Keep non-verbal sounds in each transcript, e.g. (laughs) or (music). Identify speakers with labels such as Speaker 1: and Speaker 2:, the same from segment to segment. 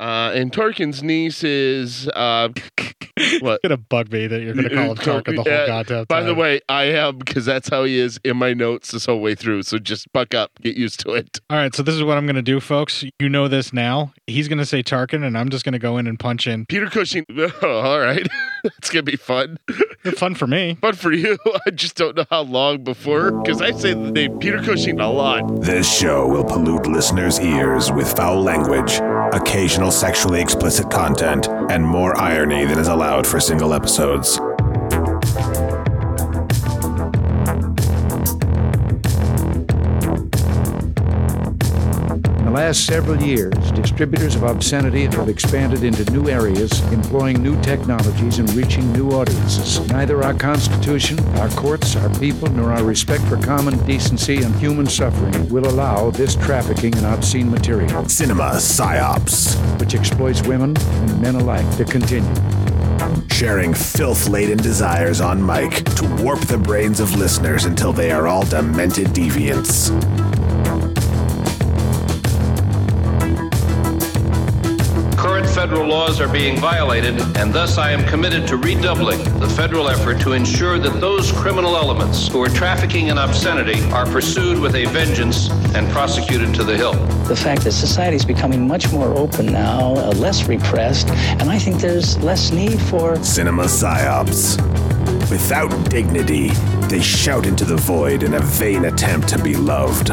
Speaker 1: Uh, and Tarkin's niece is
Speaker 2: (laughs)
Speaker 1: uh, what?
Speaker 2: It's gonna bug me that
Speaker 1: (laughs)
Speaker 2: you're gonna call him Tarkin the whole
Speaker 1: Yeah,
Speaker 2: goddamn time.
Speaker 1: By the way, I am because that's how he is in my notes this whole way through. So just buck up, get used to it.
Speaker 2: all right. So this is what I'm gonna do, folks. You know this now. He's gonna say Tarkin, and I'm just gonna go in and punch in.
Speaker 1: Peter Cushing. (laughs) oh, all right, (laughs) it's gonna be fun.
Speaker 2: Fun for me.
Speaker 1: Fun for you. (laughs) I just don't know how long before because I say the name Peter Cushing a lot.
Speaker 3: This show will pollute listeners' ears with foul language, occasional sexually explicit content, and more irony than is allowed for single episodes.
Speaker 4: In the last several years, distributors of obscenity have expanded into new areas, employing new technologies and reaching new audiences. Neither our Constitution, our courts, our people, nor our respect for common decency and human suffering will allow this trafficking in obscene material,
Speaker 3: Cinema psyops,
Speaker 4: which exploits women and men alike, to continue.
Speaker 3: sharing filth-laden desires on mic to warp the brains of listeners until they are all demented deviants.
Speaker 5: Current federal laws are being violated, and thus I am committed to redoubling the federal effort to ensure that those criminal elements who are trafficking in obscenity are pursued with a vengeance and prosecuted to the hilt.
Speaker 6: the fact that society is becoming much more open now, uh, less repressed, and I think there's less need for
Speaker 3: Cinema psyops. Without dignity, they shout into the void in a vain attempt to be loved.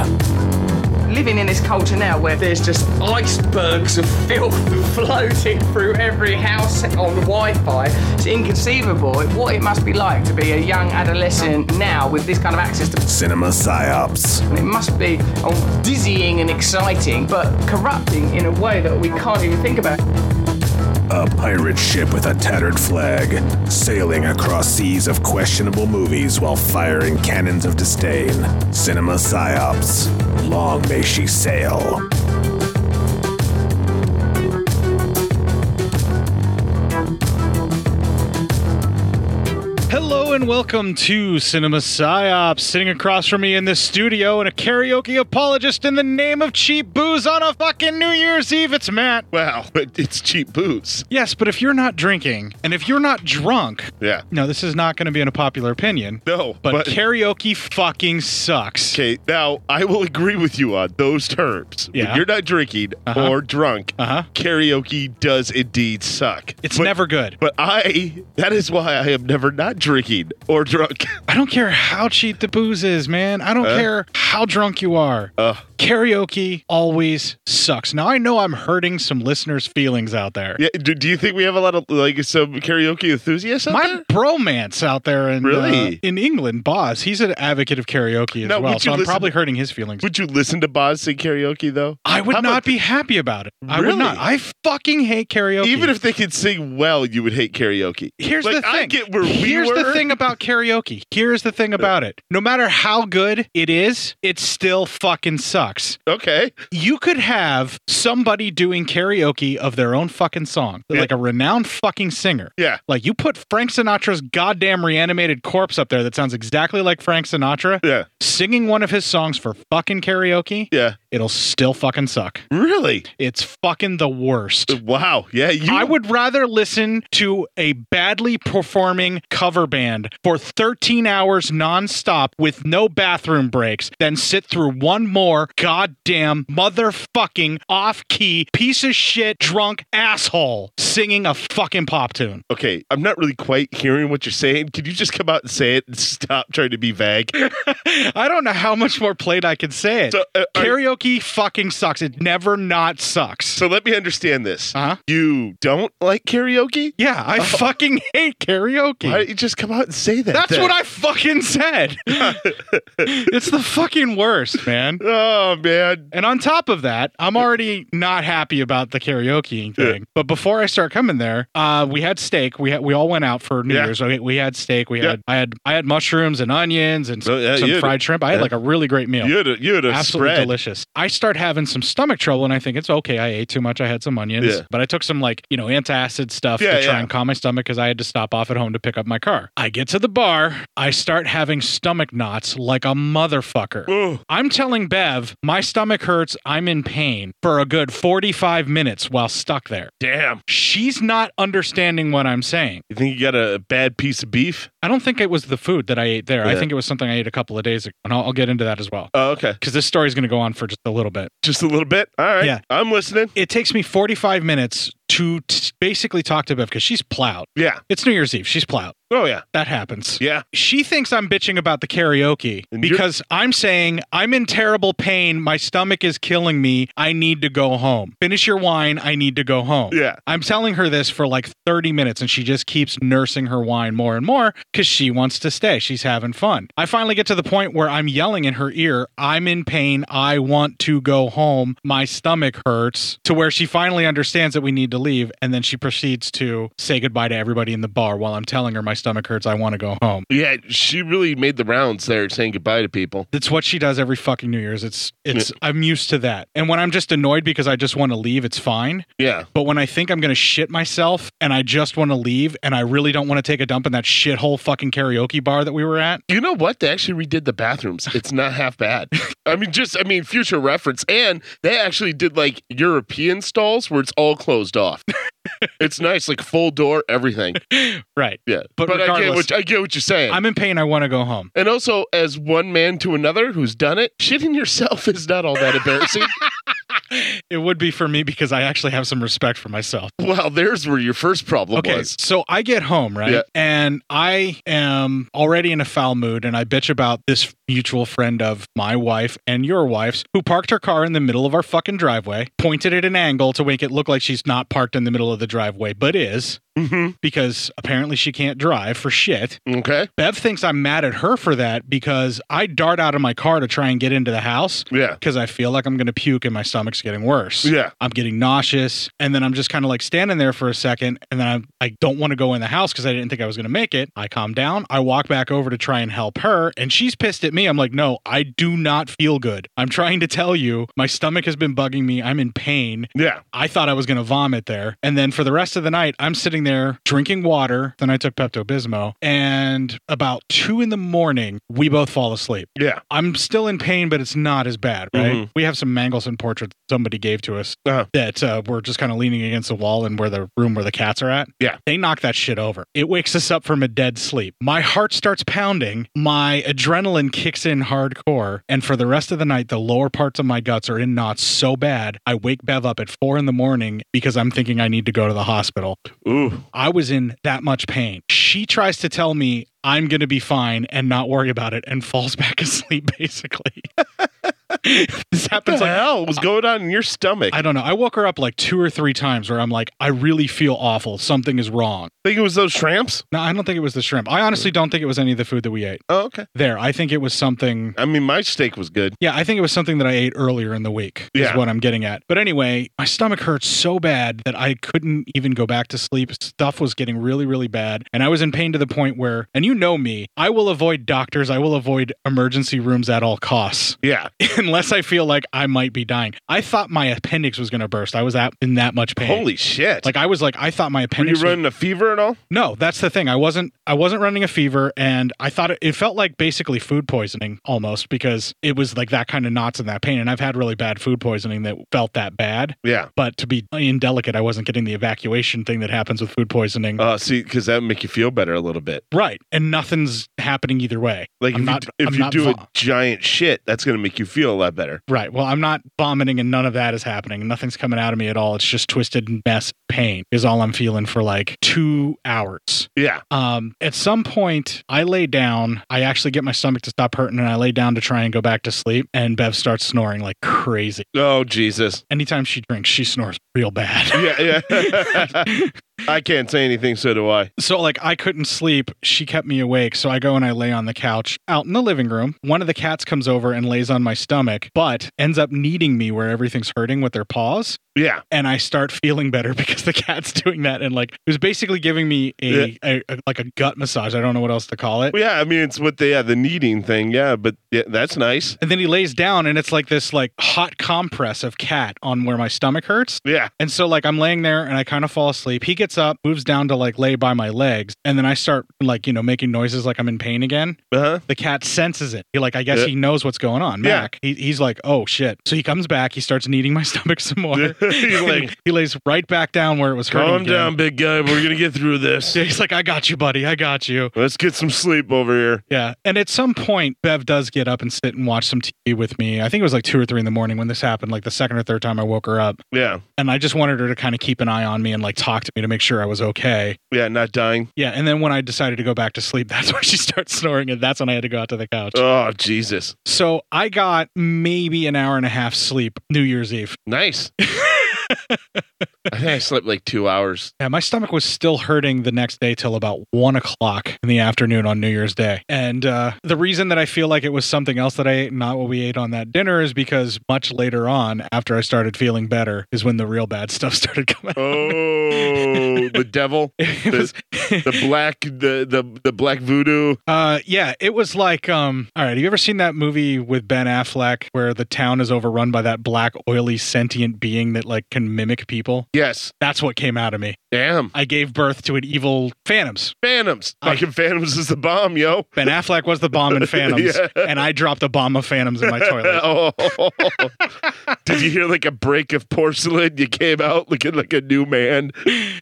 Speaker 7: living in this culture now where there's just icebergs of filth (laughs) floating through every house on Wi-Fi. It's inconceivable what it must be like to be a young adolescent now with this kind of access to.
Speaker 3: Cinema psyops.
Speaker 7: It must be oh, dizzying and exciting, but corrupting in a way that we can't even think about.
Speaker 3: A pirate ship with a tattered flag, sailing across seas of questionable movies while firing cannons of disdain. Cinema psyops. Long may she sail.
Speaker 2: Hello and welcome to Cinema Psyops. Sitting across from me in this studio and a karaoke apologist in the name of cheap booze on a fucking New Year's Eve. It's Matt.
Speaker 1: Wow, but it's cheap booze.
Speaker 2: Yes, but if you're not drinking and if you're not drunk,
Speaker 1: Yeah.
Speaker 2: no, this is not going to be an unpopular opinion.
Speaker 1: No,
Speaker 2: but,
Speaker 1: but-
Speaker 2: karaoke fucking sucks.
Speaker 1: Okay, now I will agree with you on those terms.
Speaker 2: Yeah.
Speaker 1: When you're not drinking
Speaker 2: Uh-huh.
Speaker 1: or drunk,
Speaker 2: Uh-huh.
Speaker 1: karaoke does indeed suck.
Speaker 2: It's
Speaker 1: But-
Speaker 2: never good.
Speaker 1: But I, that is why I am never not drinking or drunk. (laughs)
Speaker 2: I don't care how cheap the booze is, man. I don't care how drunk you are.
Speaker 1: Uh.
Speaker 2: karaoke always sucks. Now I know I'm hurting some listeners' feelings out there.
Speaker 1: Yeah, do, do you think we have a lot of like some karaoke enthusiasts? Out
Speaker 2: My
Speaker 1: there?
Speaker 2: bromance out there in uh,
Speaker 1: Really?
Speaker 2: in England, Boz, he's an advocate of karaoke as
Speaker 1: Now,
Speaker 2: well.
Speaker 1: would
Speaker 2: So
Speaker 1: you
Speaker 2: I'm
Speaker 1: listen-
Speaker 2: probably hurting his feelings.
Speaker 1: Would you listen to Boz sing karaoke though?
Speaker 2: I would
Speaker 1: How
Speaker 2: not
Speaker 1: about
Speaker 2: be happy about it. I would
Speaker 1: Really?
Speaker 2: not. I fucking hate karaoke.
Speaker 1: Even if they could sing well, you would hate karaoke.
Speaker 2: Here's
Speaker 1: like,
Speaker 2: the thing.
Speaker 1: I get where we
Speaker 2: Here's the
Speaker 1: were.
Speaker 2: thing about karaoke. Here's the thing about it. No matter how good it is, it still fucking sucks.
Speaker 1: Okay.
Speaker 2: You could have somebody doing karaoke of their own fucking song,
Speaker 1: Yeah.
Speaker 2: like a renowned fucking singer.
Speaker 1: Yeah.
Speaker 2: Like you put Frank Sinatra's goddamn reanimated corpse up there that sounds exactly like Frank Sinatra
Speaker 1: Yeah.
Speaker 2: singing one of his songs for fucking karaoke,
Speaker 1: Yeah.
Speaker 2: it'll still fucking suck.
Speaker 1: Really?
Speaker 2: It's fucking the worst.
Speaker 1: Wow. Yeah. You.
Speaker 2: I would rather listen to a badly performing cover band for 13 hours nonstop with no bathroom breaks than sit through one more goddamn motherfucking off key piece of shit drunk asshole singing a fucking pop tune.
Speaker 1: Okay, I'm not really quite hearing what you're saying. Can you just come out and say it and stop trying to be vague?
Speaker 2: (laughs) I don't know how much more plate I can say it.
Speaker 1: So, uh, are-
Speaker 2: Karaoke fucking sucks. It never not sucks.
Speaker 1: So let me understand this.
Speaker 2: Uh-huh.
Speaker 1: You don't like karaoke? Oh.
Speaker 2: yeah, I fucking hate karaoke.
Speaker 1: Why don't you just come out and say that?
Speaker 2: That's
Speaker 1: then?
Speaker 2: what I
Speaker 1: (laughs)
Speaker 2: fucking said. (laughs) it's the fucking worst, man.
Speaker 1: (laughs) Oh man.
Speaker 2: And on top of that, I'm already not happy about the karaoke thing. But before I start coming there, uh, we had steak. We had, we all went out for New
Speaker 1: Yeah.
Speaker 2: Year's. We, we had steak. We
Speaker 1: Yeah.
Speaker 2: had I had I had mushrooms and onions and
Speaker 1: Oh, yeah,
Speaker 2: some
Speaker 1: you had-
Speaker 2: fried shrimp. I had
Speaker 1: yeah.
Speaker 2: like a really great meal.
Speaker 1: You'd a, you'd a
Speaker 2: absolutely
Speaker 1: spread.
Speaker 2: delicious. I start having some stomach trouble, and I think it's okay. I ate too much. I had some onions,
Speaker 1: Yeah.
Speaker 2: but I took some like you know antacid stuff
Speaker 1: Yeah,
Speaker 2: to try
Speaker 1: yeah.
Speaker 2: and calm my stomach because I had to stop off at home to pick up my car. I get to the bar. I start having stomach knots like a motherfucker.
Speaker 1: Ooh.
Speaker 2: I'm telling Bev myself. My stomach hurts. I'm in pain for a good 45 minutes while stuck there.
Speaker 1: Damn.
Speaker 2: She's not understanding what I'm saying.
Speaker 1: You think you got a bad piece of beef?
Speaker 2: I don't think it was the food that I ate there. I
Speaker 1: Yeah.
Speaker 2: think it was something I ate a couple of days ago. And I'll, I'll get into that as well.
Speaker 1: Oh, okay.
Speaker 2: Because this story's going to go on for just a little bit.
Speaker 1: Just a little bit. All right.
Speaker 2: Yeah.
Speaker 1: I'm listening.
Speaker 2: It takes me 45 minutes to t- basically talk to Bev because she's plowed.
Speaker 1: Yeah.
Speaker 2: It's New Year's Eve. She's plowed.
Speaker 1: Oh yeah.
Speaker 2: That happens.
Speaker 1: Yeah.
Speaker 2: She thinks I'm bitching about the karaoke
Speaker 1: And you're-
Speaker 2: because I'm saying I'm in terrible pain. My stomach is killing me. I need to go home. Finish your wine. I need to go home.
Speaker 1: Yeah.
Speaker 2: I'm telling her this for like 30 minutes and she just keeps nursing her wine more and more because she wants to stay. She's having fun. I finally get to the point where I'm yelling in her ear, I'm in pain. I want to go home. My stomach hurts. To where she finally understands that we need to leave. And then she proceeds to say goodbye to everybody in the bar while I'm telling her my stomach hurts. I want to go home.
Speaker 1: Yeah. She really made the rounds there, saying goodbye to people.
Speaker 2: That's what she does every fucking New Year's. It's it's I'm used to that. And when I'm just annoyed because I just want to leave, it's fine.
Speaker 1: Yeah.
Speaker 2: But when I think I'm going to shit myself and I just want to leave and I really don't want to take a dump in that shithole fucking karaoke bar that we were at,
Speaker 1: You know what? They actually redid the bathrooms. (laughs) It's not half bad. I mean, just I mean, future reference. And they actually did like European stalls where it's all closed (laughs) off. it's nice, like full door, (laughs) everything.
Speaker 2: right.
Speaker 1: Yeah.
Speaker 2: But
Speaker 1: I get
Speaker 2: regardless-
Speaker 1: what I get what you're saying.
Speaker 2: I'm in pain. I want to go home.
Speaker 1: and also, as one man to another who's done it, shitting yourself (laughs) is not all that
Speaker 2: (laughs)
Speaker 1: embarrassing.
Speaker 2: It would be for me because I actually have some respect for myself.
Speaker 1: well, there's where your first problem
Speaker 2: Okay,
Speaker 1: was.
Speaker 2: so I get home, right?
Speaker 1: Yeah.
Speaker 2: And I am already in a foul mood and I bitch about this mutual friend of my wife and your wife's who parked her car in the middle of our fucking driveway, pointed at an angle to make it look like she's not parked in the middle of the driveway, but is
Speaker 1: Mm-hmm.
Speaker 2: because apparently she can't drive for shit.
Speaker 1: Okay.
Speaker 2: Bev thinks I'm mad at her for that because I dart out of my car to try and get into the house
Speaker 1: Yeah.
Speaker 2: because I feel like I'm going to puke and my stomach's getting worse.
Speaker 1: Yeah.
Speaker 2: I'm getting nauseous. And then I'm just kind of like standing there for a second. And then I'm, I don't want to go in the house because I didn't think I was going to make it. I calm down. I walk back over to try and help her. And she's pissed at me. I'm like, no, I do not feel good. I'm trying to tell you, my stomach has been bugging me. I'm in pain.
Speaker 1: Yeah.
Speaker 2: I thought I was going to vomit there. And then for the rest of the night, I'm sitting there drinking water. Then I took Pepto Bismol. And about two in the morning, we both fall asleep.
Speaker 1: Yeah. Mm-hmm.
Speaker 2: I'm still in pain, but it's not as bad, right? We have some Mangelson portraits somebody gave to us
Speaker 1: Uh-huh.
Speaker 2: that uh, were just kind of leaning against the wall and where the room where the cats are at.
Speaker 1: Yeah.
Speaker 2: They knock that shit over. It wakes us up from a dead sleep. My heart starts pounding. My adrenaline kicks in hardcore. And for the rest of the night, the lower parts of my guts are in knots so bad. I wake Bev up at four in the morning because I'm thinking I need to go to the hospital.
Speaker 1: Ooh.
Speaker 2: I was in that much pain. She tries to tell me I'm going to be fine and not worry about it and falls (laughs) back asleep, basically. (laughs) this
Speaker 1: What
Speaker 2: happens
Speaker 1: the
Speaker 2: like. uh,
Speaker 1: hell was going on in your stomach?
Speaker 2: I
Speaker 1: I
Speaker 2: don't know. I woke her up like two or three times where I'm like, I really feel awful. Something is wrong.
Speaker 1: think it was those tramps.
Speaker 2: No, I don't think it was the shrimp. I honestly don't think it was any of the food that we ate
Speaker 1: Oh, okay.
Speaker 2: there. I think it was something
Speaker 1: I mean, my steak was good.
Speaker 2: yeah, I think it was something that I ate earlier in the week, is
Speaker 1: Yeah.
Speaker 2: what I'm getting at. But anyway, my stomach hurt so bad that I couldn't even go back to sleep. Stuff was getting really, really bad. And I was in pain to the point where, and you know me, I will avoid doctors, I will avoid emergency rooms at all costs,
Speaker 1: Yeah.
Speaker 2: (laughs) unless I feel like I might be dying. I thought my appendix was going to burst. I was at, in that much pain.
Speaker 1: Holy shit.
Speaker 2: Like I was like I thought my
Speaker 1: Were you
Speaker 2: appendix. was-
Speaker 1: running a fever and all?
Speaker 2: no, that's the thing. I wasn't. I wasn't running a fever, and I thought it, it felt like basically food poisoning almost because it was like that kind of knots and that pain. And I've had really bad food poisoning that felt that bad.
Speaker 1: Yeah.
Speaker 2: But to be indelicate, I wasn't getting the evacuation thing that happens with food poisoning.
Speaker 1: Uh, see, because that would make you feel better a little bit.
Speaker 2: right, and nothing's happening either way.
Speaker 1: Like
Speaker 2: I'm
Speaker 1: if
Speaker 2: not-
Speaker 1: you, if
Speaker 2: I'm
Speaker 1: you
Speaker 2: not
Speaker 1: do
Speaker 2: vo-
Speaker 1: a giant shit, that's gonna make you feel a lot better.
Speaker 2: Right. Well, I'm not vomiting, and none of that is happening. Nothing's coming out of me at all. It's just twisted mess pain is all I'm feeling for like two hours.
Speaker 1: Yeah.
Speaker 2: Um, at some point, I lay down. I actually get my stomach to stop hurting, and I lay down to try and go back to sleep. And Bev starts snoring like crazy.
Speaker 1: Oh Jesus.
Speaker 2: Anytime she drinks, she snores real bad.
Speaker 1: (laughs) Yeah.
Speaker 2: (laughs)
Speaker 1: Yeah. I can't say anything. So do I.
Speaker 2: so, like, I couldn't sleep. She kept me awake. So I go and I lay on the couch out in the living room. One of the cats comes over and lays on my stomach, but ends up kneading me where everything's hurting with their paws.
Speaker 1: Yeah.
Speaker 2: and I start feeling better (laughs) because the cat's doing that and like it was basically giving me a, a, a- like a gut massage. I don't know what else to call it.
Speaker 1: Well, yeah. I mean, it's what the yeah, the kneading thing. Yeah, but yeah, that's nice.
Speaker 2: And then he lays down and it's like this like hot compress of cat on where my stomach hurts.
Speaker 1: Yeah.
Speaker 2: And so like I'm laying there and I kind of fall asleep. He gets up, moves down to like lay by my legs, and then I start like, you know, making noises like I'm in pain again.
Speaker 1: Uh huh.
Speaker 2: The cat senses it. He like I guess
Speaker 1: Yeah.
Speaker 2: he knows what's going on.
Speaker 1: Yeah.
Speaker 2: Mac. He, he's like, oh shit. So he comes back. He starts kneading my (laughs) stomach some more.
Speaker 1: (laughs) He's like,
Speaker 2: he lays right back down where it was hurting.
Speaker 1: calm
Speaker 2: again.
Speaker 1: down, big guy. We're gonna get through this.
Speaker 2: Yeah, (laughs) he's like, I got you, buddy. I got you.
Speaker 1: Let's get some sleep over here.
Speaker 2: Yeah. And at some point, Bev does get up and sit and watch some TV with me. I think it was like two or three in the morning when this happened, like the second or third time I woke her up.
Speaker 1: Yeah.
Speaker 2: And I just wanted her to kind of keep an eye on me and like talk to me to make sure I was okay.
Speaker 1: Yeah. Not dying.
Speaker 2: Yeah. And then when I decided to go back to sleep, (laughs) that's when she starts snoring. And that's when I had to go out to the couch.
Speaker 1: Oh Jesus.
Speaker 2: (laughs) So I got maybe an hour and a half sleep New Year's Eve.
Speaker 1: Nice. I think I slept like two hours.
Speaker 2: Yeah, my stomach was still hurting the next day till about one o'clock in the afternoon on New Year's Day. And uh, the reason that I feel like it was something else that I ate, not what we ate on that dinner, is because much later on, after I started feeling better, is when the real bad (laughs) stuff started coming.
Speaker 1: Oh,
Speaker 2: (laughs)
Speaker 1: the devil,
Speaker 2: It was, (laughs)
Speaker 1: the black, the the the black voodoo.
Speaker 2: uh, yeah, it was like, um, all right, have you ever seen that movie with Ben Affleck where the town is overrun by that black, oily, sentient being that like can mimic people?
Speaker 1: Yes,
Speaker 2: That's what came out of me.
Speaker 1: damn
Speaker 2: I gave birth to an evil Phantoms.
Speaker 1: phantoms. Fucking phantoms is the bomb, yo.
Speaker 2: Ben Affleck was the bomb
Speaker 1: (laughs)
Speaker 2: in Phantoms,
Speaker 1: Yeah.
Speaker 2: and I dropped a bomb of
Speaker 1: (laughs)
Speaker 2: Phantoms in my toilet.
Speaker 1: oh, did you hear like a break of porcelain? You came out looking like a new man.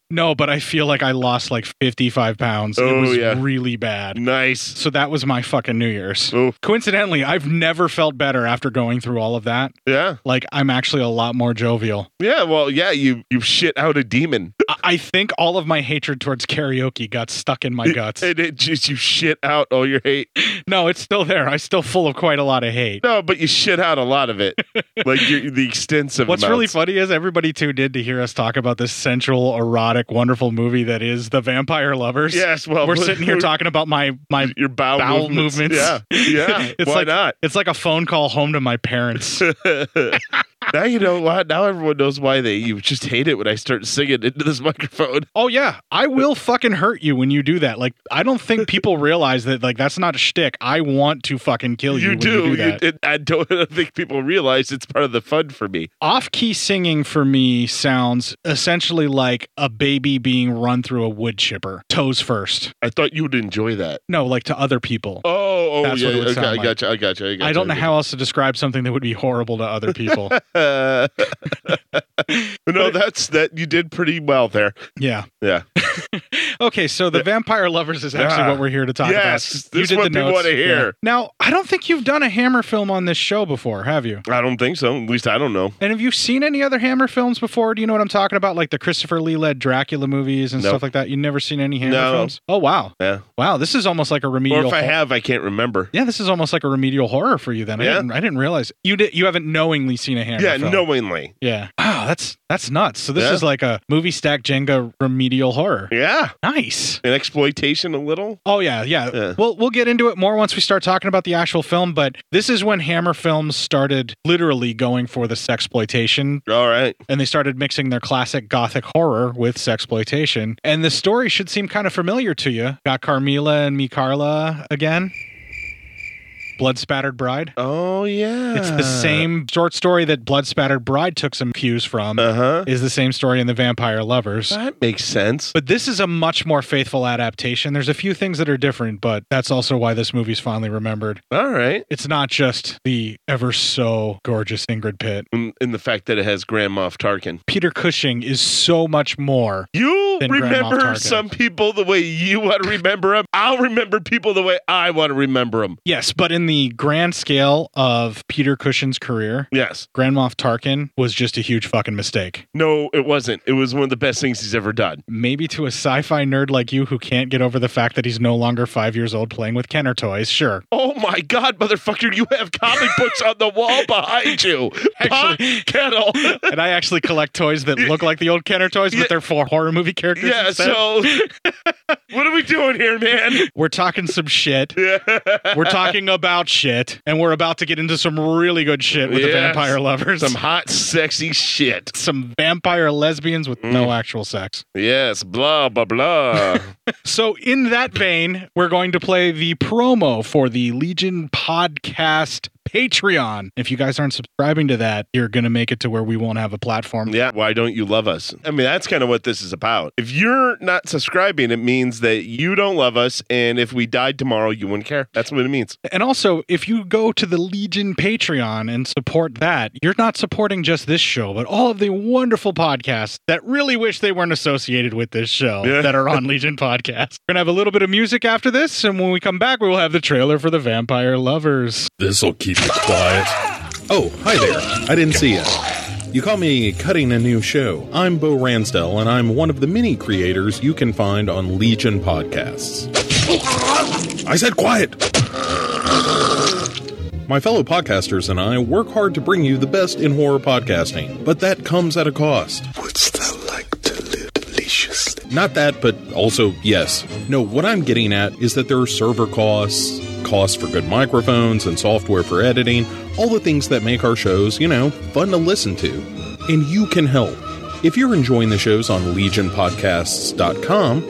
Speaker 2: No, but I feel like I lost like 55 pounds. it
Speaker 1: Oh,
Speaker 2: was
Speaker 1: yeah.
Speaker 2: really bad.
Speaker 1: Nice.
Speaker 2: So that was my fucking New Year's.
Speaker 1: Oh.
Speaker 2: Coincidentally, I've never felt better after going through all of that.
Speaker 1: Yeah,
Speaker 2: Like, I'm actually a lot more jovial.
Speaker 1: yeah. Well, yeah. You you shit out a demon,
Speaker 2: I- I think all of my hatred towards karaoke got stuck in my guts.
Speaker 1: and it just you shit out all your hate.
Speaker 2: No, it's still there. I'm still full of quite a lot of hate.
Speaker 1: No, but you shit out a lot of
Speaker 2: (laughs)
Speaker 1: it, like you the extensive.
Speaker 2: What's really
Speaker 1: amounts.
Speaker 2: funny is everybody tuned in to hear us talk about this sensual, erotic, wonderful movie that is The Vampire Lovers.
Speaker 1: Yes. Well,
Speaker 2: we're sitting
Speaker 1: (laughs)
Speaker 2: here talking about my my
Speaker 1: your bowel,
Speaker 2: bowel
Speaker 1: movements.
Speaker 2: movements. (laughs)
Speaker 1: Yeah, yeah.
Speaker 2: it's
Speaker 1: Why
Speaker 2: like
Speaker 1: not?
Speaker 2: it's like a phone call home to
Speaker 1: (laughs)
Speaker 2: my parents. (laughs)
Speaker 1: now you know why. Now everyone knows why they. You just hate it when I start singing into this microphone.
Speaker 2: oh yeah, I will fucking hurt you when you do that. Like I don't
Speaker 1: (laughs)
Speaker 2: think people realize that like that's not a shtick. I want to fucking kill you.
Speaker 1: You
Speaker 2: when
Speaker 1: do.
Speaker 2: You do
Speaker 1: you-
Speaker 2: that.
Speaker 1: it- I don't (laughs) I don't think people realize it's part of the fun for me.
Speaker 2: Off key singing for me sounds essentially like a baby being run through a wood chipper, toes first.
Speaker 1: I thought you would enjoy that.
Speaker 2: No, like to other people.
Speaker 1: Oh, oh,
Speaker 2: That's
Speaker 1: yeah.
Speaker 2: what it would
Speaker 1: okay,
Speaker 2: sound
Speaker 1: I
Speaker 2: like.
Speaker 1: got you. I got you. I, gotcha,
Speaker 2: I don't know
Speaker 1: gotcha.
Speaker 2: how else to describe something that would be horrible to
Speaker 1: (laughs)
Speaker 2: other people.
Speaker 1: Uh, no, that's that. You did pretty well there.
Speaker 2: yeah.
Speaker 1: Yeah.
Speaker 2: Okay, so the vampire lovers is actually
Speaker 1: Yeah.
Speaker 2: what we're here to talk
Speaker 1: Ah, Yes,
Speaker 2: about. You
Speaker 1: this
Speaker 2: did
Speaker 1: what
Speaker 2: the
Speaker 1: people
Speaker 2: notes.
Speaker 1: wanna hear.
Speaker 2: Yeah. Now, I don't think you've done a Hammer film on this show before, have you?
Speaker 1: I don't think so. At least I don't know.
Speaker 2: And have you seen any other Hammer films before? Do you know what I'm talking about, like the Christopher Lee led Dracula movies and
Speaker 1: No.
Speaker 2: stuff like that? You've never seen any Hammer
Speaker 1: No.
Speaker 2: films? Oh wow,
Speaker 1: Yeah.
Speaker 2: wow! This is almost like a remedial.
Speaker 1: Or if I
Speaker 2: hor-
Speaker 1: have, I can't remember.
Speaker 2: yeah, this is almost like a remedial horror for you. Then I,
Speaker 1: Yeah.
Speaker 2: didn't, I didn't realize you did. You haven't knowingly seen a Hammer.
Speaker 1: Yeah,
Speaker 2: film.
Speaker 1: knowingly.
Speaker 2: Yeah. Wow, that's that's nuts. So this
Speaker 1: Yeah.
Speaker 2: is like a movie stack Jenga remedial horror.
Speaker 1: Yeah.
Speaker 2: Nice.
Speaker 1: An exploitation a little.
Speaker 2: Oh yeah, yeah,
Speaker 1: Yeah.
Speaker 2: We'll we'll get into it more once we start talking about the actual film, but this is when Hammer Films started literally going for the sexploitation
Speaker 1: All right.
Speaker 2: and they started mixing their classic gothic horror with sexploitation. And the story should seem kind of familiar to you. Got Carmela and Mikarla again. Blood Spattered Bride.
Speaker 1: Oh yeah.
Speaker 2: It's the same short story that Blood Spattered Bride took some cues from.
Speaker 1: Uh huh.
Speaker 2: is the same story in The Vampire Lovers.
Speaker 1: That makes sense.
Speaker 2: But this is a much more faithful adaptation. There's a few things that are different, but that's also why this movie's fondly remembered.
Speaker 1: All right.
Speaker 2: It's not just the ever so gorgeous Ingrid Pitt.
Speaker 1: In, in the fact that it has Grand Moff Tarkin.
Speaker 2: Peter Cushing is so much more.
Speaker 1: You
Speaker 2: Than Grand Moff
Speaker 1: remember
Speaker 2: Tarkin.
Speaker 1: some people the way you want to remember them. I'll remember people the way I want to remember them.
Speaker 2: Yes, but in the grand scale of Peter Cushing's career,
Speaker 1: Yes.
Speaker 2: Grand Moff Tarkin was just a huge fucking mistake.
Speaker 1: No, it wasn't. It was one of the best things he's ever done.
Speaker 2: Maybe to a sci-fi nerd like you who can't get over the fact that he's no longer 5 years old playing with Kenner toys, sure.
Speaker 1: Oh my God, motherfucker! You have
Speaker 2: (laughs)
Speaker 1: comic books on the wall behind you. Pot,
Speaker 2: Actually-
Speaker 1: kettle.
Speaker 2: (laughs) and I actually collect toys that look like the old Kenner toys, but they're for horror movie characters.
Speaker 1: Yeah,
Speaker 2: instead.
Speaker 1: so
Speaker 2: (laughs)
Speaker 1: what are we doing here, man?
Speaker 2: we're talking some
Speaker 1: (laughs)
Speaker 2: shit. We're talking about shit, and we're about to get into some really good shit with the
Speaker 1: Yes.
Speaker 2: vampire lovers.
Speaker 1: Some hot, sexy shit.
Speaker 2: some vampire lesbians with no
Speaker 1: Mm.
Speaker 2: actual sex.
Speaker 1: Yes, blah, blah, blah.
Speaker 2: (laughs) So, in that vein, we're going to play the promo for the Legion podcast Patreon. If you guys aren't subscribing to that, you're going to make it to where we won't have a platform.
Speaker 1: yeah, why don't you love us? I mean, that's kind of what this is about. If you're not subscribing, it means that you don't love us. And if we died tomorrow, you wouldn't care. That's what it means.
Speaker 2: And also, if you go to the Legion Patreon and support that, you're not supporting just this show, but all of the wonderful podcasts that really wish they weren't associated with this show
Speaker 1: Yeah.
Speaker 2: that are on (laughs) Legion Podcast. We're going to have a little bit of music after this, and when we come back, we will have the trailer for the Vampire Lovers.
Speaker 8: This'll keep it quiet. Oh, hi there. I didn't see you. You call me Cutting a New Show. I'm Bo Ransdell, and I'm one of the many creators you can find on Legion Podcasts. I said quiet! My fellow podcasters and I work hard to bring you the best in horror podcasting, but that comes at a cost.
Speaker 9: Wouldst thou like to live deliciously?
Speaker 8: Not that, but also, yes. No, what I'm getting at is that there are server costs, costs for good microphones and software for editing, all the things that make our shows, you know, fun to listen to. And you can help. If you're enjoying the shows on legionpodcasts.com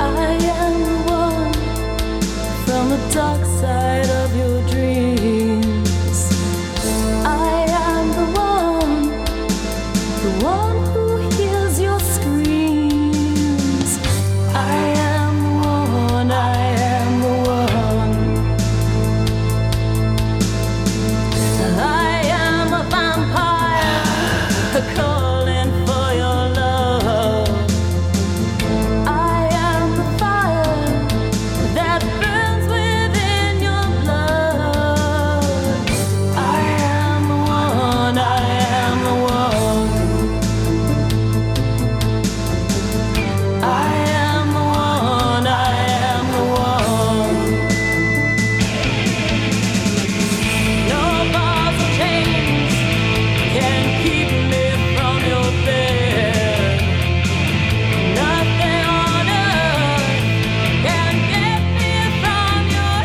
Speaker 10: I am one from the dark side of your dreams. I am the one, the one who hears your screams. I am the one, I am the one. I am a vampire calling for your love. I am the fire that burns within your blood. I am the one, I am the one. I am the one, I am the one. No bars or chains can keep me from your bed. Nothing on earth can get me from your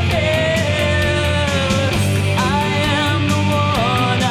Speaker 10: head. I am the one.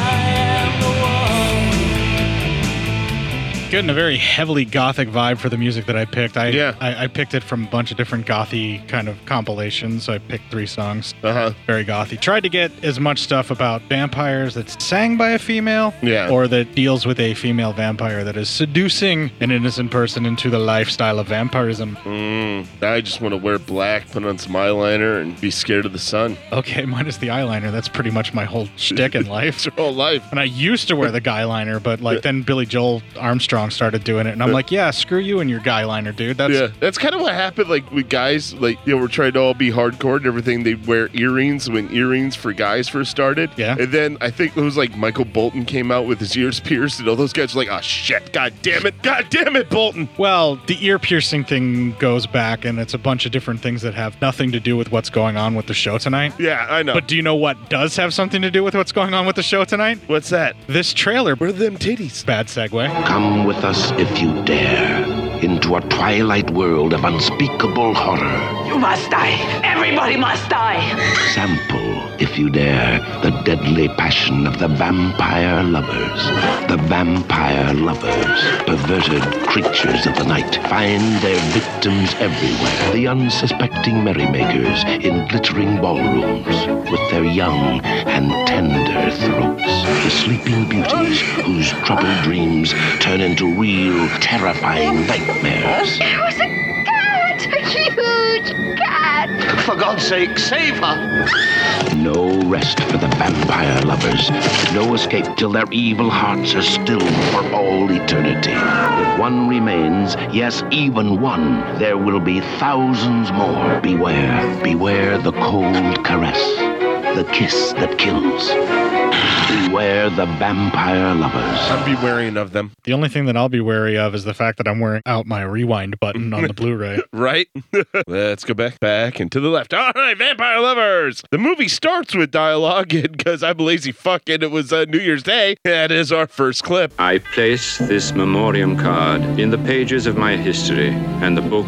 Speaker 10: I am the one.
Speaker 2: Getting a very heavily gothic vibe for the music that I picked. I,
Speaker 1: Yeah.
Speaker 2: I, I picked it from a bunch of different gothy kind of compilations. I picked three songs.
Speaker 1: Uh huh.
Speaker 2: Very gothy. Tried to get as much stuff about vampires that's sang by a female
Speaker 1: Yeah.
Speaker 2: or that deals with a female vampire that is seducing an innocent person into the lifestyle of vampirism.
Speaker 1: Mm, I just want to wear black, put on some eyeliner, and be scared of the sun.
Speaker 2: Okay, (laughs) minus the eyeliner. That's pretty much my whole shtick in life.
Speaker 1: Your whole (laughs) life.
Speaker 2: And I used to wear the guy liner, but like then Billy Joel Armstrong started doing it, and I'm like, yeah, screw you and your guy liner, dude. That's
Speaker 1: yeah, that's kind of what happened. Like with guys, like you know, we're trying to all be hardcore and everything. They wear earrings when earrings for guys first started.
Speaker 2: Yeah.
Speaker 1: and then I think it was like Michael Bolton came out with his ears (laughs) pierced, and all those guys were like, "Oh shit, god damn it, god damn it, Bolton."
Speaker 2: Well, the ear piercing thing goes back, and it's a bunch of different things that have nothing to do with what's going on with the show tonight.
Speaker 1: Yeah, I know.
Speaker 2: But do you know what does have something to do with what's going on with the show tonight?
Speaker 1: What's that?
Speaker 2: This trailer.
Speaker 1: What are them titties?
Speaker 2: Bad segue.
Speaker 11: Come with us if you dare into a twilight world of unspeakable horror.
Speaker 10: You must die. Everybody must die.
Speaker 11: Sample, if you dare, the deadly passion of the vampire lovers. The vampire lovers, perverted creatures of the night, find their victims everywhere. The unsuspecting merrymakers in glittering ballrooms with their young and tender throats. The sleeping beauties whose troubled dreams turn into real, terrifying nightmares.
Speaker 10: It was a cat. Huge. witch cat!
Speaker 5: For God's sake, save her!
Speaker 11: No rest for the vampire lovers. No escape till their evil hearts are stilled for all eternity. If one remains, yes, even one, there will be thousands more. Beware, beware the cold caress, the kiss that kills. Beware the vampire lovers.
Speaker 1: I'd be wary of them.
Speaker 2: The only thing that I'll be wary of is the fact that I'm wearing out my rewind
Speaker 1: (laughs)
Speaker 2: button on the Blu-ray.
Speaker 1: Right? Let's go back, back, and to the left. All right, Vampire Lovers. The movie starts with dialogue, (laughs) and because I'm a lazy fuck and it was uh, New Year's Day, that is our first clip.
Speaker 12: I place this memoriam card in the pages of my history, and the book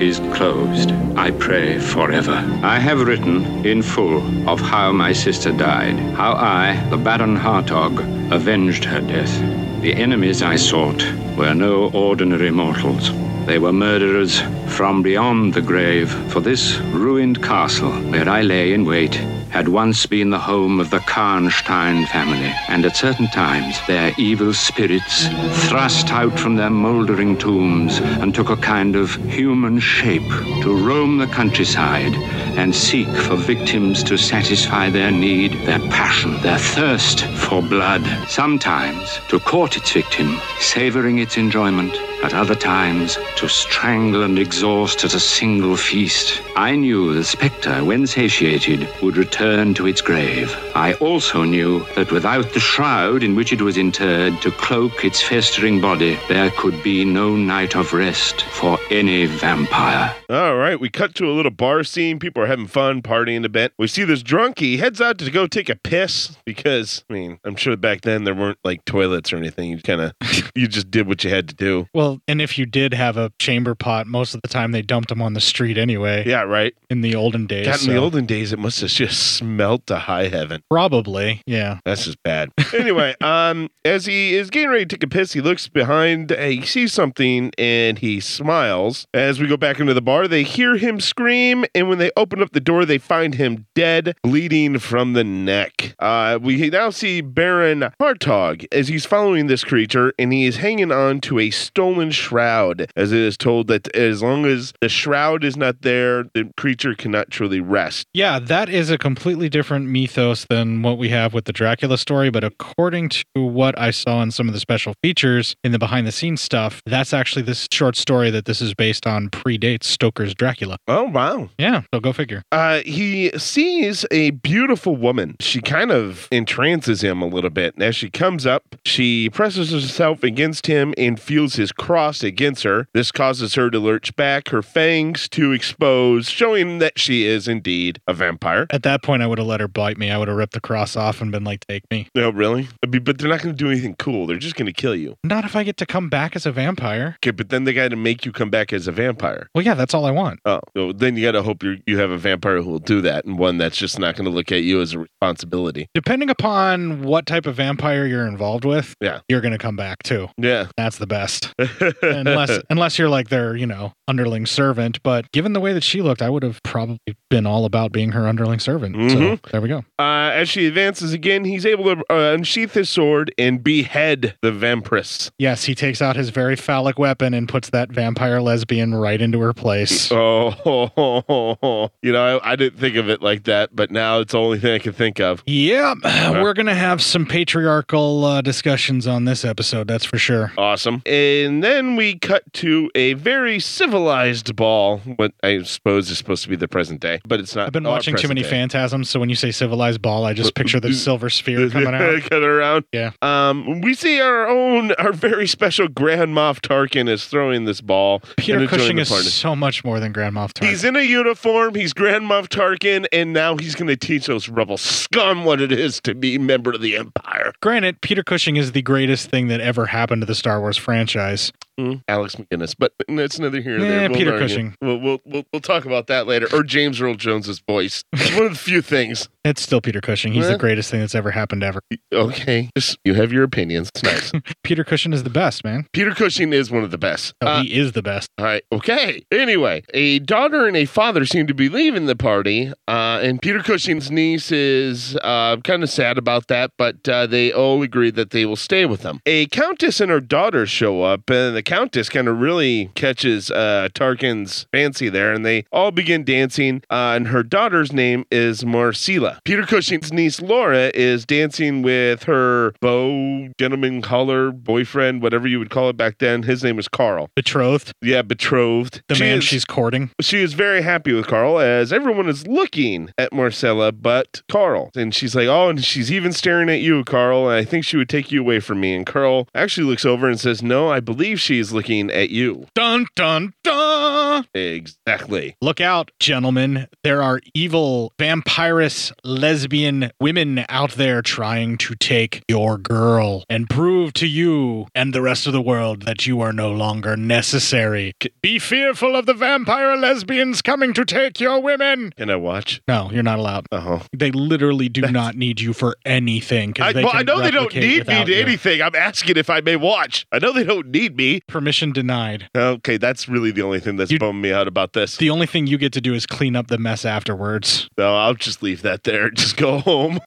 Speaker 12: is closed. I pray forever. I have written in full of how my sister died, how I, the Baron Hartog, avenged her death. The enemies I sought were no ordinary mortals. They were murderers from beyond the grave, for this ruined castle where I lay in wait had once been the home of the Karnstein family, and at certain times their evil spirits thrust out from their moldering tombs and took a kind of human shape to roam the countryside and seek for victims to satisfy their need, their passion, their thirst for blood. Sometimes to court its victim, savoring its enjoyment, at other times to strangle and exhaust at a single feast. I knew the spectre, when satiated, would return to its grave. I also knew that without the shroud in which it was interred to cloak its festering body, there could be no night of rest for any vampire.
Speaker 1: All right, we cut to a little bar scene. People are having fun, partying a bit. We see this drunkie heads out to go take a piss because, I mean, I'm sure back then there weren't like toilets or anything. You kind of, (laughs) you just did what you had to do.
Speaker 2: Well, and if you did have a chamber pot, most of the time they dumped them on the street anyway.
Speaker 1: Yeah, right.
Speaker 2: In the olden days.
Speaker 1: God, in the
Speaker 2: so-
Speaker 1: olden days, it must have just (laughs) smelt to high heaven.
Speaker 2: (laughs) Probably, yeah.
Speaker 1: That's just bad. (laughs) anyway, um, as he is getting ready to take a piss, he looks behind, uh, he sees something, and he smiles. As we go back into the bar, they hear him scream, and when they open up the door, they find him dead, bleeding from the neck. Uh, we now see Baron Hartog as he's following this creature, and he is hanging on to a stolen shroud, as it is told that as long as the shroud is not there, the creature cannot truly rest.
Speaker 2: Yeah, that is a completely different mythos than what we have with the Dracula story. But according to what I saw in some of the special features in the behind the scenes stuff, that's actually this short story that this is based on predates Stoker's Dracula.
Speaker 1: Oh, wow.
Speaker 2: Yeah, so go figure.
Speaker 1: Uh, he sees a beautiful woman. She kind of entrances him a little bit. And as she comes up, she presses herself against him and feels his cross against her. This causes her to lurch back, her fangs to expose, showing that she is indeed a vampire.
Speaker 2: At that point, I would have let her bite me. I would have ripped the cross off and been like, take me.
Speaker 1: No, really? I mean, But they're not going to do anything cool. They're just going to kill you.
Speaker 2: Not if I get to come back as a vampire.
Speaker 1: Okay, but then they got to make you come back as a vampire.
Speaker 2: Well, yeah, that's all I want.
Speaker 1: Oh, so then you got to hope you you have a vampire who will do that, and one that's just not going to look at you as a responsibility.
Speaker 2: Depending upon what type of vampire you're involved with,
Speaker 1: Yeah.
Speaker 2: you're going to come back too.
Speaker 1: Yeah.
Speaker 2: That's
Speaker 1: (laughs)
Speaker 2: the best. unless (laughs) unless you're like their, you know, underling servant. But given the way that she looked, I would have probably been all about being her underling servant. So
Speaker 1: Mhm.
Speaker 2: there we go.
Speaker 1: Uh, as she advances again, he's able to uh, unsheath his sword and behead the vampress.
Speaker 2: Yes, he takes out his very phallic weapon and puts that vampire lesbian right into
Speaker 1: (laughs)
Speaker 2: her place.
Speaker 1: Oh, (laughs) you know, I, I didn't think of it like that, but now it's the only thing I can think of. Uh,
Speaker 2: (clears throat) Yep, Uh, we're gonna have some patriarchal uh, discussions on this episode. That's for sure.
Speaker 1: Awesome. And then we cut to a very civilized ball, what I suppose is supposed to be the present day, but it's not.
Speaker 2: I've been watching too many phantasms, so when you say civilized ball, I just picture the silver sphere
Speaker 1: (laughs)
Speaker 2: coming out.
Speaker 1: Cut around.
Speaker 2: Yeah.
Speaker 1: Um, we see our own, our very special Grand Moff Tarkin is throwing this ball. and
Speaker 2: Peter
Speaker 1: enjoying
Speaker 2: Cushing
Speaker 1: the
Speaker 2: is
Speaker 1: party.
Speaker 2: so much more than Grand Moff Tarkin.
Speaker 1: He's in a uniform. He's Grand Moff Tarkin, and now he's going to teach those rebel scum what it is to be a member of the Empire.
Speaker 2: Granted, Peter Cushing is the greatest thing that ever happened to the Star Wars franchise.
Speaker 1: Mm, Alex McGinnis, but that's another here. or
Speaker 2: Eh,
Speaker 1: there. We'll
Speaker 2: Peter
Speaker 1: not argue.
Speaker 2: Cushing.
Speaker 1: We'll, we'll we'll we'll talk about that later. Or James Earl Jones's voice. It's one of the few things.
Speaker 2: (laughs) It's still Peter Cushing. He's
Speaker 1: Eh.
Speaker 2: the greatest thing that's ever happened ever.
Speaker 1: Okay, just you have your opinions. It's nice.
Speaker 2: (laughs) Peter Cushing is the best, man.
Speaker 1: Peter Cushing is one of the best.
Speaker 2: No,
Speaker 1: Uh,
Speaker 2: Oh, he is the best.
Speaker 1: All right. Okay. Anyway, a daughter and a father seem to be leaving the party, uh, and Peter Cushing's niece is uh, kind of sad about that, but uh, they all agree that they will stay with them. A countess and her daughter show up, and the Countess kind of really catches uh, Tarkin's fancy there, and they all begin dancing. Uh, and her daughter's name is Marcela. Peter Cushing's niece Laura is dancing with her beau, gentleman caller, boyfriend, whatever you would call it back then. His name was Carl.
Speaker 2: Betrothed.
Speaker 1: Yeah, betrothed.
Speaker 2: The
Speaker 1: She
Speaker 2: man
Speaker 1: is-
Speaker 2: she's courting.
Speaker 1: she is very happy with Carl as everyone is looking at Marcella but Carl. And she's like, Oh, and she's even staring at you, Carl. And I think she would take you away from me. And Carl actually looks over and says, No, I believe she's looking at you.
Speaker 2: Dun, dun, dun.
Speaker 1: Exactly.
Speaker 2: Look out, gentlemen. There are evil, vampirous, lesbian women out there trying to take your girl and prove to you and the rest of the world that you are no longer necessary. C- Be fearful of the vampire lesbians coming to take your women.
Speaker 1: Can I watch?
Speaker 2: No, you're not allowed.
Speaker 1: Oh.
Speaker 2: They literally do not need you for anything. 'cause
Speaker 1: I,
Speaker 2: they
Speaker 1: well, I
Speaker 2: can
Speaker 1: know they don't
Speaker 2: replicate
Speaker 1: need me
Speaker 2: without
Speaker 1: to
Speaker 2: you.
Speaker 1: anything. I'm asking if I may watch. I know they don't need me.
Speaker 2: Permission denied.
Speaker 1: Okay, that's really the only thing that's bummed me out about this.
Speaker 2: The only thing you get to do is clean up the mess afterwards.
Speaker 1: No, I'll just leave that there. (laughs) Just go home.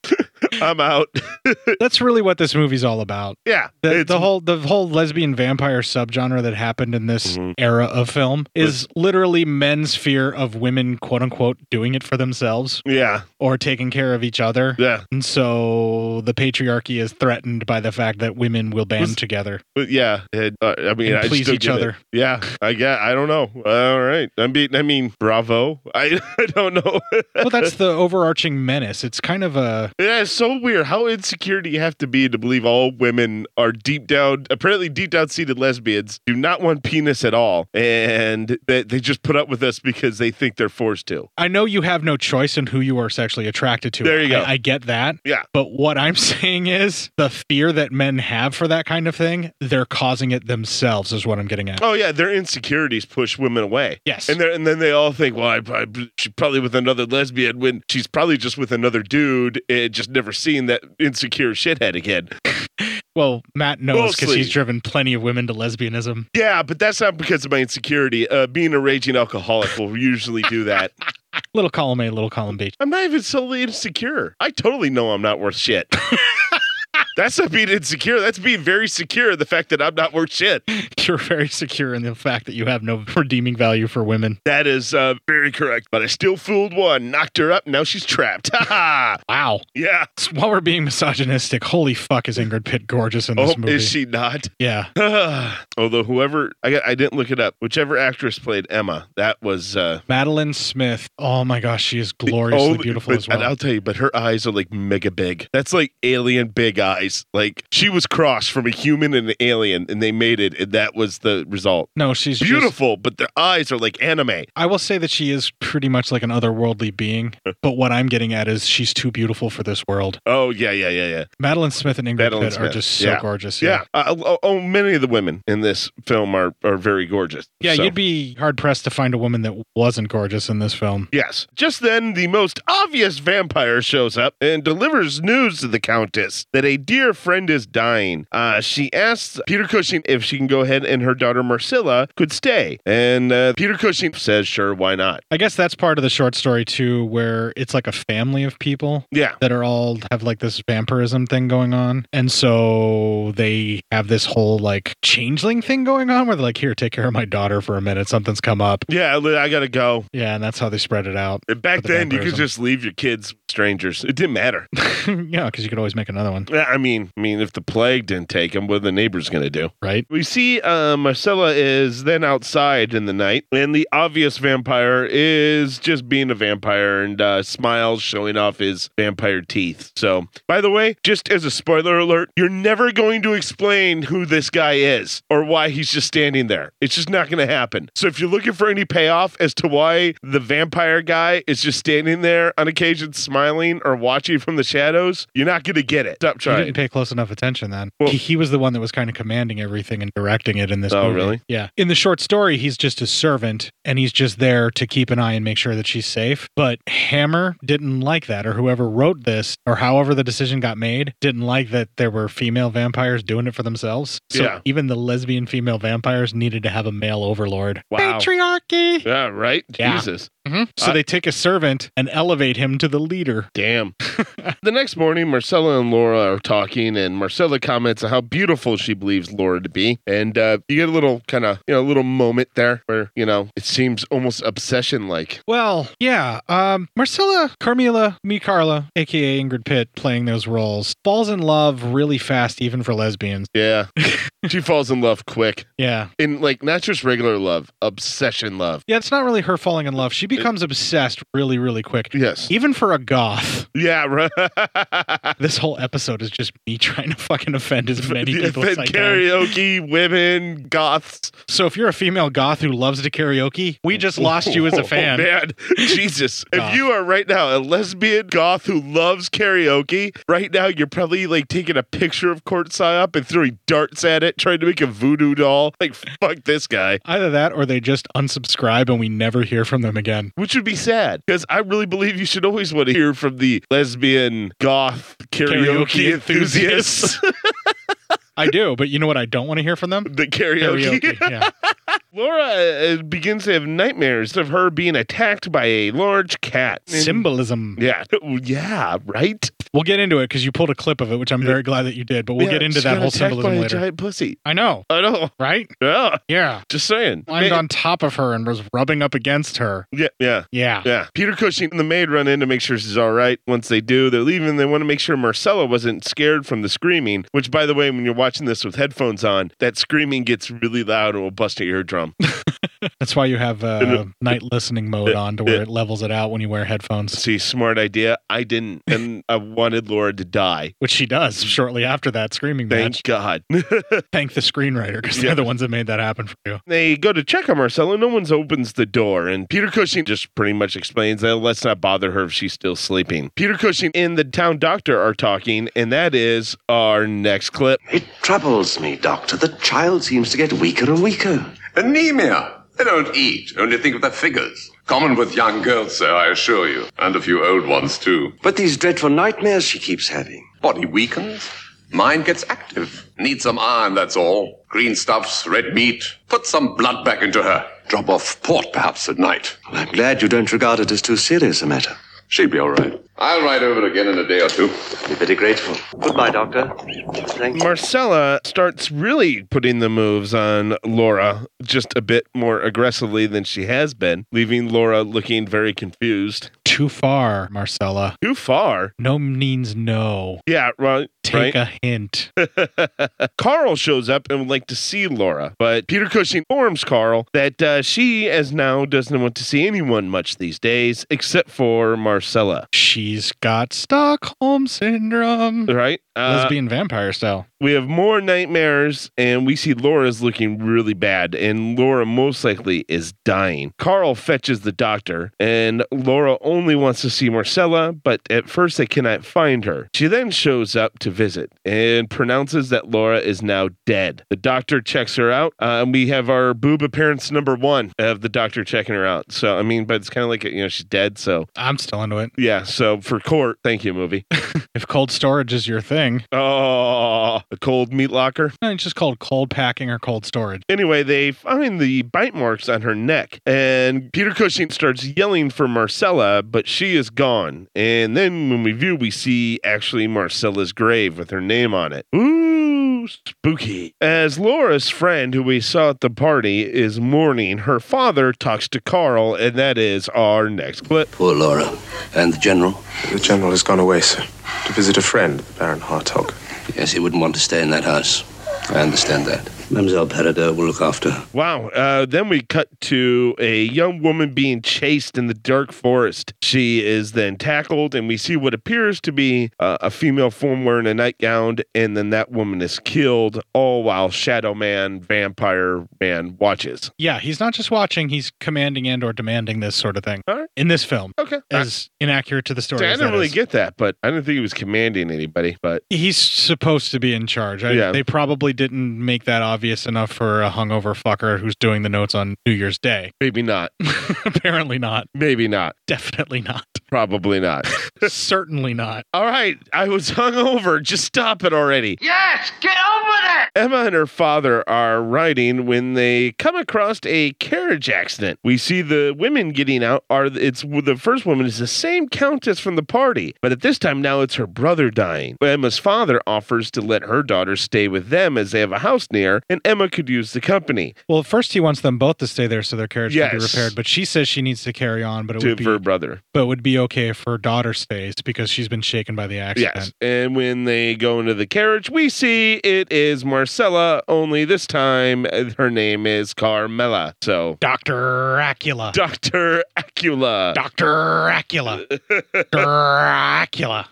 Speaker 1: I'm out. (laughs)
Speaker 2: That's really what this movie's all about.
Speaker 1: Yeah,
Speaker 2: The, the whole the whole lesbian vampire subgenre that happened in this
Speaker 1: Mm-hmm.
Speaker 2: era of film is literally men's fear of women quote unquote doing it for themselves.
Speaker 1: Yeah.
Speaker 2: Or taking care of each other.
Speaker 1: Yeah.
Speaker 2: And so the patriarchy is threatened by the fact that women will band
Speaker 1: Was-
Speaker 2: together.
Speaker 1: But yeah, it, uh, I mean,
Speaker 2: And
Speaker 1: I just
Speaker 2: please
Speaker 1: don't
Speaker 2: each
Speaker 1: get
Speaker 2: other.
Speaker 1: it. Yeah, I get. I don't know. All right, I mean, I mean, bravo. I, (laughs) I don't know.
Speaker 2: well,
Speaker 1: (laughs)
Speaker 2: that's the overarching menace. It's kind of a
Speaker 1: Yeah, it's so weird. How insecure do you have to be to believe all women are deep down, apparently deep down seated lesbians, do not want penis at all, and that they just put up with us because they think they're forced to.
Speaker 2: I know you have no choice in who you are sexually attracted to.
Speaker 1: There you go.
Speaker 2: I, I get that.
Speaker 1: Yeah.
Speaker 2: But what I'm (laughs) saying is the fear that men have for that kind of thing, they're causing it themselves, is what I'm getting at.
Speaker 1: Oh yeah, their insecurities push women away.
Speaker 2: Yes,
Speaker 1: and they and then they all think, well, I, I she's probably with another lesbian when she's probably just with another dude and just never seen that insecure shithead again.
Speaker 2: Well, Matt knows because
Speaker 1: Mostly.
Speaker 2: he's driven plenty of women to lesbianism. (laughs)
Speaker 1: Yeah, but that's not because of my insecurity. Uh, being a raging alcoholic will usually do that.
Speaker 2: (laughs) Little column A, little column B.
Speaker 1: I'm not even solely insecure. I totally know I'm not worth
Speaker 2: (laughs)
Speaker 1: shit. that's not being insecure. That's being very secure. The fact that I'm not worth shit.
Speaker 2: You're very secure in the fact that you have no redeeming value for women.
Speaker 1: That is uh, very correct. But I still fooled one, knocked her up. Now she's trapped. (laughs) Ha ha.
Speaker 2: Wow.
Speaker 1: Yeah.
Speaker 2: While we're being misogynistic, holy fuck, is Ingrid Pitt gorgeous in this
Speaker 1: oh,
Speaker 2: movie?
Speaker 1: is she not?
Speaker 2: Yeah.
Speaker 1: (sighs) Although whoever I got, I didn't look it up. Whichever actress played Emma, that was uh,
Speaker 2: Madeline Smith. Oh my gosh, she is gloriously
Speaker 1: Only-
Speaker 2: beautiful
Speaker 1: Oh, but-
Speaker 2: as well.
Speaker 1: And I'll tell you, but her eyes are like mega big. That's like alien big eyes. Like she was crossed from a human and an alien, and they made it, and that was the result.
Speaker 2: No, she's just-
Speaker 1: beautiful, but their eyes are like anime.
Speaker 2: I will say that she is pretty much like an otherworldly
Speaker 1: (laughs)
Speaker 2: being, but what I'm getting at is she's too beautiful for this world.
Speaker 1: Oh yeah, yeah, yeah, yeah.
Speaker 2: Madeline Smith and Ingrid
Speaker 1: Madeline
Speaker 2: Pitt
Speaker 1: Smith.
Speaker 2: are just so
Speaker 1: Yeah.
Speaker 2: gorgeous.
Speaker 1: Yeah. Uh, oh, oh, many of the women in this film are are very gorgeous.
Speaker 2: Yeah,
Speaker 1: So-
Speaker 2: you'd be hard pressed to find a woman that wasn't gorgeous in this film.
Speaker 1: Yes. Just then, the most obvious vampire shows up and delivers news to the Countess that a dear friend is dying. Uh, she asks Peter Cushing if she can go ahead and her daughter Marcilla could stay. And uh, Peter Cushing says, sure, why not?
Speaker 2: I guess that's part of the short story too, where it's like a family of people.
Speaker 1: Yeah.
Speaker 2: That are all have like this vampirism thing going on. And so they have this whole like changeling thing going on where they're like, here, take care of my daughter for a minute. Something's come up.
Speaker 1: Yeah, I I gotta go.
Speaker 2: Yeah, and that's how they spread it out. (laughs)
Speaker 1: And back
Speaker 2: For the
Speaker 1: then, you could
Speaker 2: vampirism.
Speaker 1: just leave your kids with strangers. It didn't matter.
Speaker 2: yeah, because you could always make another one.
Speaker 1: Yeah, I mean, I mean, if the plague didn't take him, what are the neighbors going to do?
Speaker 2: Right.
Speaker 1: We see uh, Marcella is then outside in the night, and the obvious vampire is just being a vampire and uh, smiles, showing off his vampire teeth. So, by the way, just as a spoiler alert, you're never going to explain who this guy is or why he's just standing there. It's just not going to happen. So, if you're looking for any payoff as to why the vampire guy is just standing there on occasion smiling or watching from the shadows, you're not going to get it. Stop
Speaker 2: You
Speaker 1: trying.
Speaker 2: didn't pay close enough attention then. he, he was the one that was kind of commanding everything and directing it in this
Speaker 1: Oh,
Speaker 2: movie.
Speaker 1: really?
Speaker 2: Yeah. In the short story, he's just a servant and he's just there to keep an eye and make sure that she's safe. But Hammer didn't like that, or whoever wrote this, or however the decision got made, didn't like that there were female vampires doing it for themselves. So
Speaker 1: Yeah.
Speaker 2: even the lesbian female vampires needed to have a male overlord.
Speaker 1: Wow.
Speaker 2: Patriarchy.
Speaker 1: Yeah, right?
Speaker 2: Yeah. Mm-hmm.
Speaker 1: Jesus.
Speaker 2: So they take a servant and elevate him to the leader. (laughs)
Speaker 1: Damn. the next morning, Marcella and Laura are talking, and Marcella comments on how beautiful she believes Laura to be. And uh, you get a little kind of, you know, a little moment there where, you know, it seems almost obsession like.
Speaker 2: Well, yeah. Um, Marcella Carmila Micarla, aka Ingrid Pitt, playing those roles, falls in love really fast, even for lesbians. (laughs)
Speaker 1: Yeah. she falls in love quick.
Speaker 2: Yeah.
Speaker 1: In like not just regular love, obsession love.
Speaker 2: Yeah, it's not really her falling in love. She becomes obsessed really, really quick.
Speaker 1: Yes.
Speaker 2: Even for
Speaker 1: (laughs)
Speaker 2: a goth.
Speaker 1: Yeah, right.
Speaker 2: this whole episode is just me trying to fucking offend as
Speaker 1: (laughs)
Speaker 2: many people as I can.
Speaker 1: karaoke, women, goths.
Speaker 2: So if you're a female goth who loves to karaoke, we just lost you as a
Speaker 1: (laughs)
Speaker 2: fan.
Speaker 1: Oh, man, Jesus. if you are right now a lesbian goth who loves karaoke, right now you're probably like taking a picture of Court Psyop and throwing darts at it, trying to make a voodoo doll. Like, fuck this guy.
Speaker 2: Either that or they just unsubscribe and we never hear from them again.
Speaker 1: Which would be sad because I really believe you should always want to hear from the lesbian goth karaoke,
Speaker 2: Karaoke
Speaker 1: enthusiasts.
Speaker 2: (laughs) I do, Oh, but you know what I don't want to hear from them?
Speaker 1: The karaoke.
Speaker 2: yeah.
Speaker 1: Laura uh, begins to have nightmares of her being attacked by a large cat.
Speaker 2: Symbolism.
Speaker 1: Yeah. (laughs) Yeah, right?
Speaker 2: We'll get into it because you pulled a clip of it, which I'm very glad that you did, but we'll
Speaker 1: Yeah,
Speaker 2: get into
Speaker 1: she
Speaker 2: that
Speaker 1: got
Speaker 2: whole
Speaker 1: attacked
Speaker 2: symbolism
Speaker 1: by a
Speaker 2: later.
Speaker 1: giant pussy.
Speaker 2: I know.
Speaker 1: I know.
Speaker 2: Right?
Speaker 1: Yeah.
Speaker 2: Yeah.
Speaker 1: Just saying.
Speaker 2: Climbed
Speaker 1: Ma-
Speaker 2: on top of her and was rubbing up
Speaker 1: (laughs)
Speaker 2: against her.
Speaker 1: Yeah, yeah,
Speaker 2: Yeah.
Speaker 1: yeah. Peter Cushing and the maid run in to make sure she's all right. Once they do, they're leaving. They want to make sure Marcella wasn't scared from the screaming. Which, by the way, when you're watching this with headphones on, that screaming gets really loud and will bust an
Speaker 2: (laughs)
Speaker 1: eardrum.
Speaker 2: That's why you have uh, night listening mode on to where
Speaker 1: Yeah.
Speaker 2: it levels it out when you wear headphones,
Speaker 1: See, smart idea. I didn't, and I wanted Laura to die.
Speaker 2: which she does shortly after that screaming
Speaker 1: Thank
Speaker 2: match.
Speaker 1: God. (laughs)
Speaker 2: Thank the screenwriter because
Speaker 1: Yeah.
Speaker 2: they're the ones that made that happen for you.
Speaker 1: They go to check on Marcella. No one's opens the door, and Peter Cushing just pretty much explains that let's not bother her if she's still sleeping. Peter Cushing and the town doctor are talking, and that is our next clip.
Speaker 9: It troubles me, Doctor. The child seems to get weaker and weaker.
Speaker 13: Anemia. They don't eat, only think of their figures. Common with young girls, sir, I assure you. And a few old ones, too.
Speaker 9: But these dreadful nightmares she keeps having.
Speaker 13: Body weakens, mind gets active. Needs some iron, that's all. Green stuffs, red meat. Put some blood back into her. Drop off port, perhaps, at night.
Speaker 9: Well, I'm glad you don't regard it as too serious a matter.
Speaker 13: She'll be all right. I'll ride over again in a day or two.
Speaker 9: Be very grateful. Goodbye, Doctor.
Speaker 1: Marcella starts really putting the moves on Laura just a bit more aggressively than she has been, leaving Laura looking very confused.
Speaker 2: Too far, Marcella.
Speaker 1: Too far?
Speaker 2: No means no.
Speaker 1: Yeah, right.
Speaker 2: Take
Speaker 1: right?
Speaker 2: a hint.
Speaker 1: (laughs) Carl shows up and would like to see Laura, but Peter Cushing informs Carl that uh, she, as now, doesn't want to see anyone much these days except for Marcella.
Speaker 2: She's got Stockholm syndrome.
Speaker 1: Right? Uh,
Speaker 2: Lesbian vampire style.
Speaker 1: We have more nightmares, and we see Laura's looking really bad, and Laura most likely is dying. Carl fetches the doctor, and Laura only wants to see Marcella, but at first they cannot find her. She then shows up to visit and pronounces that Laura is now dead. The doctor checks her out, uh, and we have our boob appearance number one of the doctor checking her out. So, I mean, but it's kind of like, you know, she's dead, so.
Speaker 2: I'm still into it.
Speaker 1: Yeah, so for court, thank you, movie. (laughs)
Speaker 2: If cold storage is your thing,
Speaker 1: oh, a cold meat locker.
Speaker 2: no, it's just called cold packing or cold storage.
Speaker 1: Anyway, they find the bite marks on her neck, and Peter Cushing starts yelling for Marcella, but she is gone. And then when we view, we see actually Marcella's grave with her name on it. Ooh, spooky. As Laura's friend, who we saw at the party, is mourning, her father talks to Carl, and that is our next clip.
Speaker 11: Poor Laura. And the general?
Speaker 14: The general has gone away, sir, to visit a friend, the Baron Hartog.
Speaker 11: Yes, he wouldn't want to stay in that house. I understand that. Mademoiselle Perrideau will look after her.
Speaker 1: Wow. Uh, then we cut to a young woman being chased in the dark forest. She is then tackled, and we see what appears to be uh, a female form wearing a nightgown, and then that woman is killed, all while Shadow Man, Vampire Man watches.
Speaker 2: Yeah, he's not just watching, he's commanding and or demanding this sort of thing.
Speaker 1: Alright.
Speaker 2: In this film.
Speaker 1: Okay.
Speaker 2: As inaccurate to the
Speaker 1: I
Speaker 2: story as
Speaker 1: didn't
Speaker 2: that
Speaker 1: really
Speaker 2: is.
Speaker 1: get that, but I didn't think he was commanding anybody. But
Speaker 2: He's supposed to be in charge. I,
Speaker 1: Yeah.
Speaker 2: They probably didn't make that obvious enough for a hungover fucker who's doing the notes on New Year's Day. (laughs)
Speaker 1: Maybe not.
Speaker 2: Apparently not.
Speaker 1: Maybe not.
Speaker 2: Definitely not.
Speaker 1: Probably not.
Speaker 2: (laughs) Certainly not.
Speaker 1: All right, I was (laughs) hungover. Just stop it already.
Speaker 10: Yes, get over it!
Speaker 1: Emma and her father are riding when they come across a carriage accident. We see the women getting out. Are it's the first woman is the same countess from the party, but at this time now it's her brother dying. Emma's father offers to let her daughter stay with them as they have a house near, and Emma could use the company.
Speaker 2: Well, first he wants them both to stay there so their carriage can be
Speaker 1: Yes.
Speaker 2: repaired, but she says she needs to carry on, but it
Speaker 1: To
Speaker 2: would be
Speaker 1: her brother.
Speaker 2: but it would be okay if her daughter stays because she's been shaken by the accident.
Speaker 1: Yes. And when they go into the carriage, we see it is Marcella, only this time uh, her name is Carmela. So
Speaker 2: Dr. Acula.
Speaker 1: Dr. Acula.
Speaker 2: Dr.
Speaker 1: (laughs)
Speaker 2: Acula. Dracula.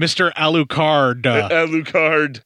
Speaker 2: Mr. Alucard. uh,
Speaker 1: (laughs) Alucard.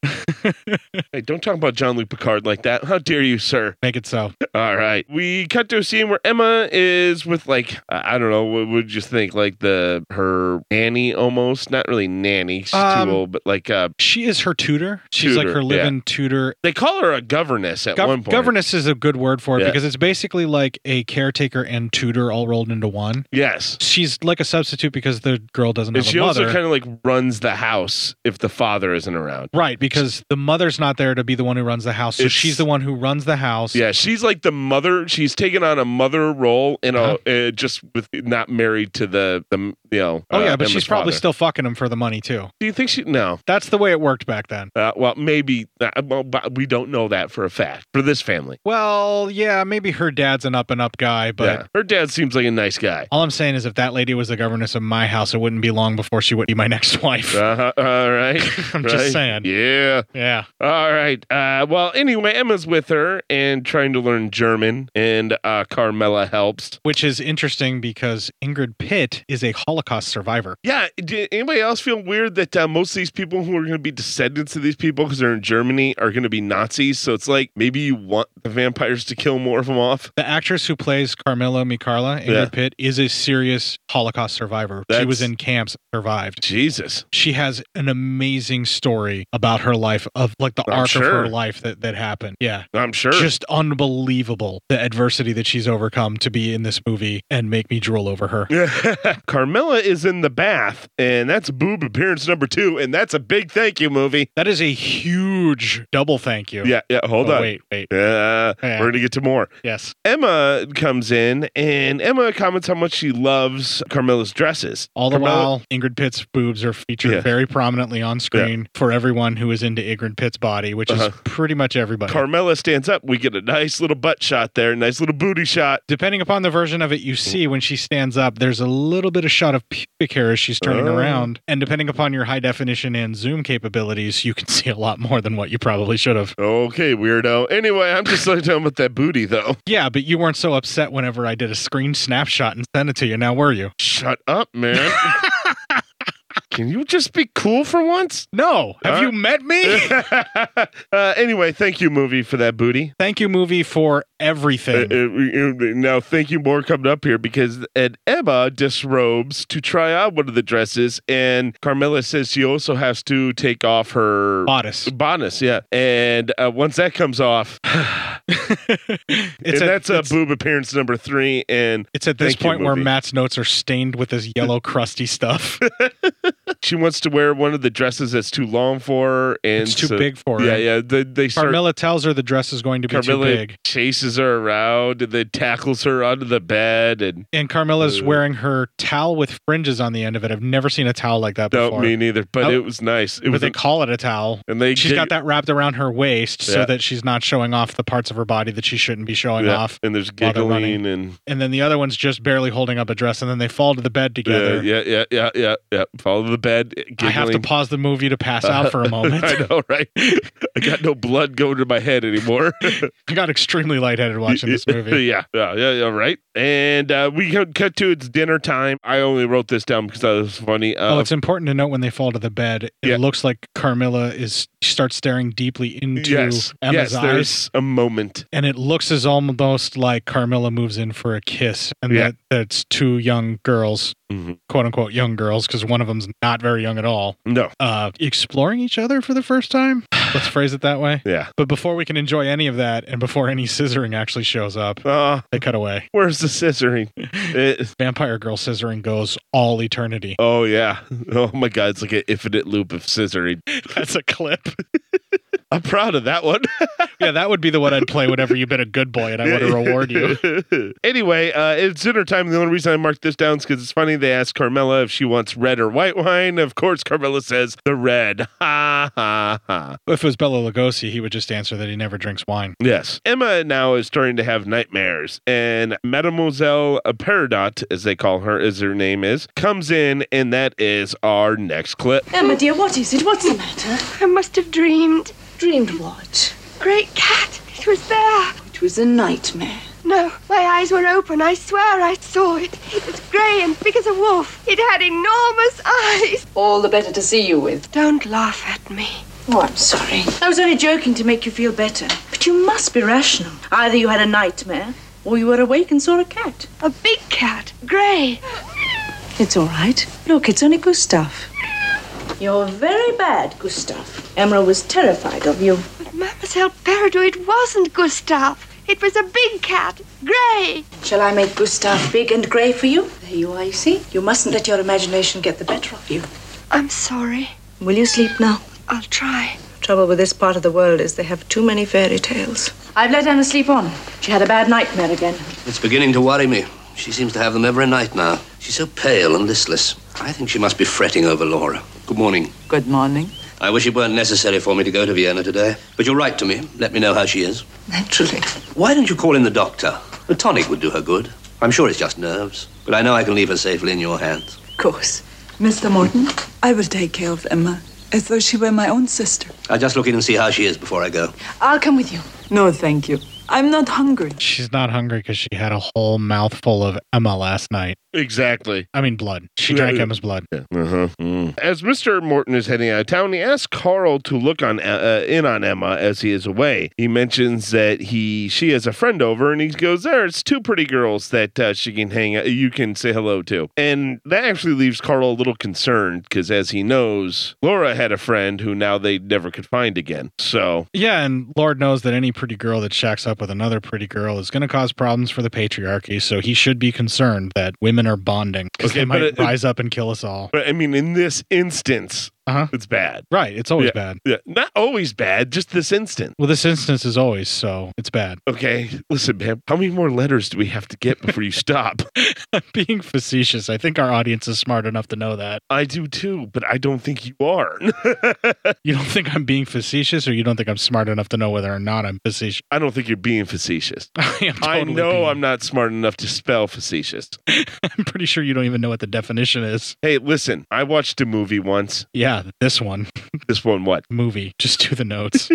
Speaker 1: hey, don't talk about John Luke Picard like that. How dare you, sir?
Speaker 2: Make it so.
Speaker 1: All right. We cut to a scene where Emma is with like I I don't know. What would you think? Like the her nanny almost, not really nanny. She's
Speaker 2: Um,
Speaker 1: too old, but like uh,
Speaker 2: she is her tutor. She's like her living tutor.
Speaker 1: They call her a governess at
Speaker 2: Gov-
Speaker 1: one point.
Speaker 2: Governess is a good word for it
Speaker 1: Yeah.
Speaker 2: because it's basically like a caretaker and tutor all rolled into one.
Speaker 1: Yes.
Speaker 2: She's like a substitute because the girl doesn't
Speaker 1: And
Speaker 2: have
Speaker 1: she
Speaker 2: a mother.
Speaker 1: also kind of like runs the house if the father isn't around.
Speaker 2: right, because the mother's not there to be the one who runs the house. So
Speaker 1: It's-
Speaker 2: she's the one who runs the house.
Speaker 1: Yeah, she's like the mother. She's taken on a mother role in
Speaker 2: Uh-huh.
Speaker 1: a uh, just with not married to the the you know.
Speaker 2: Oh, yeah,
Speaker 1: uh,
Speaker 2: but
Speaker 1: Emma's
Speaker 2: she's probably
Speaker 1: father.
Speaker 2: still fucking him for the money, too.
Speaker 1: Do you think she? No.
Speaker 2: That's the way it worked back then.
Speaker 1: Uh, well, maybe. Uh, well, but we don't know that for a fact for this family.
Speaker 2: Well, yeah, maybe her dad's an up and up guy, but
Speaker 1: yeah, her dad seems like a nice guy.
Speaker 2: all I'm saying is if that lady was the governess of my house, it wouldn't be long before she would be my (laughs) next wife.
Speaker 1: Uh-huh, all right.
Speaker 2: (laughs) I'm just saying.
Speaker 1: Yeah.
Speaker 2: Yeah.
Speaker 1: All right. Uh, well, anyway, Emma's with her and trying to learn German, and uh, Carmela helps.
Speaker 2: Which is interesting because Ingrid Pitt is a Holocaust survivor.
Speaker 1: Yeah. Did anybody else feel weird that uh, most of these people who are going to be descendants of these people because they're in Germany are going to be Nazis? So it's like maybe you want the vampires to kill more of them off.
Speaker 2: The actress who plays Carmela Micarla, Ingrid
Speaker 1: Yeah.
Speaker 2: Pitt, is a serious Holocaust survivor. she
Speaker 1: That's-
Speaker 2: was in camps, survived.
Speaker 1: Jesus.
Speaker 2: She has an amazing story about her life, of like the
Speaker 1: I'm
Speaker 2: arc of
Speaker 1: sure.
Speaker 2: her life that, that happened. Yeah.
Speaker 1: I'm sure. (laughs)
Speaker 2: Just unbelievable the adversity that she's overcome to be in this movie and make me drool over her.
Speaker 1: Carmela is in the bath, and that's boob appearance number two, and that's a big thank you movie.
Speaker 2: That is a huge double thank you.
Speaker 1: Yeah, yeah. Hold
Speaker 2: Oh,
Speaker 1: on.
Speaker 2: wait, wait.
Speaker 1: Uh,
Speaker 2: Yeah.
Speaker 1: We're gonna get to more.
Speaker 2: Yes.
Speaker 1: Emma comes in, and Emma comments how much she loves Carmela's dresses.
Speaker 2: All the
Speaker 1: Carmela-
Speaker 2: while, Ingrid Pitt's boobs are featured
Speaker 1: Yeah.
Speaker 2: very prominently on screen for everyone who is into Ingrid Pitt's body, which
Speaker 1: Uh-huh.
Speaker 2: is pretty much everybody.
Speaker 1: Carmela stands up. We get a nice little butt shot there, nice little booty shot.
Speaker 2: Depending upon the version of it you see, when she stands up, there's a little bit of shot of pubic hair as she's turning
Speaker 1: Oh.
Speaker 2: around. And depending upon your high definition and zoom capabilities, you can (laughs) see a lot more than what you probably should have.
Speaker 1: Okay, weirdo. Anyway, I'm just (laughs) like talking about that booty though.
Speaker 2: Yeah, but you weren't so upset whenever I did a screen snapshot and sent it to you. Now, were you?
Speaker 1: Shut up, man.
Speaker 2: (laughs)
Speaker 1: Can you just be cool for once?
Speaker 2: No. Have you met me?
Speaker 1: (laughs) uh, anyway, thank you, movie, for that booty.
Speaker 2: Thank you, movie, for everything.
Speaker 1: Uh, uh, uh, now, thank you more coming up here because and Emma disrobes to try on one of the dresses, and Carmela says she also has to take off her
Speaker 2: Bodice.
Speaker 1: Bodice, yeah. And uh, once that comes
Speaker 2: (laughs)
Speaker 1: off, (sighs) and
Speaker 2: at-
Speaker 1: that's a boob appearance number three. And
Speaker 2: It's at this
Speaker 1: thank you,
Speaker 2: point where
Speaker 1: movie.
Speaker 2: Matt's notes are stained with this
Speaker 1: (laughs)
Speaker 2: yellow, crusty stuff.
Speaker 1: she wants to wear one of the dresses that's too long for her, and
Speaker 2: It's too
Speaker 1: so-
Speaker 2: big for her.
Speaker 1: Yeah, yeah. They, they start.
Speaker 2: Carmilla tells her the dress is going to be
Speaker 1: Carmela
Speaker 2: too big.
Speaker 1: chases her around and then tackles her under the bed and
Speaker 2: And Carmilla's
Speaker 1: Uh.
Speaker 2: wearing her towel with fringes on the end of it. I've never seen a towel like that before.
Speaker 1: Don't me neither, but
Speaker 2: Oh.
Speaker 1: it was nice. It
Speaker 2: but
Speaker 1: was
Speaker 2: they
Speaker 1: a-
Speaker 2: call it a towel.
Speaker 1: and they
Speaker 2: She's
Speaker 1: dig-
Speaker 2: got that wrapped around her waist so
Speaker 1: Yeah.
Speaker 2: that she's not showing off the parts of her body that she shouldn't be showing
Speaker 1: yeah,
Speaker 2: off.
Speaker 1: and there's
Speaker 2: while they're running.
Speaker 1: giggling and uh,
Speaker 2: And then the other one's just barely holding up a dress, and then they fall to the bed together.
Speaker 1: yeah, yeah, yeah, yeah, yeah, yeah. Follow the bed.
Speaker 2: I have to
Speaker 1: giggling.
Speaker 2: pause the movie to pass out for a
Speaker 1: (laughs)
Speaker 2: moment.
Speaker 1: I know, right? I got no blood going to my head anymore. (laughs)
Speaker 2: I got extremely lightheaded watching this movie.
Speaker 1: yeah, yeah, yeah, yeah, right. And uh, we cut cut to it's dinner time. I only wrote this down because that was funny. Uh,
Speaker 2: Oh, it's important to note when they fall to the bed, it
Speaker 1: Yeah.
Speaker 2: looks like Carmilla is she starts staring deeply into
Speaker 1: yes,
Speaker 2: Emma's
Speaker 1: yes.
Speaker 2: eyes.
Speaker 1: There's a moment.
Speaker 2: And it looks as almost like Carmilla moves in for a kiss and
Speaker 1: Yeah. Mm-hmm.
Speaker 2: that that's two young girls quote unquote young girls because one of them's not very young at all.
Speaker 1: No.
Speaker 2: Uh, exploring each other for the first time. (sighs) Let's phrase it that way.
Speaker 1: Yeah.
Speaker 2: But before we can enjoy any of that, and before any scissoring actually shows up, they cut away.
Speaker 1: Uh, Where's the
Speaker 2: (laughs)
Speaker 1: scissoring?
Speaker 2: Vampire girl scissoring goes all eternity.
Speaker 1: Oh yeah. Oh my god, it's like an infinite loop of scissoring.
Speaker 2: (laughs) That's a clip.
Speaker 1: (laughs) I'm proud of that one.
Speaker 2: (laughs) yeah, that would be the one I'd play whenever you've been a good boy and I want to
Speaker 1: (laughs)
Speaker 2: reward you.
Speaker 1: anyway, uh, it's dinner time. The only reason I marked this down is because it's funny. They ask Carmela if she wants red or white wine. Of course, Carmela says the red. Ha ha ha.
Speaker 2: If it was Bella Lugosi, he would just answer that he never drinks wine.
Speaker 1: Yes. Emma now is starting to have nightmares, and Mademoiselle Peridot, as they call her, as her name is, comes in, and that is our next clip.
Speaker 15: Emma, dear, what is it? What's the matter? I must have dreamed. Dreamed what? Great cat! It was there! It was a nightmare.
Speaker 16: No, my eyes were open. I swear I saw it. It was grey and big as a wolf. It had enormous eyes.
Speaker 15: All the better to see you with.
Speaker 16: Don't laugh at me.
Speaker 15: Oh, I'm sorry. I was only joking to make you feel better. But you must be rational. Either you had a nightmare, or you were awake and saw a cat.
Speaker 16: A big cat, grey.
Speaker 15: It's all right. Look, it's only Gustav. You're very bad, Gustav. Emerald was terrified of you.
Speaker 16: But Mademoiselle Peridot, it wasn't Gustav. It was a big cat, grey.
Speaker 15: Shall I make Gustav big and grey for you? There you are, you see. You mustn't let your imagination get the better of you.
Speaker 16: I'm sorry.
Speaker 15: Will you sleep now?
Speaker 16: I'll try.
Speaker 15: Trouble with this part of the world is they have too many fairy tales. I've let Anna sleep on. She had a bad nightmare again.
Speaker 9: It's beginning to worry me. She seems to have them every night now. She's so pale and listless. I think she must be fretting over Laura. Good morning.
Speaker 17: Good morning.
Speaker 9: I wish it weren't necessary for me to go to Vienna today. But you'll write to me. Let me know how she is.
Speaker 17: Naturally.
Speaker 9: Why don't you call in the doctor? A tonic would do her good. I'm sure it's just nerves. But I know I can leave her safely in your hands.
Speaker 17: Of course. Mr. Morton, I will take care of Emma as though she were my own sister.
Speaker 9: I'll just look in and see how she is before I go.
Speaker 17: I'll come with you. No, thank you. I'm not hungry.
Speaker 2: She's not hungry because she had a whole mouthful of Emma last night.
Speaker 1: Exactly.
Speaker 2: I mean, blood. She drank Emma's blood.
Speaker 1: Uh-huh.
Speaker 2: Mm-hmm.
Speaker 1: As Mr. Morton is heading out of town, he asks Carl to look on uh, in on Emma as he is away. He mentions that he she has a friend over, and he goes, "There's two pretty girls that uh, she can hang out. You can say hello to." And that actually leaves Carl a little concerned because, as he knows, Laura had a friend who now they never could find again. So
Speaker 2: Yeah, and Lord knows that any pretty girl that shacks up with another pretty girl is going to cause problems for the patriarchy, so he should be concerned that women are bonding because
Speaker 1: Okay,
Speaker 2: they
Speaker 1: but
Speaker 2: might
Speaker 1: it-
Speaker 2: rise up and kill us all.
Speaker 1: But I mean, in this instance,
Speaker 2: uh-huh.
Speaker 1: it's bad.
Speaker 2: Right. It's always
Speaker 1: Yeah,
Speaker 2: bad.
Speaker 1: Yeah. Not always bad, just this instant.
Speaker 2: Well, this instance is always, so it's bad.
Speaker 1: Okay. Listen, man, how many more letters do we have to get before you
Speaker 2: (laughs)
Speaker 1: stop?
Speaker 2: Being facetious, I think our audience is smart enough to know that.
Speaker 1: I do too, but I don't think you are. (laughs)
Speaker 2: You don't think I'm being facetious, or you don't think I'm smart enough to know whether or not I'm facetious?
Speaker 1: I don't think you're being facetious.
Speaker 2: (laughs) I am
Speaker 1: I
Speaker 2: totally
Speaker 1: know
Speaker 2: being-
Speaker 1: I'm not smart enough to spell facetious.
Speaker 2: I'm pretty sure you don't even know what the definition is.
Speaker 1: Hey, listen, I watched a movie once.
Speaker 2: Yeah, this one.
Speaker 1: This one, what?
Speaker 2: Movie. Just do
Speaker 1: (laughs)
Speaker 2: the notes.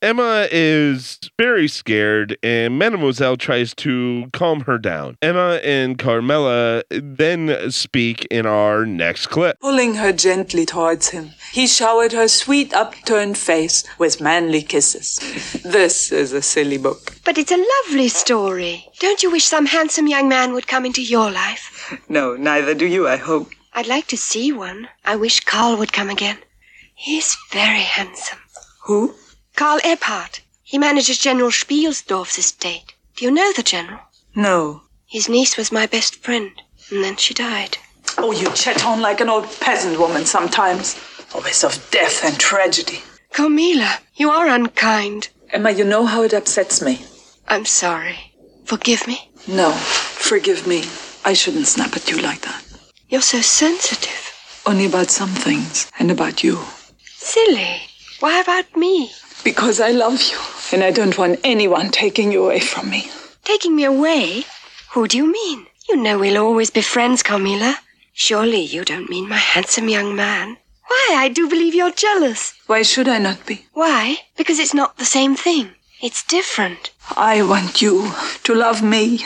Speaker 1: Emma is very scared, and Mademoiselle tries to calm her down. Emma and Carmela then speak in our next clip.
Speaker 17: Pulling her gently towards him, he showered her sweet upturned face with manly kisses. This is a silly book.
Speaker 16: But it's a lovely story. Don't you wish some handsome young man would come into your life?
Speaker 17: No, neither do you, I hope.
Speaker 16: I'd like to see one. I wish Carl would come again. He's very handsome.
Speaker 17: Who?
Speaker 16: Carl Epphardt. He manages General Spielsdorf's estate. Do you know the general?
Speaker 17: No.
Speaker 16: His niece was my best friend, and then she died.
Speaker 17: Oh, you chat on like an old peasant woman sometimes. Always of death and tragedy.
Speaker 16: Carmela, you are unkind.
Speaker 17: Emma, you know how it upsets me.
Speaker 16: I'm sorry. Forgive me.
Speaker 17: No, forgive me. I shouldn't snap at you like that.
Speaker 16: You're so sensitive.
Speaker 17: Only about some things and about you.
Speaker 16: Silly. Why about me?
Speaker 17: Because I love you and I don't want anyone taking you away from me.
Speaker 16: Taking me away? Who do you mean? You know we'll always be friends, Carmela. Surely you don't mean my handsome young man. Why, I do believe you're jealous.
Speaker 17: Why should I not be?
Speaker 16: Why? Because it's not the same thing. It's different.
Speaker 17: I want you to love me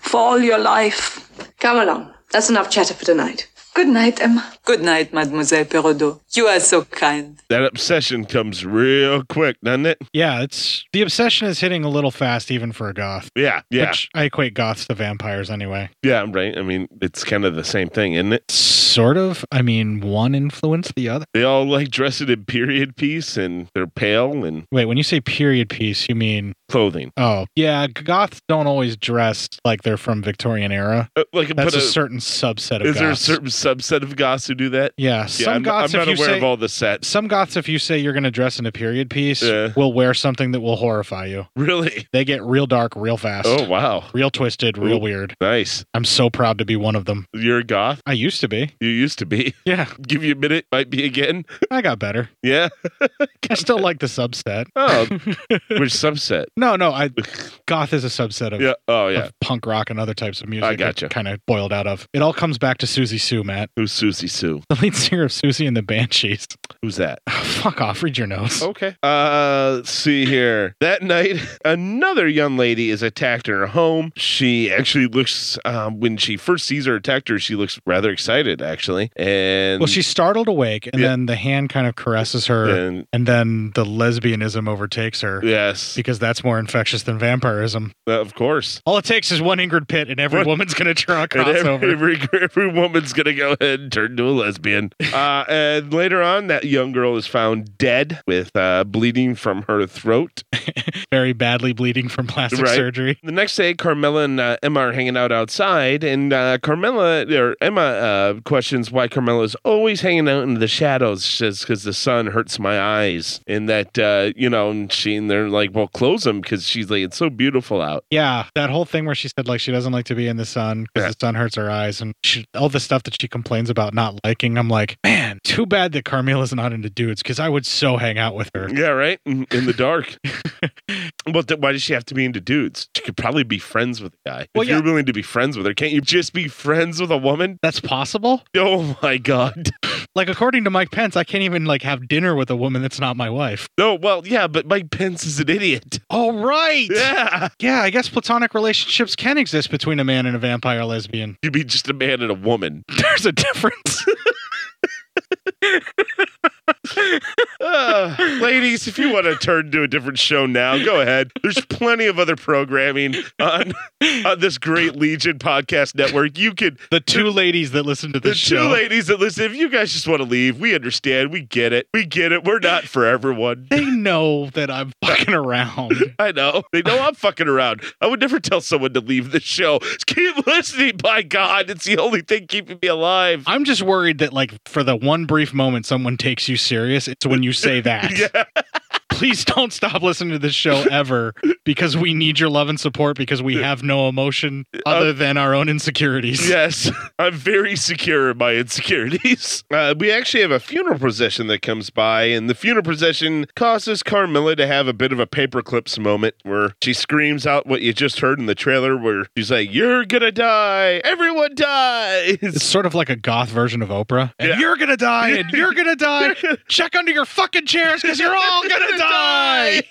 Speaker 17: for all your life.
Speaker 15: Come along. That's enough chatter for tonight.
Speaker 17: Good night, Emma. Good night, Mademoiselle Perraudot. You are so kind.
Speaker 1: That obsession comes real quick, doesn't it?
Speaker 2: Yeah, it's the obsession is hitting a little fast even for a goth.
Speaker 1: Yeah, yeah.
Speaker 2: Which I equate goths to vampires anyway.
Speaker 1: Yeah, right. I mean, it's kind of the same thing, isn't it?
Speaker 2: Sort of. I mean, one influenced the other.
Speaker 1: They all like dress it in period piece and they're pale and
Speaker 2: Wait, when you say period piece, you mean
Speaker 1: clothing.
Speaker 2: Oh, yeah, goths don't always dress like they're from Victorian era.
Speaker 1: Uh, like,
Speaker 2: That's
Speaker 1: but,
Speaker 2: a,
Speaker 1: uh,
Speaker 2: certain subset of
Speaker 1: Is there a
Speaker 2: goths.
Speaker 1: certain subset of goths who do that?
Speaker 2: yeah,
Speaker 1: Yeah,
Speaker 2: some
Speaker 1: I'm,
Speaker 2: goths
Speaker 1: I'm
Speaker 2: if
Speaker 1: not
Speaker 2: you
Speaker 1: aware
Speaker 2: say,
Speaker 1: of all the sets.
Speaker 2: Some goths if you say you're going to dress in a period piece,
Speaker 1: Yeah.
Speaker 2: will wear something that will horrify you.
Speaker 1: Really?
Speaker 2: They get real dark real fast.
Speaker 1: Oh, wow.
Speaker 2: Real twisted, real
Speaker 1: Ooh,
Speaker 2: weird.
Speaker 1: Nice.
Speaker 2: I'm so proud to be one of them.
Speaker 1: You're a goth?
Speaker 2: I used to be.
Speaker 1: You used to be.
Speaker 2: (laughs) Yeah.
Speaker 1: Give you a minute, might be again.
Speaker 2: I got better.
Speaker 1: Yeah.
Speaker 2: I still like the subset.
Speaker 1: (laughs)
Speaker 2: (laughs)
Speaker 1: Oh, which subset?
Speaker 2: No,
Speaker 1: (laughs)
Speaker 2: no, I goth is a subset of
Speaker 1: Yeah. Oh, yeah.
Speaker 2: of punk rock and other types of music.
Speaker 1: I gotcha.
Speaker 2: Kind of boiled out of. It all comes back to Susie Sue, Matt,
Speaker 1: Who's Susie Sue?
Speaker 2: (laughs) the lead singer of Susie and the Banshees.
Speaker 1: Who's that?
Speaker 2: (sighs)
Speaker 1: Oh,
Speaker 2: Fuck off! Read your notes.
Speaker 1: Okay. Uh, let's see here. That night, another young lady is attacked in her home. She actually looks, um, when she first sees her attacker, she looks rather excited, actually. And
Speaker 2: Well, she's startled awake, and
Speaker 1: Yeah.
Speaker 2: then the hand kind of caresses her,
Speaker 1: And-
Speaker 2: and, then the lesbianism overtakes her.
Speaker 1: Yes.
Speaker 2: because that's more infectious than vampirism.
Speaker 1: Uh, of course.
Speaker 2: All it takes is one Ingrid Pitt, and every woman's gonna try a
Speaker 1: And
Speaker 2: crossover.
Speaker 1: Every, every, (laughs) every woman's going to go ahead and turn to a lesbian. Uh, and later on, that young girl is found dead with uh, bleeding from her throat.
Speaker 2: Very badly bleeding from plastic
Speaker 1: Right.
Speaker 2: surgery.
Speaker 1: The next day, Carmela and uh, Emma are hanging out outside, and uh, Carmela or Emma uh, questions why Carmela is always hanging out in the shadows. She says because the sun hurts my eyes, and that uh, you know, and she and they're like, well, close them because she's like, it's so beautiful out.
Speaker 2: Yeah, that whole thing where she said like she doesn't like to be in the sun because the sun hurts her eyes, and she, all the stuff that she complains about not liking. I'm like, man, too bad that Carmela's not into dudes because I would so hang out with her.
Speaker 1: Yeah, right. In, in the
Speaker 2: (laughs)
Speaker 1: dark. well, th- why does she have to be into dudes? She could probably be friends with a guy. if you're willing to be friends with her, can't you just be friends with a woman?
Speaker 2: That's possible.
Speaker 1: Oh my god.
Speaker 2: Like according to Mike Pence, I can't even like have dinner with a woman that's not my wife.
Speaker 1: No, well, yeah, but Mike Pence is an idiot.
Speaker 2: All right.
Speaker 1: Yeah.
Speaker 2: Yeah, I guess platonic relationships can exist between a man and a vampire lesbian.
Speaker 1: You'd be just a man and a woman.
Speaker 2: (laughs) There's a difference. (laughs)
Speaker 1: Uh, ladies, if you want to turn to a different show now, go ahead. There's plenty of other programming on, on this great Legion podcast network. You could
Speaker 2: the two ladies that listen to
Speaker 1: the
Speaker 2: this show.
Speaker 1: two ladies that listen. If you guys just want to leave, we understand. We get it. We get it. We're not for everyone.
Speaker 2: They know that I'm (laughs) fucking around.
Speaker 1: I know. They know I'm fucking around. I would never tell someone to leave the show. Keep listening, by God. It's the only thing keeping me alive.
Speaker 2: I'm just worried that like for the one brief moment someone takes you serious, it's when you say that. Please don't stop listening to this show ever because we need your love and support because we have no emotion other than our own insecurities.
Speaker 1: Yes, (laughs) I'm very secure in my insecurities. (laughs) Uh, we actually have a funeral procession that comes by, and the funeral procession causes Carmilla to have a bit of a paperclips moment where she screams out what you just heard in the trailer, where she's like, You're gonna die! Everyone dies!
Speaker 2: It's sort of like a goth version of Oprah. And You're gonna die, and you're
Speaker 3: (laughs)
Speaker 2: gonna (laughs) die. Check under your fucking chairs because you're all gonna die.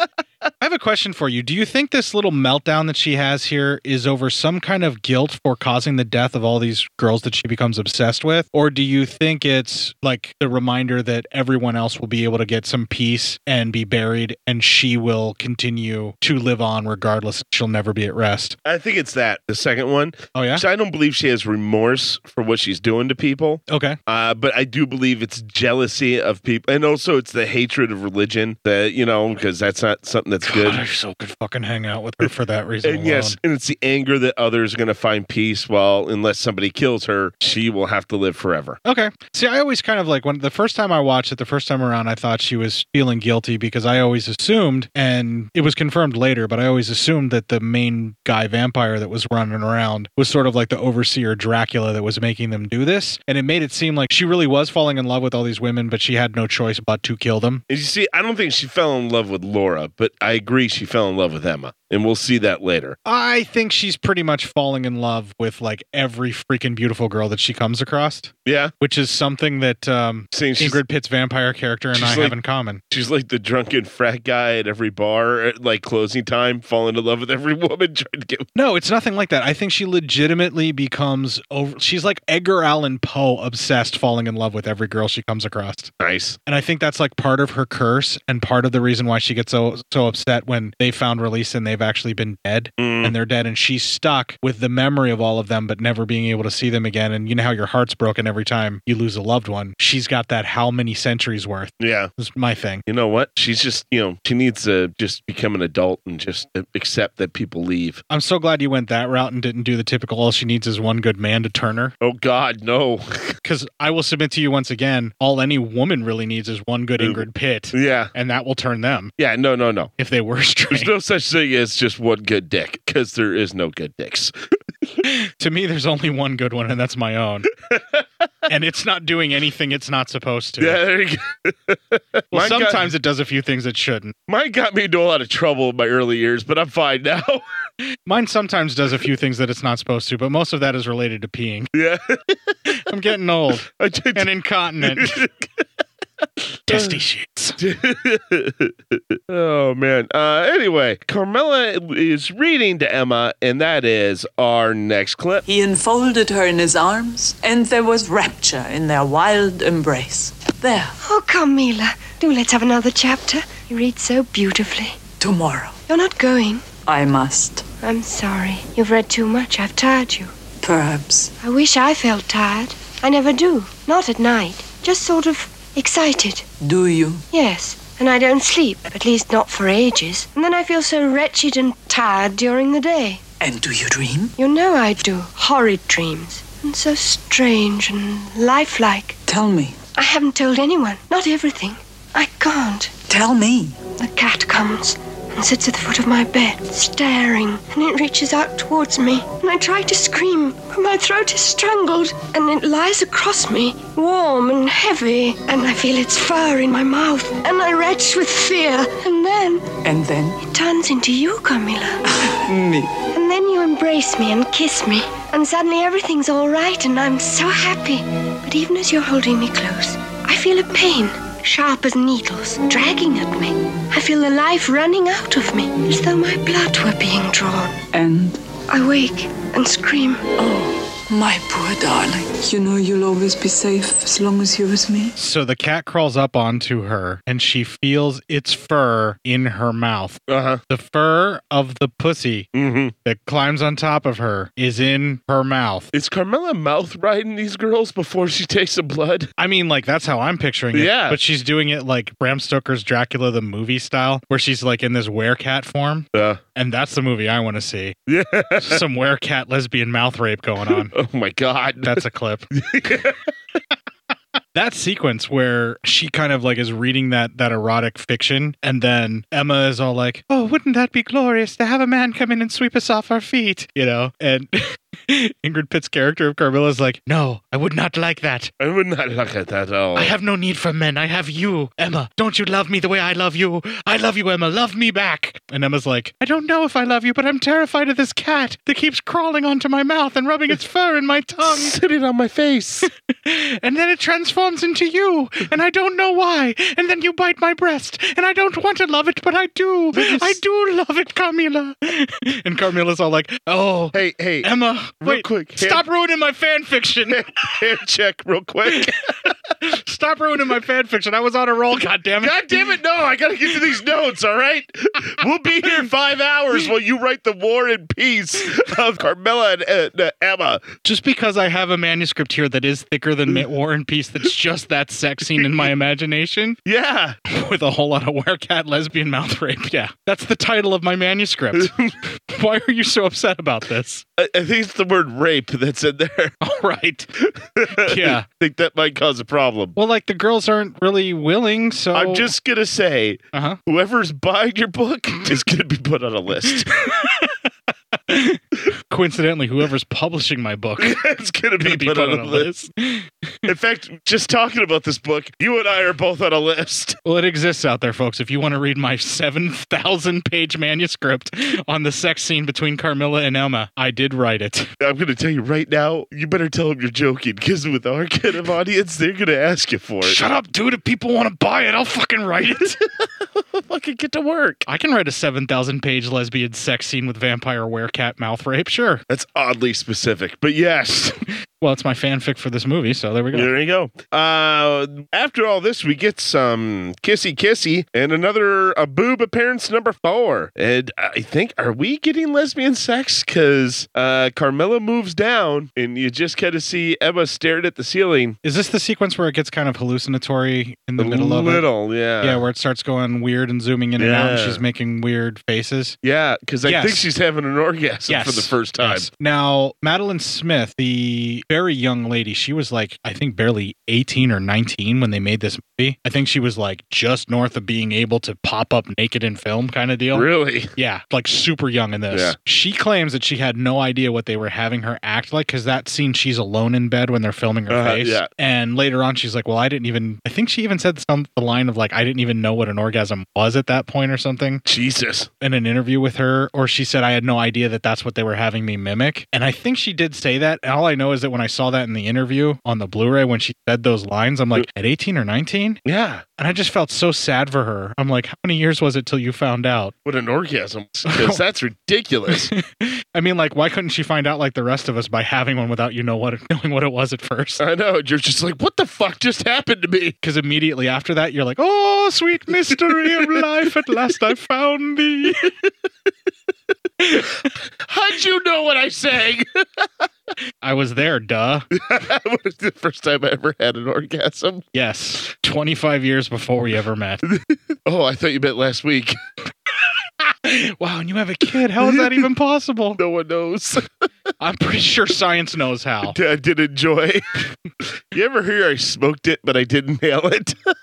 Speaker 2: (laughs) I have a question for you. Do you think this little meltdown that she has here is over some kind of guilt for causing the death of all these girls that she becomes obsessed with? Or do you think it's like the reminder that everyone else will be able to get some peace and be buried and she will continue to live on regardless? She'll never be at rest.
Speaker 1: (laughs) I think it's that, the second one.
Speaker 2: Oh, yeah?
Speaker 1: So I don't believe she has remorse for what she's doing to people.
Speaker 2: Okay.
Speaker 1: Uh, but I do believe it's jealousy of people, and also it's the hatred of religion that you know, because that's not something that's good.
Speaker 2: I so could fucking hang out with her for that reason.
Speaker 1: And yes,
Speaker 2: alone.
Speaker 1: and it's the anger that others are going to find peace. While unless somebody kills her, she will have to live forever.
Speaker 2: Okay. See, I always kind of like when the first time I watched it, the first time around, I thought she was feeling guilty because I always assumed, and it was confirmed later, but I always assumed that the main guy vampire that was running around was sort of like the overseer Dracula that was making them do this. And it made it seem like she really was falling in love with all these women, but she had no choice but to kill them.
Speaker 1: And you see, I don't think she fell in love with Laura, but I agree she fell in love with Emma, and we'll see that later.
Speaker 2: I think she's pretty much falling in love with like every freaking beautiful girl that she comes across.
Speaker 1: Yeah.
Speaker 2: Which is something that um, Ingrid Pitt's vampire character and I
Speaker 1: she's
Speaker 2: have
Speaker 1: like-
Speaker 2: in common.
Speaker 1: She's like the drunken frat guy at every bar, at like closing time, falling in love with every (laughs) woman trying to get.
Speaker 2: No, it's nothing like that. I think she legitimately becomes over. She's like Edgar Allan Poe obsessed, falling in love with every girl she comes across.
Speaker 1: Nice.
Speaker 2: And I think that's like part of her curse and part of the reason why she gets so so upset when they found release and they've actually been dead and they're dead and she's stuck with the memory of all of them but never being able to see them again and you know how your heart's broken every time you lose a loved one. She's got that how many centuries worth.
Speaker 1: Yeah.
Speaker 2: It's my thing.
Speaker 1: You know what? She's just, you know, she needs to just become an adult and just accept that people leave.
Speaker 2: I'm so glad you went that route and didn't do the typical all she needs is one good man to turn her.
Speaker 1: Oh God, no. (laughs)
Speaker 2: Cuz I will submit to you once again, all any woman really needs is one good Ingrid Pitt.
Speaker 1: Yeah.
Speaker 2: And that will turn them.
Speaker 1: Yeah, no, no, no.
Speaker 2: If they were (laughs) straight.
Speaker 1: There's no such thing as just one good dick because there is no good dicks.
Speaker 2: to me there's only one good one and that's
Speaker 1: (laughs)
Speaker 2: my own and it's not doing anything it's not supposed to
Speaker 1: Yeah, there you
Speaker 2: go. (laughs) well,
Speaker 1: Mine got-
Speaker 2: sometimes it does a few things it shouldn't
Speaker 1: Mine got me into a lot of trouble in my early years, but I'm fine now. (laughs)
Speaker 2: mine sometimes does a few things that it's not supposed to but most of that is related to peeing
Speaker 1: yeah
Speaker 2: i'm getting
Speaker 1: (laughs)
Speaker 2: old
Speaker 1: and (laughs)
Speaker 2: incontinent testy shits
Speaker 1: oh man. Uh, anyway, Carmela is reading to Emma, and that is our next clip.
Speaker 17: He enfolded her in his arms, and there was rapture in their wild embrace. There.
Speaker 16: Oh, Carmela, do let's have another chapter. You read so beautifully.
Speaker 17: Tomorrow.
Speaker 16: You're not going.
Speaker 17: I must.
Speaker 16: I'm sorry. You've read too much. I've tired you.
Speaker 17: Perhaps.
Speaker 16: I wish I felt tired. I never do. Not at night. Just sort of excited.
Speaker 17: Do you?
Speaker 16: Yes. And I don't sleep, at least not for ages. And then I feel so wretched and tired during the day.
Speaker 17: And do you dream?
Speaker 16: You know I do. Horrid dreams. And so strange and lifelike.
Speaker 17: Tell me.
Speaker 16: I haven't told anyone. Not everything. I can't.
Speaker 17: Tell me.
Speaker 16: The cat comes and sits at the foot of my bed, staring, and it reaches out towards me. And I try to scream, but my throat is strangled, and it lies across me, warm and heavy, and I feel its fur in my mouth, and I retch with fear. And then
Speaker 17: And then?
Speaker 16: it turns into you, Camilla.
Speaker 17: Me.
Speaker 16: And then you embrace me and kiss me, and suddenly everything's all right, and I'm so happy. But even as you're holding me close, I feel a pain, sharp as needles, dragging at me. I feel the life running out of me, as though my blood were being drawn.
Speaker 17: And?
Speaker 16: I wake and scream.
Speaker 17: Oh, my poor darling. You know you'll always be safe as long as you're with me.
Speaker 2: so the cat crawls up onto her and she feels its fur in her mouth
Speaker 1: uh-huh Mm-hmm.
Speaker 2: the fur of the pussy that climbs on top of her is in her mouth
Speaker 1: Is Carmela mouth riding these girls before she (laughs) takes some blood?
Speaker 2: I mean, like that's how I'm picturing it.
Speaker 1: Yeah.
Speaker 2: but she's doing it like Bram Stoker's Dracula the movie style, where she's like in this werecat form.
Speaker 1: Yeah,
Speaker 2: and that's the movie I want to see.
Speaker 1: Yeah,
Speaker 2: some werecat lesbian mouth rape going on.
Speaker 1: (laughs) oh my god,
Speaker 2: that's a clip. that sequence where she kind of like is reading that that erotic fiction, and then Emma is all like, "Oh, wouldn't that be glorious to have a man come in and sweep us off our feet?" You know, and. (laughs) Ingrid Pitt's character of Carmilla is like, no, I would not like that.
Speaker 1: I would not look at that at all.
Speaker 2: I have no need for men. I have you, Emma. Don't you love me the way I love you? I love you, Emma. Love me back. And Emma's like, I don't know Oh, if I love you, but I'm terrified of this cat that keeps crawling onto my mouth and rubbing its fur in
Speaker 1: (laughs)
Speaker 2: my tongue,
Speaker 1: sitting on my face.
Speaker 2: (laughs) and then it transforms into you, and I don't know why. And then you bite my breast, and I don't want to love it, but I do. I do love it, Carmilla. and Carmilla's all like, Oh,
Speaker 1: hey, hey,
Speaker 2: Emma,
Speaker 1: real
Speaker 2: wait,
Speaker 1: quick, hand-
Speaker 2: stop ruining my fan fiction.
Speaker 1: (laughs) Hand check, real quick.
Speaker 2: (laughs) Stop ruining my fan fiction. I was on a roll. God damn it.
Speaker 1: God damn it! No, I gotta get to these notes. All right, we'll be here five hours while you write the war and peace of Carmela and uh, uh, Emma.
Speaker 2: Just because I have a manuscript here that is thicker than Ma- War and Peace, that's just that sex scene in my imagination.
Speaker 1: Yeah,
Speaker 2: (laughs) with a whole lot of werecat lesbian mouth rape. Yeah, that's the title of my manuscript. Why are you so upset about this?
Speaker 1: I, I think it's the word rape that's in there.
Speaker 2: (laughs) All right.
Speaker 1: (laughs)
Speaker 2: Yeah.
Speaker 1: I think that might cause a problem.
Speaker 2: Well, like the girls aren't really willing, so Uh-huh.
Speaker 1: I'm just gonna say, whoever's buying your book (laughs) is gonna be put on a
Speaker 2: (laughs)
Speaker 1: list.
Speaker 2: coincidentally, whoever's publishing my book
Speaker 1: (laughs) it's gonna be
Speaker 2: gonna (laughs)
Speaker 1: put on a list. In fact, just talking about this book, you and I are both on a list.
Speaker 2: Well, it exists out there, folks. If you want to read my 7,000 page manuscript on the sex scene between Carmilla and Emma, I did write it.
Speaker 1: I'm going to tell you right now, you better tell them you're joking because with our kind of audience, they're going to ask you for it.
Speaker 2: Shut up, dude. If people want to buy it, I'll fucking write
Speaker 1: (laughs)
Speaker 2: it.
Speaker 1: fucking get to work.
Speaker 2: I can write a 7,000 page lesbian sex scene with vampire werecat mouth rape, sure.
Speaker 1: That's oddly specific, but yes.
Speaker 2: (laughs) well, it's my fanfic for this movie, so there we go.
Speaker 1: There you go. Uh, after all this, we get some kissy kissy and another a boob appearance number four. And I think are we getting lesbian sex? Because uh, Carmilla moves down, and you just kind of see Emma stared at the ceiling.
Speaker 2: Is this the sequence where it gets kind of hallucinatory in the
Speaker 1: A
Speaker 2: middle of it?
Speaker 1: little, yeah.
Speaker 2: Yeah, where it starts going weird and zooming in and out, and
Speaker 1: Yeah.
Speaker 2: she's making weird faces.
Speaker 1: Yeah, because I
Speaker 2: Yes.
Speaker 1: think she's having an orgasm
Speaker 2: Yes.
Speaker 1: for the first time.
Speaker 2: Now, Madeline Smith, the very young lady, she was like, I think barely 18 or 19 when they made this movie. I think she was like just north of being able to pop up naked in film kind of deal.
Speaker 1: Really?
Speaker 2: Yeah, like super young in this.
Speaker 1: Yeah.
Speaker 2: She claims that she had no idea what they were having her act like because that scene, she's alone in bed when they're filming her
Speaker 1: Uh-huh,
Speaker 2: face.
Speaker 1: yeah.
Speaker 2: And later on, she's like, Well, I didn't even, I think she even said some, the line of like, I didn't even know what an orgasm was at that point or something
Speaker 1: Jesus.
Speaker 2: in an interview with her or she said I had no idea that that's what they were having me mimic. And I think she did say that. And all I know is that when I saw that in the interview on the Blu-ray when she said those lines, I'm
Speaker 1: Mm.
Speaker 2: like at 18 or 19?
Speaker 1: Yeah.
Speaker 2: And I just felt so sad for her. I'm like how many years was it till you found out?
Speaker 1: What an
Speaker 2: (laughs)
Speaker 1: orgasm! Because that's ridiculous.
Speaker 2: I mean like why couldn't she find out like the rest of us by having one without you know what (laughs) knowing what it was at first?
Speaker 1: I know. You're just like, what the fuck just happened to me?
Speaker 2: Cuz immediately after that you're like, (laughs) "Oh, sweet mystery of life, at last I found thee."
Speaker 1: (laughs) How'd you know what I sang? (laughs)
Speaker 2: I was there, duh.
Speaker 1: that was the first time I ever had an orgasm.
Speaker 2: Yes. 25 years before we
Speaker 1: (laughs)
Speaker 2: ever met.
Speaker 1: Oh, I thought you meant last week.
Speaker 2: wow, and you have a kid. How is that even possible?
Speaker 1: No one knows.
Speaker 2: (laughs) I'm pretty sure science knows how.
Speaker 1: (laughs) I did enjoy. (laughs) you ever hear I smoked it, but I didn't nail it?
Speaker 2: (laughs)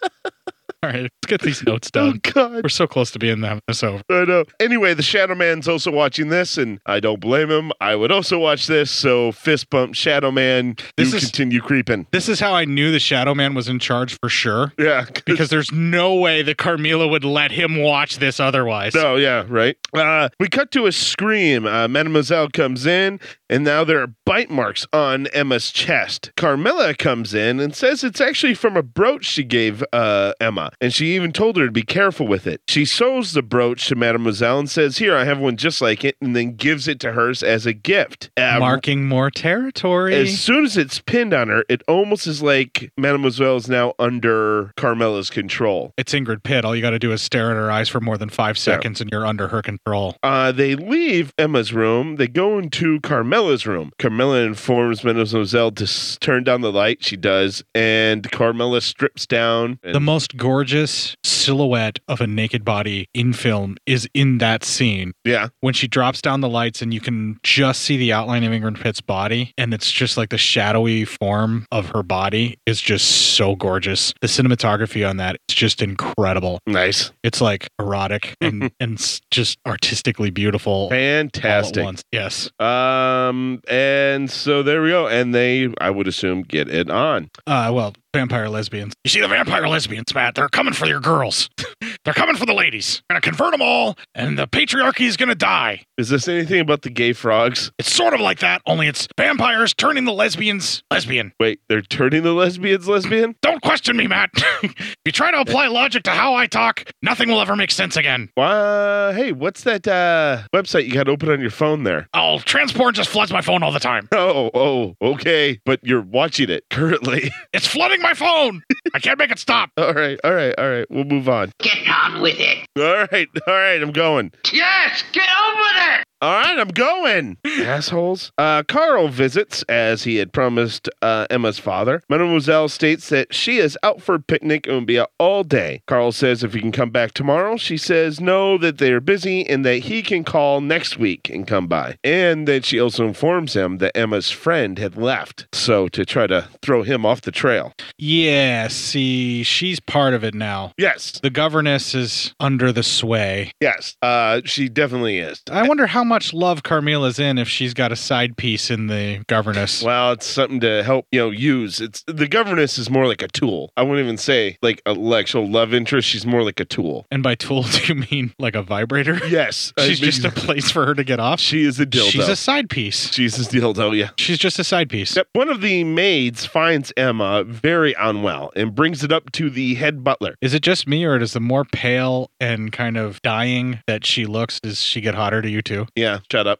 Speaker 2: All right, let's get these notes done.
Speaker 1: Oh, God.
Speaker 2: We're so close to being them. It's over.
Speaker 1: I know. uh, Anyway, the Shadow Man's also watching this, and I don't blame him. I would also watch this. So fist bump, Shadow Man.
Speaker 2: This
Speaker 1: you
Speaker 2: is-
Speaker 1: continue creeping.
Speaker 2: This is how I knew the Shadow Man was in charge for sure.
Speaker 1: Yeah,
Speaker 2: Because there's no way that Carmela would let him watch this otherwise.
Speaker 1: No, yeah, right. Uh, we cut to a scream. Uh, Mademoiselle comes in, and now there are bite marks on Emma's chest. Carmilla comes in and says it's actually from a brooch she gave uh, Emma, and she even told her to be careful with it. She sews the brooch to Mademoiselle and says, Here, I have one just like it, and then gives it to hers as a gift. Uh,
Speaker 2: Marking more territory.
Speaker 1: as soon as it's pinned on her, it almost is like Mademoiselle is now under Carmilla's control.
Speaker 2: it's Ingrid Pitt. All you got to do is stare at her eyes for more than five seconds and you're under her control.
Speaker 1: Uh, they leave Emma's room. They go into Carmela's room. Carmela informs Mademoiselle to s- turn down the light. She does, and Carmela strips down.
Speaker 2: The most gorgeous silhouette of a naked body in film is in that scene.
Speaker 1: Yeah.
Speaker 2: When she drops down the lights and you can just see the outline of Ingrid Pitt's body and it's just like the shadowy form of her body is just so gorgeous. The cinematography on that is just incredible.
Speaker 1: Nice.
Speaker 2: It's like
Speaker 1: (laughs)
Speaker 2: erotic and and s- just artistically beautiful.
Speaker 1: Fantastic.
Speaker 2: once, yes.
Speaker 1: Um, and so there we go. And they, I would assume, get it on.
Speaker 2: Uh well, vampire lesbians. You see the vampire lesbians, Matt. They're coming for your girls. (laughs) They're coming for the ladies. We're gonna convert them all, and the patriarchy is gonna die.
Speaker 1: Is this anything about the gay frogs?
Speaker 2: It's sort of like that, only it's vampires turning the lesbians lesbian.
Speaker 1: Wait, they're turning the lesbians lesbian?
Speaker 2: Don't question me, Matt. (laughs) if you try to apply logic to how I talk, nothing will ever make sense again.
Speaker 1: Uh, hey, what's that uh, website you got open on your phone
Speaker 2: (laughs)
Speaker 1: there?
Speaker 2: Oh, transport just floods my phone all the time.
Speaker 1: (laughs) Oh, oh, okay. But you're watching it currently.
Speaker 2: It's flooding my phone. I can't make it stop.
Speaker 1: all right, all right, all right. We'll move on.
Speaker 10: Get on with it.
Speaker 1: All right, all right, I'm going.
Speaker 10: Yes, get on with it.
Speaker 1: All right, I'm going. Assholes. Uh, Carl visits as he had promised uh, Emma's father. Mademoiselle states that she is out for a picnic and will be out all day. Carl says if he can come back tomorrow. She says no, that they are busy and that he can call next week and come by. And then she also informs him that Emma's friend had left, so to try to throw him off the trail.
Speaker 2: Yeah, see, she's part of it now.
Speaker 1: Yes.
Speaker 2: The governess is under the sway.
Speaker 1: Yes, uh, she definitely is.
Speaker 2: I wonder how much love Carmila's in if she's got a side piece in the governess.
Speaker 1: Well, it's something to help you know use. It's the governess is more like a tool. I wouldn't even say like a like actual love interest. She's more like a tool.
Speaker 2: And by tool, (laughs) do you mean like a vibrator?
Speaker 1: Yes, I
Speaker 2: she's
Speaker 1: mean-
Speaker 2: just a place for her to get off.
Speaker 1: She is a dildo.
Speaker 2: She's a side piece.
Speaker 1: She's a dildo. Yeah,
Speaker 2: she's just a side piece.
Speaker 1: Yep. One of the maids finds Emma very unwell and brings it up to the head butler.
Speaker 2: Is it just me, or does the more pale and kind of dying that she looks, does she get hotter to you too?
Speaker 1: Yeah, shut up.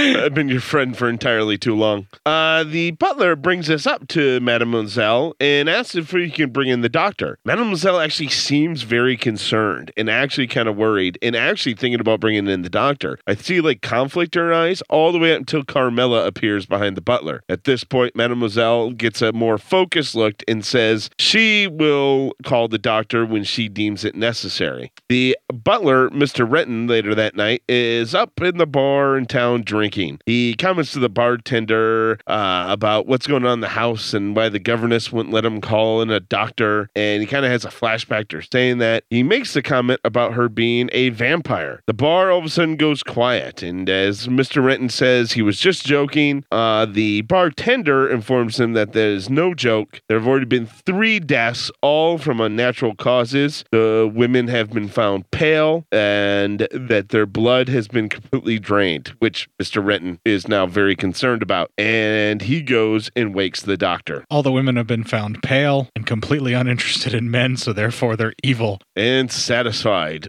Speaker 1: I've been your friend for entirely too long. Uh, the butler brings us up to Mademoiselle and asks if we can bring in the doctor. Mademoiselle actually seems very concerned and actually kind of worried and actually thinking about bringing in the doctor. I see like conflict in her eyes all the way up until Carmela appears behind the butler. At this point, Mademoiselle gets a more focused look and says she will call the doctor when she deems it necessary. The butler, Mr. Renton, later that night is up in the bar in town drinking. He comments to the bartender uh, about what's going on in the house and why the governess wouldn't let him call in a doctor. And he kind of has a flashback to her saying that. He makes the comment about her being a vampire. The bar all of a sudden goes quiet. And as Mr. Renton says, he was just joking, uh, the bartender informs him that there is no joke. There have already been three deaths, all from unnatural causes. The women have been found pale and that their blood has been completely drained, which Mr. Renton is now very concerned about. And he goes and wakes the doctor.
Speaker 2: All the women have been found pale and completely uninterested in men, so therefore they're evil.
Speaker 1: And satisfied.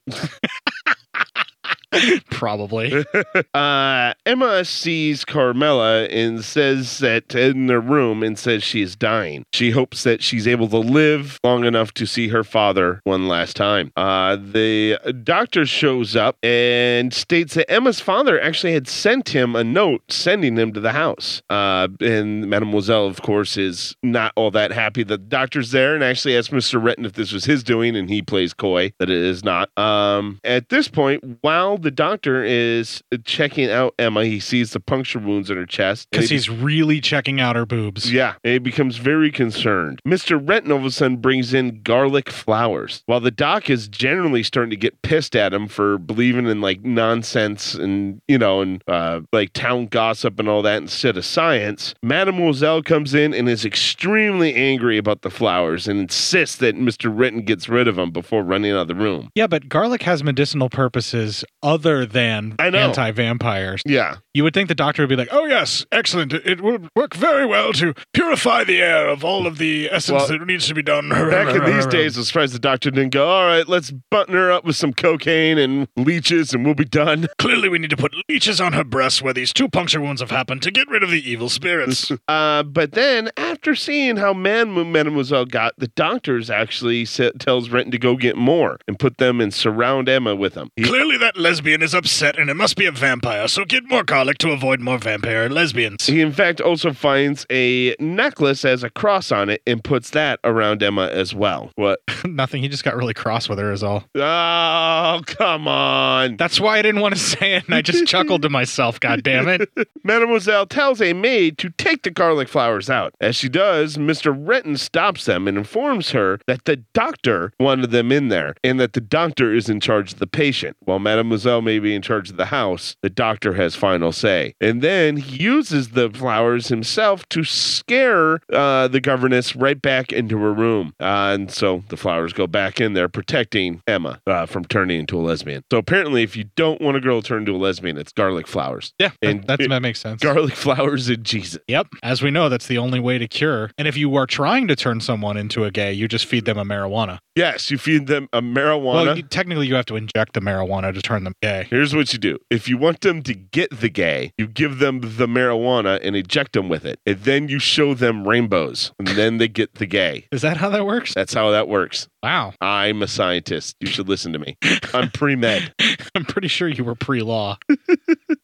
Speaker 2: Probably.
Speaker 1: (laughs) uh, Emma sees Carmela and says that in their room and says she is dying. She hopes that she's able to live long enough to see her father one last time. Uh, the doctor shows up and states that Emma's father actually had sent him a note sending him to the house. Uh, and Mademoiselle, of course, is not all that happy that the doctor's there and actually asks Mr. Renton if this was his doing, and he plays coy that it is not. Um, at this point, while the doctor is checking out Emma, he sees the puncture wounds in her chest. and
Speaker 2: Because
Speaker 1: he-
Speaker 2: he's really checking out her boobs.
Speaker 1: yeah, and he becomes very concerned. Mr. Renton all of a sudden brings in garlic flowers, while the doc is generally starting to get pissed at him for believing in like nonsense and you know and uh, like town gossip and all that instead of science. Mademoiselle comes in and is extremely angry about the flowers and insists that Mr. Renton gets rid of them before running out of the room.
Speaker 2: Yeah, but garlic has medicinal purposes other than
Speaker 1: I know.
Speaker 2: anti vampires.
Speaker 1: Yeah.
Speaker 2: You would think the doctor would be like, oh, yes, excellent. It would work very well to purify the air of all of the essence
Speaker 1: Well,
Speaker 2: that needs to be done.
Speaker 1: Back in
Speaker 2: (laughs)
Speaker 1: these days, I was surprised the doctor didn't go, all right, let's button her up with some cocaine and leeches and we'll be done.
Speaker 2: (laughs) Clearly, we need to put leeches on her breast where these two puncture wounds have happened to get rid of the evil spirits.
Speaker 1: (laughs) Uh, but then, after seeing how mad Mademoiselle got, the doctors actually sa- tells Renton to go get more and put them and surround Emma with them. He-
Speaker 2: Clearly, that lesbian is upset and it must be a vampire, so get more garlic to avoid more vampire lesbians.
Speaker 1: he in fact also finds a necklace that has a cross on it and puts that around Emma as well. What? (laughs)
Speaker 2: Nothing. He just got really cross with her, is all.
Speaker 1: Oh, come on.
Speaker 2: That's why I didn't (laughs) want to say it, and I just chuckled to myself, God damn it.
Speaker 1: (laughs) Mademoiselle tells a maid to take the garlic flowers out. As she does, Mr. Renton stops them and informs her that the doctor wanted them in there and that the doctor is in charge of the patient. While Mademoiselle may be in charge of the house, the doctor has final say. And then he uses the flowers himself to scare uh, the governess right back into her room. Uh, and so the flowers go back in there, protecting Emma uh, from turning into a lesbian. So apparently, if you don't want a girl to turn into a lesbian, it's garlic flowers.
Speaker 2: Yeah,
Speaker 1: And
Speaker 2: that's,
Speaker 1: it-
Speaker 2: that makes sense.
Speaker 1: garlic flowers and Jesus.
Speaker 2: Yep. As we know, that's the only way to cure. And if you are trying to turn someone into a gay, you just feed them a marijuana.
Speaker 1: Yes, you feed them a marijuana.
Speaker 2: Well, you, technically, you have to inject the marijuana to turn them gay. (laughs)
Speaker 1: Here's what you do. If you want them to get the gay, you give them the marijuana and eject them with it. And then you show them rainbows. And then they get the gay.
Speaker 2: Is that how that works?
Speaker 1: That's how that works.
Speaker 2: Wow.
Speaker 1: I'm a scientist. You should listen to me. I'm pre med.
Speaker 2: I'm pretty sure you were pre law.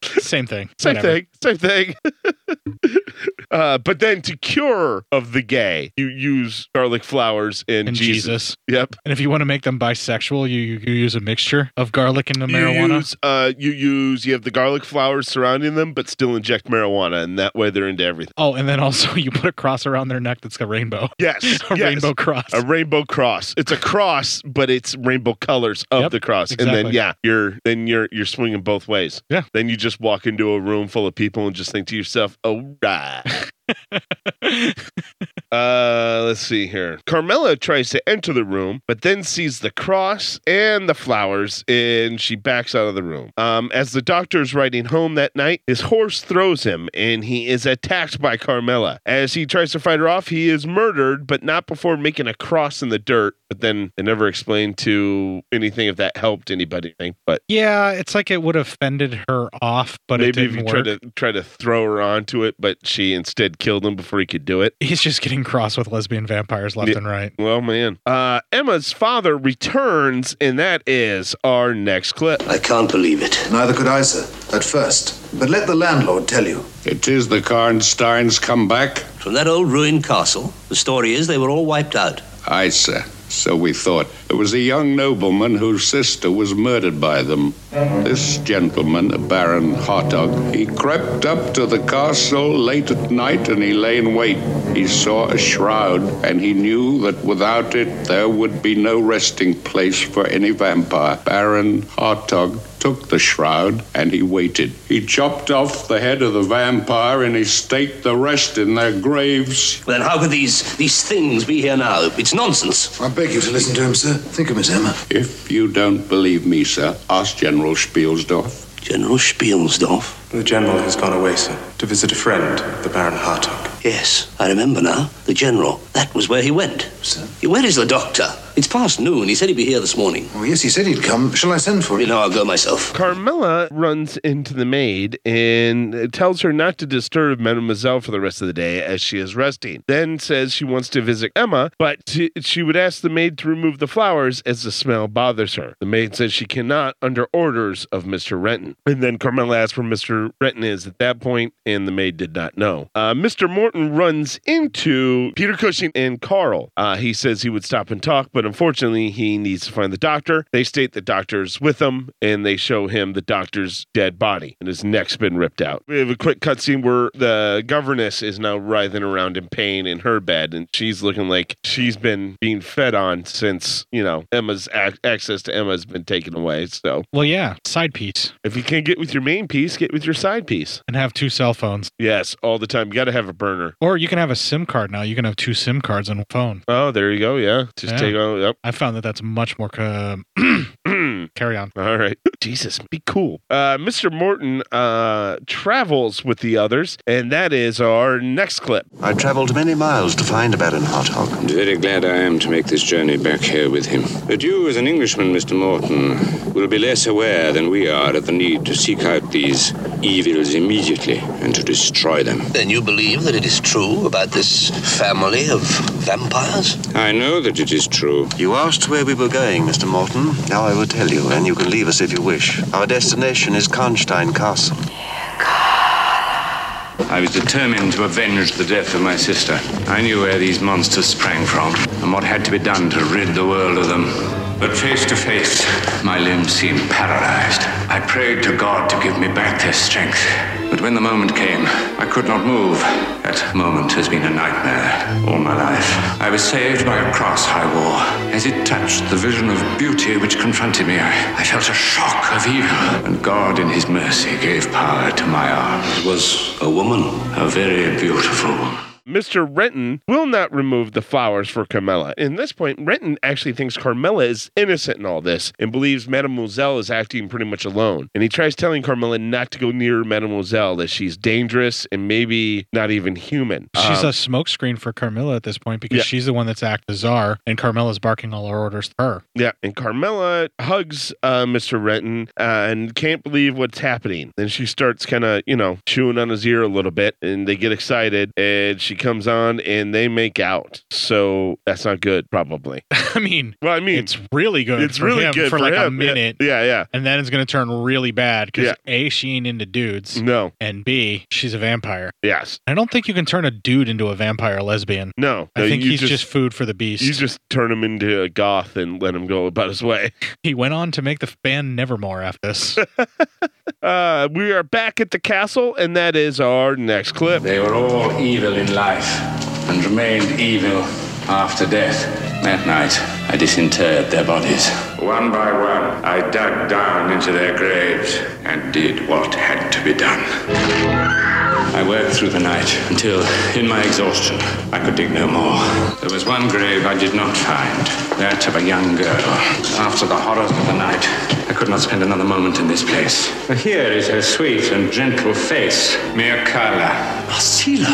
Speaker 2: Same thing.
Speaker 1: (laughs) Same
Speaker 2: Whatever.
Speaker 1: thing. Same thing. (laughs) Uh, but then to cure of the gay, you use garlic flowers and,
Speaker 2: And
Speaker 1: Jesus.
Speaker 2: Jesus.
Speaker 1: Yep.
Speaker 2: And if you want to make them bisexual, you, you, you use a mixture of garlic and the
Speaker 1: You
Speaker 2: marijuana.
Speaker 1: use, uh, you use you have the garlic flowers surrounding them, but still inject marijuana, and that way they're into everything.
Speaker 2: oh, and then also you put a cross around their neck that's a rainbow.
Speaker 1: Yes,
Speaker 2: (laughs) a
Speaker 1: yes.
Speaker 2: rainbow cross.
Speaker 1: A rainbow cross. It's a cross, but it's rainbow colors of the cross. And then
Speaker 2: exactly.
Speaker 1: yeah, you're then you're you're swinging both ways.
Speaker 2: Yeah.
Speaker 1: Then you just walk into a room full of people and just think to yourself, "Oh right." uh, let's see here. Carmela tries to enter the room, but then sees the cross and the flowers, and she backs out of the room. Um, as the doctor is riding home that night, his horse throws him, and he is attacked by Carmela. As he tries to fight her off, he is murdered, but not before making a cross in the dirt. But then they never explained to anything if that helped anybody. I think, But
Speaker 2: Yeah, it's like it would have fended her off, but
Speaker 1: maybe
Speaker 2: it
Speaker 1: if you
Speaker 2: didn't
Speaker 1: try
Speaker 2: work.
Speaker 1: to try to throw her onto it, but she instead killed him before he could do it.
Speaker 2: He's just getting cross with lesbian vampires left
Speaker 1: Yeah.
Speaker 2: and right.
Speaker 1: Well, man. Uh, Emma's father returns, and that is our next clip.
Speaker 9: I can't believe it.
Speaker 18: Neither could I, sir, at first. But let the landlord tell you.
Speaker 9: It is the Karnsteins come back? From that old ruined castle. The story is they were all wiped out.
Speaker 19: Aye, sir. So we thought. It was a young nobleman whose sister was murdered by them. This gentleman, Baron Hartog, he crept up to the castle late at night and he lay in wait. He saw a shroud and he knew that without it there would be no resting place for any vampire. Baron Hartog took the shroud and he waited. He chopped off the head of the vampire and he staked the rest in their graves.
Speaker 9: Well, then how could these these things be here now? It's nonsense.
Speaker 18: I beg you to listen to him, sir. Think of Miss Emma.
Speaker 19: If you don't believe me, sir, ask General Spielsdorf. General Spielsdorf?
Speaker 14: The general has gone away, sir, to visit a friend, the Baron Hartog.
Speaker 9: Yes, I remember now. The general. That was where he went. Sir? Where is the doctor? It's past noon. He said he'd be here this morning.
Speaker 18: Oh, yes, he said he'd come. Shall I send for him?
Speaker 9: You know, I'll go myself.
Speaker 1: Carmela runs into the maid and tells her not to disturb Mademoiselle for the rest of the day as she is resting. Then says she wants to visit Emma, but t- she would ask the maid to remove the flowers as the smell bothers her. The maid says she cannot under orders of Mr. Renton. And then Carmela asks where Mr. Renton is at that point, and the maid did not know. Uh, Mr. Morton runs into Peter Cushing and Carl. Uh, he says he would stop and talk, but unfortunately, he needs to find the doctor. They state the doctor's with them, and they show him the doctor's dead body, and his neck's been ripped out. We have a quick cutscene where the governess is now writhing around in pain in her bed, and she's looking like she's been being fed on since, you know, Emma's ac- access to Emma has been taken away. So
Speaker 2: Well, yeah, side piece.
Speaker 1: if you can't get with your main piece, get with your side piece.
Speaker 2: And have two cell phones.
Speaker 1: Yes, all the time. You got to have a burner.
Speaker 2: Or you can have a SIM card now. You can have two SIM cards on a phone.
Speaker 1: Oh, there you go. Yeah. Just
Speaker 2: Yeah.
Speaker 1: take on. Yep. Hmm.
Speaker 2: I found that that's much more. Uh, (clears throat) carry on.
Speaker 1: All right. Jesus, be cool. Uh, Mr. Morton uh, travels with the others, and that is our next clip.
Speaker 18: I traveled many miles to find Baron Hartog.
Speaker 12: I'm very glad I am to make this journey back here with him. But you, as an Englishman, Mr. Morton, will be less aware than we are of the need to seek out these evils immediately and to destroy them.
Speaker 9: Then you believe that it is true about this family of vampires?
Speaker 12: I know that it is true.
Speaker 18: You asked where we were going, Mr. Morton. Now I will tell you, and you can leave us if you wish. Our destination is Karnstein Castle.
Speaker 12: I was determined to avenge the death of my sister. I knew where these monsters sprang from and what had to be done to rid the world of them. But face to face, my limbs seemed paralyzed. I prayed to God to give me back their strength. But when the moment came, I could not move. That moment has been a nightmare all my life. I was saved by a cross I wore. As it touched the vision of beauty which confronted me, I, I felt a shock of evil. And God, in His mercy, gave power to my arms. It was a woman, a very beautiful woman.
Speaker 1: Mr. Renton will not remove the flowers for Carmela. In this point, Renton actually thinks Carmela is innocent in all this and believes Mademoiselle is acting pretty much alone. And he tries telling Carmela not to go near Mademoiselle, that she's dangerous and maybe not even human.
Speaker 2: She's
Speaker 1: Um,
Speaker 2: a smokescreen for Carmilla at this point because
Speaker 1: Yeah.
Speaker 2: she's the one that's act as czar, and Carmilla's barking all her orders to her.
Speaker 1: Yeah, and Carmela hugs uh, Mr. Renton uh, and can't believe what's happening. Then she starts kind of, you know, chewing on his ear a little bit, and they get excited, and she she comes on and they make out. So that's not good, probably.
Speaker 2: (laughs) I mean,
Speaker 1: well, I mean,
Speaker 2: it's really good.
Speaker 1: it's
Speaker 2: for
Speaker 1: really
Speaker 2: him
Speaker 1: good
Speaker 2: for,
Speaker 1: for
Speaker 2: like a
Speaker 1: him, yeah.
Speaker 2: minute.
Speaker 1: Yeah, yeah.
Speaker 2: And then it's going to turn really bad because
Speaker 1: Yeah.
Speaker 2: a she ain't into dudes.
Speaker 1: No.
Speaker 2: And b she's a vampire.
Speaker 1: Yes.
Speaker 2: I don't think you can turn a dude into a vampire lesbian.
Speaker 1: No,
Speaker 2: I
Speaker 1: no,
Speaker 2: think
Speaker 1: you
Speaker 2: he's just,
Speaker 1: just-
Speaker 2: food for the beast.
Speaker 1: You just turn him into a goth and let him go about his way.
Speaker 2: (laughs) He went on to make the band Nevermore after this.
Speaker 1: Uh, we are back at the castle, and that is our next clip.
Speaker 20: They were all evil in life and remained evil after death. That night, I disinterred their bodies.
Speaker 12: One by one, I dug down into their graves and did what had to be done.
Speaker 20: I worked through the night until, in my exhaustion, I could dig no more.
Speaker 12: There was one grave I did not find, that of a young girl. After the horrors of the night, I could not spend another moment in this place. But here is her sweet and gentle face, Mia Carla.
Speaker 9: Marcela,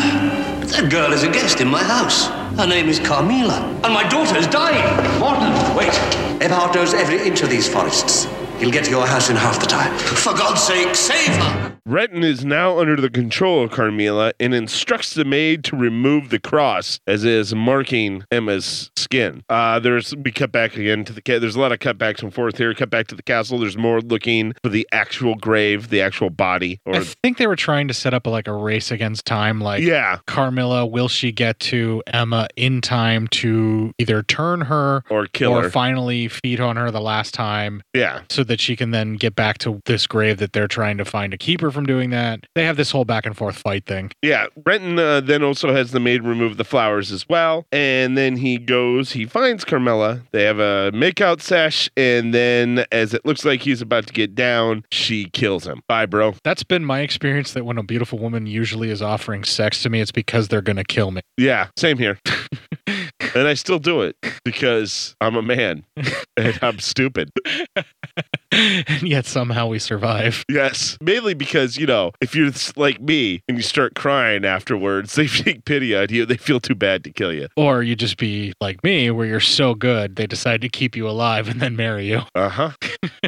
Speaker 9: that girl is a guest in my house. Her name is Carmela, and my daughter is dying. Morton, wait. Ebhard knows every inch of these forests. He'll get to your house in half the time. For God's sake, save her!
Speaker 1: Renton is now under the control of Carmela and instructs the maid to remove the cross as it is marking Emma's skin. Uh, there's we cut back again to the ca- there's a lot of cutbacks and forth here. Cut back to the castle. There's more looking for the actual grave, the actual body, or
Speaker 2: I think they were trying to set up like a race against time. Like,
Speaker 1: Yeah.
Speaker 2: Carmilla, will she get to Emma in time to either turn her
Speaker 1: or kill
Speaker 2: or
Speaker 1: her.
Speaker 2: finally feed on her the last time?
Speaker 1: Yeah.
Speaker 2: so that she can then get back to this grave that they're trying to find to keep her from doing that. They have this whole back and forth fight thing.
Speaker 1: Yeah, Renton uh, then also has the maid remove the flowers as well. And then he goes, he finds Carmela. They have a makeout sesh. And then, as it looks like he's about to get down, she kills him. Bye, bro.
Speaker 2: That's been my experience that when a beautiful woman usually is offering sex to me, it's because they're going to kill me. (laughs)
Speaker 1: Yeah, same here. and I still do it because I'm a man and I'm stupid.
Speaker 2: and yet somehow we survive.
Speaker 1: Yes, mainly because, you know, if you're s- like me and you start crying afterwards, (laughs) they take pity on you. They feel too bad to kill you.
Speaker 2: Or you just be like me, where you're so good, they decide to keep you alive and then marry you.
Speaker 1: Uh huh.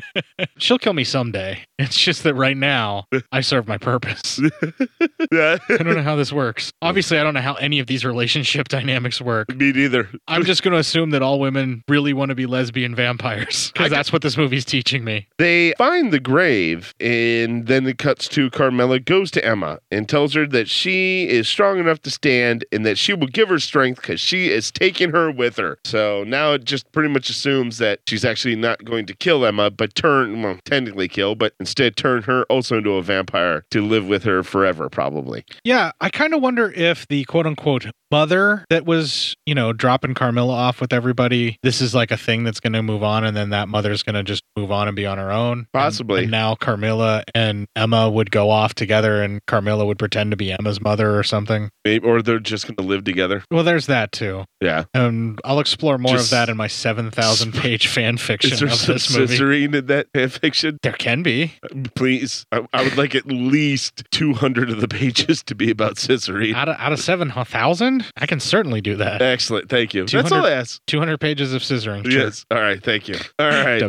Speaker 2: (laughs) She'll kill me someday. It's just that right now, I serve my purpose.
Speaker 1: I
Speaker 2: don't know how this works. Obviously, I don't know how any of these relationship (laughs) dynamics work.
Speaker 1: Me neither.
Speaker 2: I'm just going to assume that all women really want to be lesbian vampires because that's what this movie's teaching me.
Speaker 1: They find the grave, and then it cuts to Carmela goes to Emma and tells her that she is strong enough to stand and that she will give her strength because she is taking her with her. So now it just pretty much assumes that she's actually not going to kill Emma, but turn, well, technically kill, but instead turn her also into a vampire to live with her forever, probably.
Speaker 2: Yeah, I kind of wonder if the quote unquote mother that was, you know, dropping Carmilla off with everybody, this is like a thing that's going to move on and then that mother's going to just move on and be on her own.
Speaker 1: Possibly.
Speaker 2: And now Carmilla and Emma would go off together and Carmilla would pretend to be Emma's mother or something.
Speaker 1: Maybe, or they're just going to live together.
Speaker 2: Well, there's that too.
Speaker 1: Yeah.
Speaker 2: And I'll explore more
Speaker 1: Just-
Speaker 2: of that in my 7,000
Speaker 1: (laughs)
Speaker 2: page fan
Speaker 1: Is
Speaker 2: fiction
Speaker 1: there
Speaker 2: of
Speaker 1: some
Speaker 2: this movie.
Speaker 1: scissoring in that fanfiction?
Speaker 2: There can be.
Speaker 1: Please. I, I would like at least 200 of the pages to be about scissoring.
Speaker 2: Out of, out of 7,000? I can certainly do that.
Speaker 1: Excellent. Thank you. That's all I ask.
Speaker 2: 200 pages of scissoring. Sure.
Speaker 1: Yes. All right. Thank you. All
Speaker 2: (laughs)
Speaker 1: right.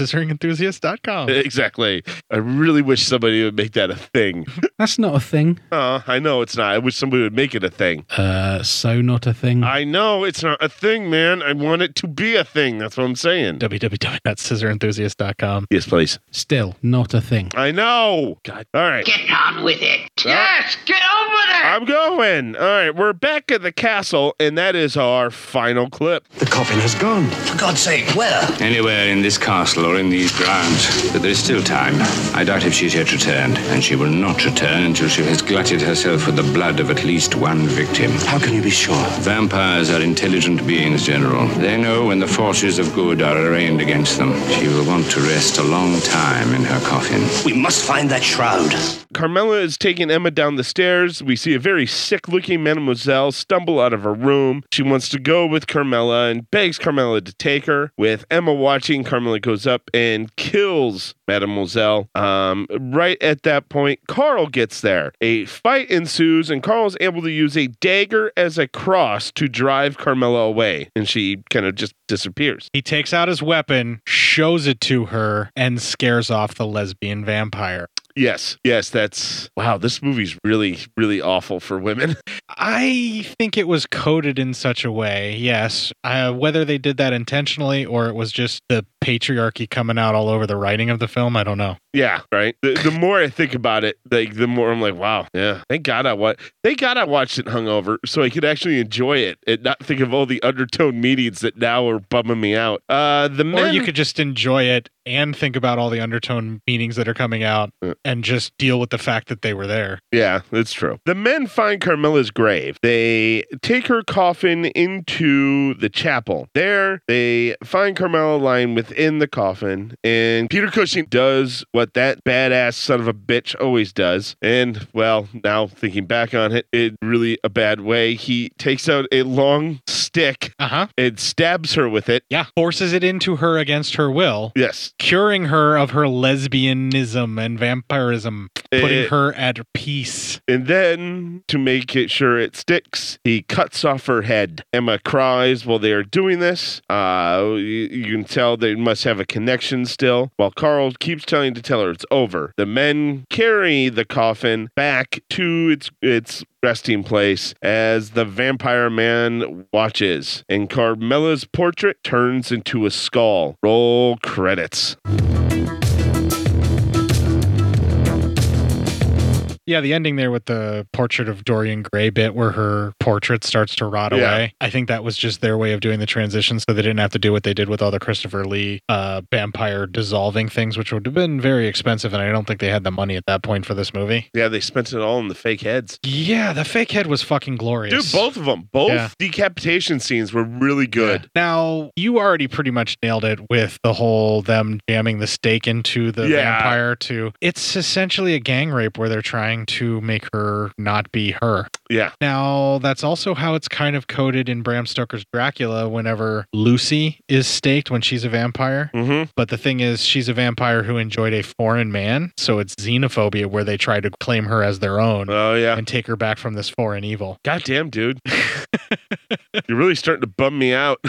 Speaker 2: www.scissoringenthusiast.com.
Speaker 1: exactly. I really wish somebody would make that a
Speaker 2: (laughs)
Speaker 1: thing.
Speaker 21: That's not a thing.
Speaker 1: Oh, I know it's not. I wish somebody would make it a thing.
Speaker 21: Uh, so not a thing.
Speaker 1: I know it's not a thing, man. I want it to be a thing. That's what I'm saying.
Speaker 2: www.scissorenthusiast.com.
Speaker 1: Yes, please.
Speaker 21: Still not a thing.
Speaker 1: I know. God. All right.
Speaker 10: Get on with it. Yes, get over there.
Speaker 1: I'm going. All right. We're back at the castle, and that is our final clip.
Speaker 18: The coffin has gone.
Speaker 9: For God's sake, where?
Speaker 12: Anywhere in this castle or in these grounds, but there is still time. I doubt if she's yet returned, and she will not return until she has glutted herself with the blood of at least one victim. How can you be sure? Vampires are intelligent beings, General. They know when the forces of good are arraigned against them. She will want to rest a long time in her coffin.
Speaker 9: We must find that shroud.
Speaker 1: Carmela is taking Emma down the stairs. We see a very sick looking mademoiselle stumble out of her room. She wants to go with Carmela and begs Carmela to take her. With Emma watching, Carmela goes up and kills mademoiselle. Um, right at that point, Carl gets there. A fight ensues, and Carl is able to use a dagger as a cross to drive Carmela away. And she kind of just disappears.
Speaker 2: He takes out his weapon, shows it to her, and scares off the lesbian vampire.
Speaker 1: Yes, yes, that's wow. This movie's really, really awful for women. (laughs)
Speaker 2: I think it was coded in such a way, yes. Uh, whether they did that intentionally or it was just the patriarchy coming out all over the writing of the film, I don't know.
Speaker 1: Yeah, right. The, the more I think about it, like the more I'm like, wow, yeah. Thank God I watched. Thank God I watched it hungover, so I could actually enjoy it and not think of all the undertone meetings that now are bumming me out. Uh, the men,
Speaker 2: Or you could just enjoy it and think about all the undertone meanings that are coming out
Speaker 1: Uh.
Speaker 2: and just deal with the fact that they were there.
Speaker 1: Yeah, that's true. The men find Carmilla's grave. They take her coffin into the chapel. There, they find Carmilla lying within the coffin, and Peter Cushing does what that badass son of a bitch always does. And, well, now thinking back on it, in really a bad way, he takes out a long stick and stabs her with it.
Speaker 2: Uh-huh. Yeah, forces it into her against her will.
Speaker 1: Yes.
Speaker 2: Curing her of her lesbianism and vampirism, putting
Speaker 1: Eh.
Speaker 2: her at peace.
Speaker 1: And then, to make it sure it sticks, he cuts off her head. Emma cries while they are doing this. Uh, you, you can tell they must have a connection still. While Carl keeps telling to tell her it's over, the men carry the coffin back to its its resting place as the vampire man watches. And Carmela's portrait turns into a skull. Roll credits.
Speaker 2: Yeah, the ending there with the portrait of Dorian Gray bit where her portrait starts to rot
Speaker 1: Yeah.
Speaker 2: away. I think that was just their way of doing the transition so they didn't have to do what they did with all the Christopher Lee uh, vampire dissolving things, which would have been very expensive. And I don't think they had the money at that point for this movie.
Speaker 1: Yeah, they spent it all on the fake heads.
Speaker 2: Yeah, the fake head was fucking glorious.
Speaker 1: Dude, both of them, both
Speaker 2: Yeah.
Speaker 1: decapitation scenes were really good.
Speaker 2: Now, you already pretty much nailed it with the whole them jamming the stake into the
Speaker 1: Yeah.
Speaker 2: vampire to. It's essentially a gang rape where they're trying to make her not be her.
Speaker 1: Yeah.
Speaker 2: Now, that's also how it's kind of coded in Bram Stoker's Dracula whenever Lucy is staked when she's a vampire.
Speaker 1: Mm-hmm.
Speaker 2: But the thing is, she's a vampire who enjoyed a foreign man. So it's xenophobia where they try to claim her as their own.
Speaker 1: Oh, yeah.
Speaker 2: And take her back from this foreign evil.
Speaker 1: Goddamn,
Speaker 2: (laughs)
Speaker 1: dude. You're really starting to bum me out.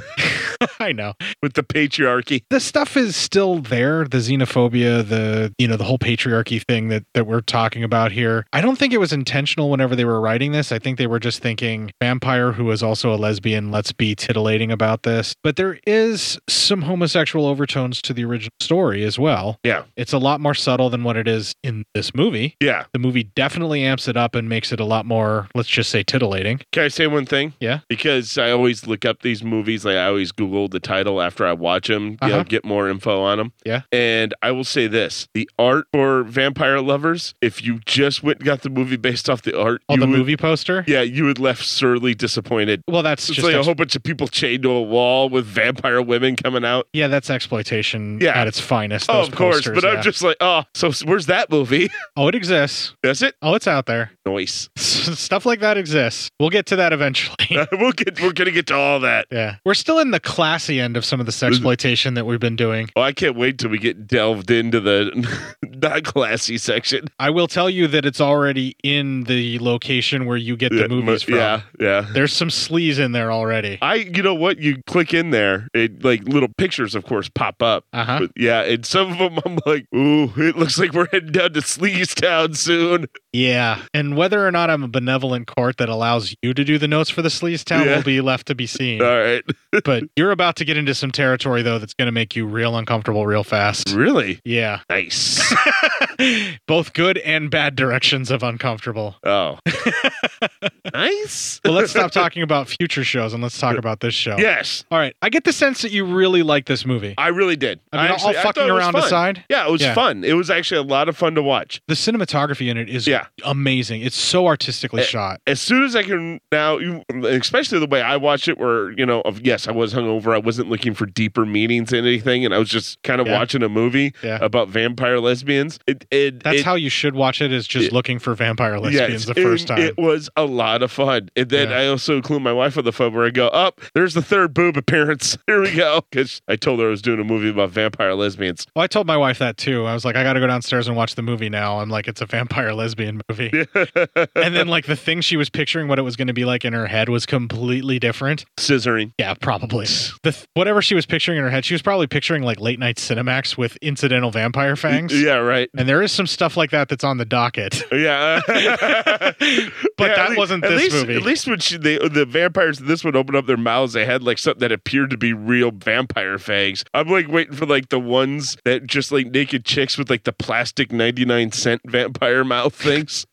Speaker 2: I know.
Speaker 1: With the patriarchy.
Speaker 2: The stuff is still there, the xenophobia, the you know, the whole patriarchy thing that that we're talking about here. I don't think it was intentional whenever they were writing this. I think they were just thinking vampire who is also a lesbian, let's be titillating about this. But there is some homosexual overtones to the original story as well.
Speaker 1: Yeah.
Speaker 2: It's a lot more subtle than what it is in this movie.
Speaker 1: Yeah.
Speaker 2: The movie definitely amps it up and makes it a lot more, let's just say titillating.
Speaker 1: Can I say one thing?
Speaker 2: Yeah.
Speaker 1: Because I always look up these movies. Like I always Google the title after I watch them, you know,
Speaker 2: Uh-huh.
Speaker 1: get more info on them.
Speaker 2: Yeah.
Speaker 1: And I will say this the art for vampire lovers, if you just went and got the movie based off the art,
Speaker 2: On
Speaker 1: you
Speaker 2: Oh, the
Speaker 1: would-
Speaker 2: movie poster.
Speaker 1: Yeah, you would left sorely disappointed.
Speaker 2: Well, that's
Speaker 1: it's
Speaker 2: just
Speaker 1: like a
Speaker 2: ex-
Speaker 1: whole bunch of people chained to a wall with vampire women coming out.
Speaker 2: Yeah, that's exploitation
Speaker 1: Yeah.
Speaker 2: at its finest.
Speaker 1: Oh,
Speaker 2: those
Speaker 1: of course,
Speaker 2: posters,
Speaker 1: but
Speaker 2: yeah.
Speaker 1: I'm just like, oh, so where's that movie? (laughs)
Speaker 2: Oh, it exists.
Speaker 1: Does it?
Speaker 2: Oh, it's out there. (laughs)
Speaker 1: Noise.
Speaker 2: Stuff like that exists. We'll get to that eventually.
Speaker 1: (laughs)
Speaker 2: (laughs)
Speaker 1: we'll get we're gonna get to all that.
Speaker 2: Yeah. We're still in the classy end of some of this exploitation that we've been doing.
Speaker 1: Oh, I can't wait till we get delved into the (laughs) not classy section.
Speaker 2: I will tell you that it's already in the location where you get the movies from.
Speaker 1: Yeah, yeah.
Speaker 2: There's some sleaze in there already.
Speaker 1: I, you know what? You click in there, it like little pictures, of course, pop up.
Speaker 2: Uh-huh.
Speaker 1: But yeah, and some of them, I'm like, ooh, it looks like we're heading down to Sleaze Town
Speaker 2: (laughs)
Speaker 1: soon.
Speaker 2: Yeah. And whether or not I'm a benevolent court that allows you to do the notes for the sleaze town
Speaker 1: Yeah.
Speaker 2: will be left to be
Speaker 1: (laughs)
Speaker 2: seen.
Speaker 1: All right.
Speaker 2: but you're about to get into some territory though that's going to make you real uncomfortable real fast.
Speaker 1: Really?
Speaker 2: Yeah.
Speaker 1: Nice.
Speaker 2: (laughs) Both good and bad directions of uncomfortable.
Speaker 1: Oh. nice.
Speaker 2: (laughs) Well, let's stop talking about future shows and let's talk about this show.
Speaker 1: Yes.
Speaker 2: Oh. All right. I get the sense that you really like this movie.
Speaker 1: I really did.
Speaker 2: I mean, all
Speaker 1: actually-
Speaker 2: fucking
Speaker 1: thought it was
Speaker 2: around
Speaker 1: fun.
Speaker 2: aside?
Speaker 1: Yeah, it was
Speaker 2: Yeah.
Speaker 1: fun. It was actually a lot of fun to watch.
Speaker 2: The cinematography in it is amazing. It's so artistically shot.
Speaker 1: As soon as I can now, you- especially the way I watch it, where you know, of yes, I was hungover. I wasn't looking for deeper meanings in anything, and I was just kind of
Speaker 2: Yeah.
Speaker 1: watching a movie
Speaker 2: Yeah.
Speaker 1: about vampire lesbians. It, it,
Speaker 2: That's
Speaker 1: it-
Speaker 2: how you should watch it is just looking for vampire
Speaker 1: yes,
Speaker 2: lesbians the first
Speaker 1: and
Speaker 2: time.
Speaker 1: It was a lot of fun, and then I also include my wife on the phone where I go, "Up, there's the third boob appearance. (laughs) Here we go." Because I told her I was doing a movie about vampire lesbians.
Speaker 2: well, I told my wife that too. I was like, I got to go downstairs and watch the movie now. I'm like, it's a vampire lesbian movie. and then, like, the thing she was picturing what it was going to be like in her head had was completely different.
Speaker 1: Scissoring.
Speaker 2: Yeah, probably. The th- whatever she was picturing in her head, she was probably picturing like late night Cinemax with incidental vampire fangs.
Speaker 1: (laughs) Yeah, right.
Speaker 2: And there is some stuff like that that's on the docket. (laughs)
Speaker 1: Yeah. but
Speaker 2: that wasn't
Speaker 1: at
Speaker 2: this
Speaker 1: least,
Speaker 2: movie.
Speaker 1: At least when she, they, the vampires in this one opened up their mouths, they had like something that appeared to be real vampire fangs. I'm like waiting for like the ones that just like naked chicks with like the plastic 99 cent vampire mouth
Speaker 2: (laughs)
Speaker 1: things.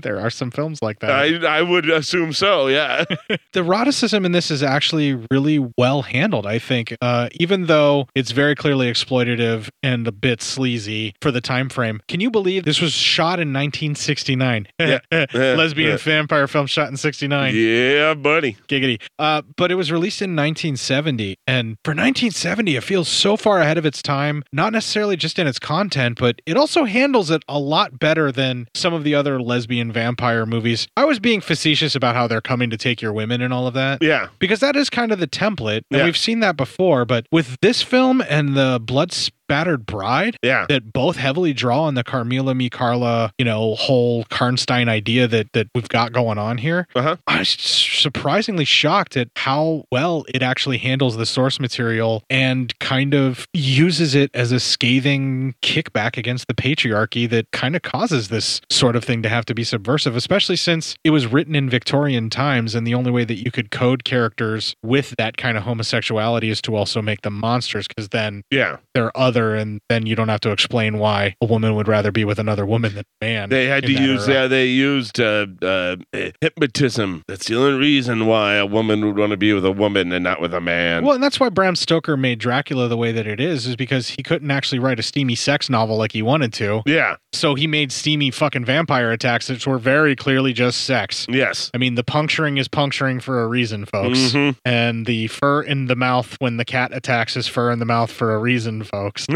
Speaker 2: there are some films like that.
Speaker 1: I, I would assume so.
Speaker 2: (laughs)
Speaker 1: Yeah.
Speaker 2: the eroticism in this is actually really well handled, I think. Uh, even though it's very clearly exploitative and a bit sleazy for the time frame. Can you believe this was shot in 1969?
Speaker 1: Yeah.
Speaker 2: (laughs) Lesbian
Speaker 1: Yeah.
Speaker 2: vampire film shot in 69.
Speaker 1: Yeah, buddy.
Speaker 2: Giggity. Uh, but it was released in 1970. And for 1970, it feels so far ahead of its time, not necessarily just in its content, but it also handles it a lot better than some of the other lesbian vampire movies. I was being facetious about how they're coming to take your women and all of that.
Speaker 1: Yeah.
Speaker 2: Because that is kind of the template. And
Speaker 1: Yeah.
Speaker 2: we've seen that before. But with this film and the blood spattered bride,
Speaker 1: yeah.
Speaker 2: that both heavily draw on the Carmela Me Carla, you know, whole Karnstein idea that that we've got going on here.
Speaker 1: Uh-huh.
Speaker 2: I was surprisingly shocked at how well it actually handles the source material and kind of uses it as a scathing kickback against the patriarchy that kind of causes this sort of thing to have to be subversive, especially since it was written in Victorian times and the only way that you could code characters with that kind of homosexuality is to also make them monsters because then
Speaker 1: Yeah.
Speaker 2: they're other and then you don't have to explain why a woman would rather be with another woman than a man
Speaker 1: They had to
Speaker 2: in that
Speaker 1: use,
Speaker 2: era.
Speaker 1: yeah, they used uh, uh, hypnotism. That's the only reason why a woman would want to be with a woman and not with a man.
Speaker 2: well and that's why bram stoker made dracula the way that it is is because he couldn't actually write a steamy sex novel like he wanted to
Speaker 1: Yeah.
Speaker 2: so he made steamy fucking vampire attacks which were very clearly just sex
Speaker 1: yes (laughs)
Speaker 2: i mean the puncturing is puncturing for a reason folks
Speaker 1: Mhm.
Speaker 2: and the fur in the mouth when the cat attacks his fur in the mouth for a reason
Speaker 1: (laughs)
Speaker 2: folks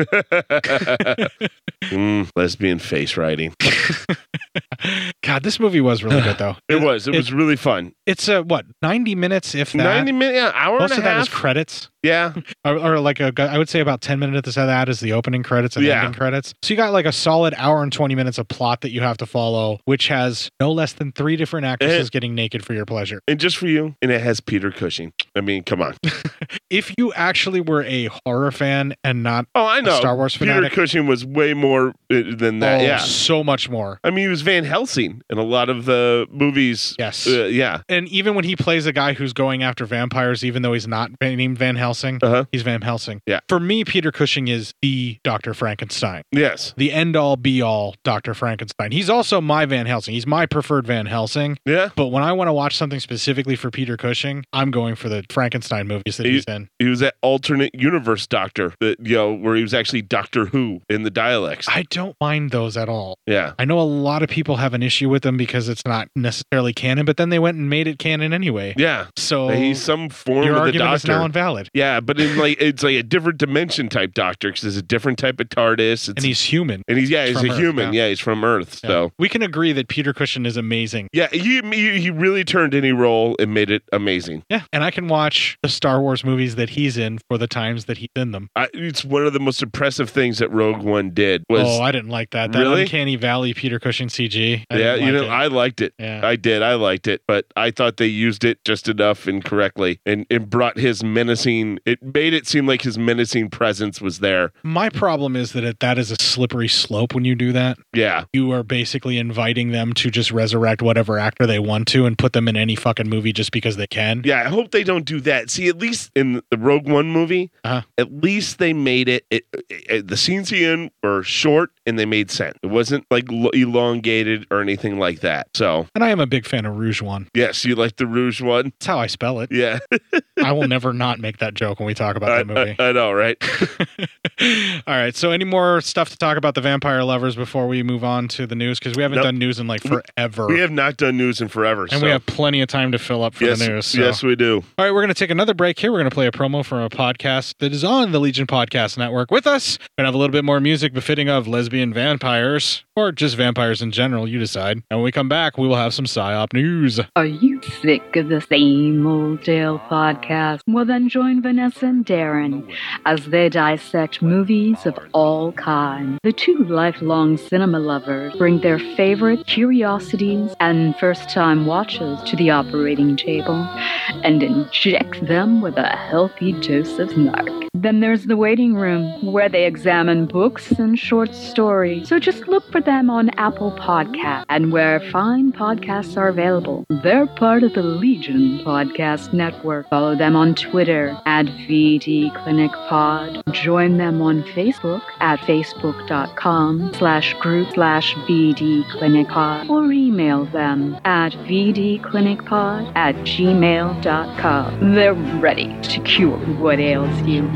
Speaker 1: Mm, lesbian face
Speaker 2: (laughs)
Speaker 1: writing.
Speaker 2: god this movie was really
Speaker 1: (sighs)
Speaker 2: good though
Speaker 1: It was. It, was really fun.
Speaker 2: it's a what 90 minutes if that
Speaker 1: 90 minutes, yeah, hour
Speaker 2: most
Speaker 1: and a
Speaker 2: of
Speaker 1: half.
Speaker 2: that is credits
Speaker 1: yeah
Speaker 2: (laughs) or, or like a, I would say about 10 minutes of that is the opening credits and
Speaker 1: Yeah.
Speaker 2: ending credits so you got like a solid hour and 20 minutes of plot that you have to follow which has no less than three different actresses
Speaker 1: Eh.
Speaker 2: getting naked for your pleasure
Speaker 1: and just for you, and it has Peter Cushing. I mean, come on. (laughs)
Speaker 2: if you actually were a horror fan and not
Speaker 1: oh i No,
Speaker 2: a star wars
Speaker 1: Peter
Speaker 2: fanatic
Speaker 1: Cushing was way more uh, than that.
Speaker 2: oh,
Speaker 1: yeah.
Speaker 2: so much more
Speaker 1: I mean, he was Van Helsing in a lot of the movies.
Speaker 2: Yes.
Speaker 1: Uh, yeah.
Speaker 2: and even when he plays a guy who's going after vampires, even though he's not van- named Van Helsing, he's Van Helsing.
Speaker 1: Uh-huh. Yeah.
Speaker 2: For me, Peter Cushing is the Dr. Frankenstein.
Speaker 1: Yes.
Speaker 2: The end all be all Dr. Frankenstein. He's also my Van Helsing. He's my preferred Van Helsing.
Speaker 1: Yeah.
Speaker 2: But when I want to watch something specifically for Peter Cushing, I'm going for the Frankenstein movies that
Speaker 1: He,
Speaker 2: he's in.
Speaker 1: he was that alternate universe doctor that you know where he was actually Doctor Who in the dialects.
Speaker 2: I don't mind those at all.
Speaker 1: yeah.
Speaker 2: I know a lot of people have an issue with them because it's not necessarily canon, but then they went and made it canon anyway.
Speaker 1: Yeah.
Speaker 2: So
Speaker 1: he's some form
Speaker 2: your
Speaker 1: of the
Speaker 2: argument
Speaker 1: doctor.
Speaker 2: is now invalid.
Speaker 1: Yeah, but in like it's like a different dimension type doctor because it's a different type of TARDIS. It's, and
Speaker 2: he's human.
Speaker 1: And he's yeah,
Speaker 2: He's
Speaker 1: he's
Speaker 2: from
Speaker 1: a
Speaker 2: Earth,
Speaker 1: human.
Speaker 2: yeah.
Speaker 1: Yeah. he's from Earth. So
Speaker 2: We can agree that Peter Cushing is amazing.
Speaker 1: yeah, he, he he really turned any role and made it amazing.
Speaker 2: Yeah, and I can watch the Star Wars movies that he's in for the times that he's in them.
Speaker 1: I, it's one of the most impressive things that Rogue One did. Was
Speaker 2: oh, I didn't like that. That
Speaker 1: Really?
Speaker 2: uncanny valley Peter Cushing CG. I
Speaker 1: yeah,
Speaker 2: didn't
Speaker 1: you
Speaker 2: like
Speaker 1: know,
Speaker 2: it.
Speaker 1: I liked it.
Speaker 2: Yeah.
Speaker 1: I did. I liked it, but I thought they used it just enough and correctly, and it brought his menacing. It made it seem like his menacing presence was there.
Speaker 2: My problem is that it, that is a slippery slope when you do that.
Speaker 1: Yeah,
Speaker 2: You are basically inviting them to just resurrect whatever actor they want to and put them in any fucking movie just because they can.
Speaker 1: yeah. I hope they don't do that. See, at least in the Rogue One movie,
Speaker 2: uh
Speaker 1: at least they made it, it, it- The scenes he in were short and they made sense. It wasn't like lo- elongated or anything like that. So,
Speaker 2: And I am a big fan of Rouge One.
Speaker 1: yes, you like the Rouge one.
Speaker 2: That's how I spell it.
Speaker 1: Yeah,
Speaker 2: I will (laughs) never not make that joke when we talk about
Speaker 1: (laughs) I,
Speaker 2: that movie.
Speaker 1: I- I know, right?
Speaker 2: All right. So, any more stuff to talk about the vampire lovers before we move on to the news? Because we haven't
Speaker 1: Nope.
Speaker 2: done news in like forever.
Speaker 1: We have not done news in forever,
Speaker 2: and we
Speaker 1: so-
Speaker 2: have plenty of time to fill up for
Speaker 1: yes,
Speaker 2: the news. so-
Speaker 1: yes, we do.
Speaker 2: All right, we're going to take another break here. We're going to play a promo from a podcast that is on the Legion Podcast Network with us. We're going to have a little bit more music befitting of lesbian vampires or just vampires in general. You decide. And when we come back, we will have some PSYOP news.
Speaker 4: Are you sick of the same old tale podcast? Well, then join Vanessa and Darren as they dissect movies of all kinds. The two lifelong cinema lovers bring their favorite curiosities and first time watches to the operating table and inject them with a healthy dose of narc. Then there's the waiting room where they examine books and short stories. So just look for them on Apple Podcasts and where fine podcasts are available. They're part of the Legion Podcast Network. Follow them on Twitter at VD Clinic Pod. Join them on Facebook at facebook.com slash group slash VD Clinic Pod or email them at vdclinicpod at gmail.com. They're ready to cure what ails you.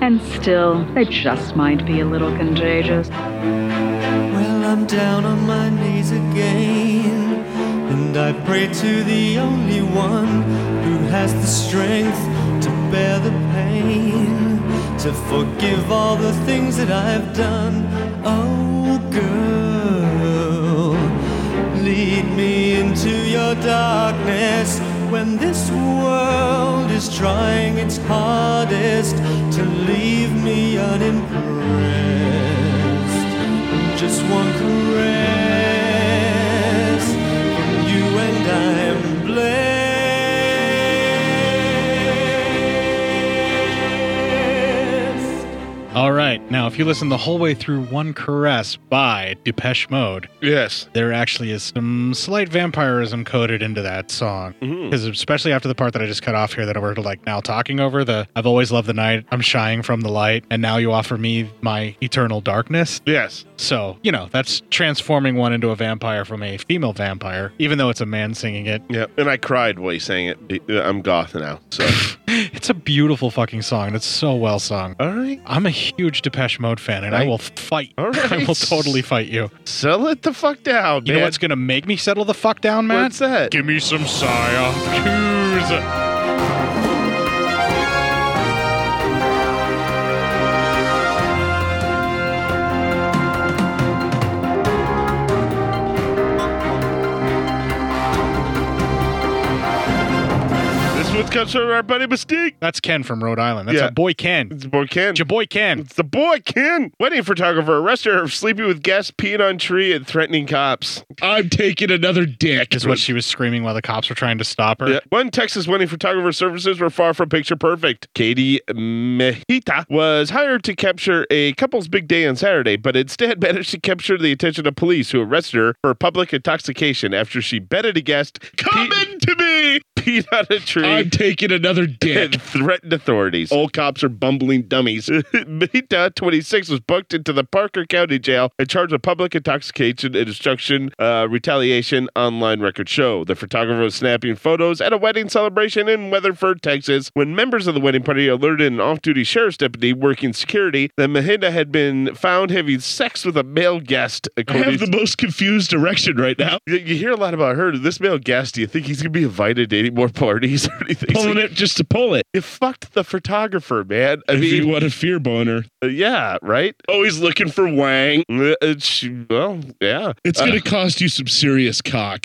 Speaker 4: and still, they just might be a little contagious.
Speaker 10: Well, I'm down on my knees again, and I pray to the only one who has the strength to bear the pain, to forgive all the things that I've done. Oh, girl, lead me into your darkness. When this world is trying its hardest to leave me unimpressed just one caress from you and I'm blessed.
Speaker 2: All right. Now, if you listen the whole way through One Caress by Depeche Mode,
Speaker 1: yes,
Speaker 2: there actually is some slight vampirism coded into that song.
Speaker 1: Mm-hmm.
Speaker 2: Because especially after the part that I just cut off here, that we're like now talking over the "I've always loved the night, I'm shying from the light, and now you offer me my eternal darkness."
Speaker 1: Yes.
Speaker 2: So you know that's transforming one into a vampire from a female vampire, even though it's a man singing it. (gasps)
Speaker 1: Yeah, and I cried while he sang it. uh, I'm goth now. So
Speaker 2: It's a beautiful fucking song, and it's so well sung.
Speaker 1: All right.
Speaker 2: I'm a huge Depeche Mode fan, and I, will (laughs) fight. (laughs) I will totally fight you.
Speaker 1: settle it the fuck down.
Speaker 2: You know
Speaker 1: man.
Speaker 2: what's going to make me settle the fuck down, Matt?
Speaker 1: What's that?
Speaker 2: Give me some psyop news.
Speaker 1: This one comes from our buddy Mystique.
Speaker 2: That's Ken from Rhode Island. That's
Speaker 1: Yeah.
Speaker 2: a boy Ken.
Speaker 1: It's boy Ken.
Speaker 2: It's your boy Ken.
Speaker 1: It's the boy Ken. Wedding photographer arrested her for sleeping with guests, peeing on tree, and threatening cops.
Speaker 2: I'm taking another dick. Is what she was screaming while the cops were trying to stop her.
Speaker 1: Yeah. One Texas wedding photographer services were far from picture perfect. Katie Mejita was hired to capture a couple's big day on Saturday, but instead (laughs) managed to capture the attention of police who arrested her for public intoxication after she betted a guest. Come into me! (laughs) Peed on a tree.
Speaker 22: I'm taking
Speaker 1: (laughs)
Speaker 22: another dick.
Speaker 1: and threatened authorities. Old cops are bumbling (laughs) dummies. Mejita, 26, was booked into the Parker County Jail and charged with public intoxication and destruction uh, retaliation online record show. The photographer was snapping photos at a wedding celebration in Weatherford, Texas, when members of the wedding party alerted an off-duty sheriff's deputy working security that Mejita had been found having sex with a male guest.
Speaker 22: I
Speaker 1: According
Speaker 22: have the most confused erection right now.
Speaker 1: you you hear a lot about her. This male guest, do you think he's going to be invited to any more parties or anything?
Speaker 22: Pulling it just to pull it.
Speaker 1: You fucked the photographer, man. I
Speaker 22: if
Speaker 1: mean,
Speaker 22: you want a fear boner.
Speaker 1: uh, yeah, right?
Speaker 22: Always looking for Wang.
Speaker 1: Uh, uh, she- well, yeah.
Speaker 22: It's going
Speaker 1: Uh,
Speaker 22: to cost you some serious cock.
Speaker 1: (laughs)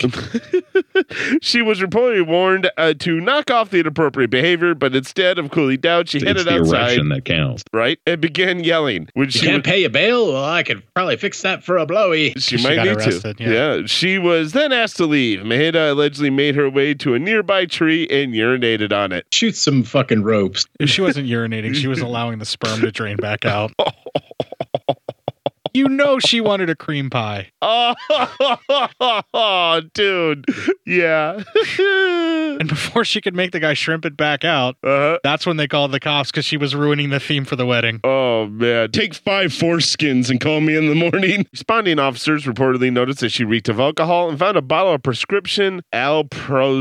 Speaker 1: she was reportedly warned uh, to knock off the inappropriate behavior, but instead of cooling down, she
Speaker 23: it's
Speaker 1: headed
Speaker 23: the
Speaker 1: outside,
Speaker 23: erection that counts.
Speaker 1: right, and began yelling. When
Speaker 23: You
Speaker 1: she
Speaker 23: can't
Speaker 1: was-
Speaker 23: pay a bail? Well, I could probably fix that for a blowy.
Speaker 1: She, might need to. Yeah. She was then asked to leave. Maheda allegedly made her way to a nearby tree and urinated on it.
Speaker 23: (laughs) Shoot some fucking ropes.
Speaker 2: She wasn't urinating. She was allowing the sperm to drain back out. You know she wanted a
Speaker 23: (laughs)
Speaker 2: cream pie.
Speaker 1: Oh, (laughs) dude. Yeah.
Speaker 2: And before she could make the guy shrimp it back out,
Speaker 23: Uh-huh.
Speaker 2: that's when they called the cops because she was ruining the theme for the wedding.
Speaker 1: Oh man.
Speaker 22: Take five foreskins and call me in the morning.
Speaker 1: (laughs) Responding officers reportedly noticed that she reeked of alcohol and found a bottle of prescription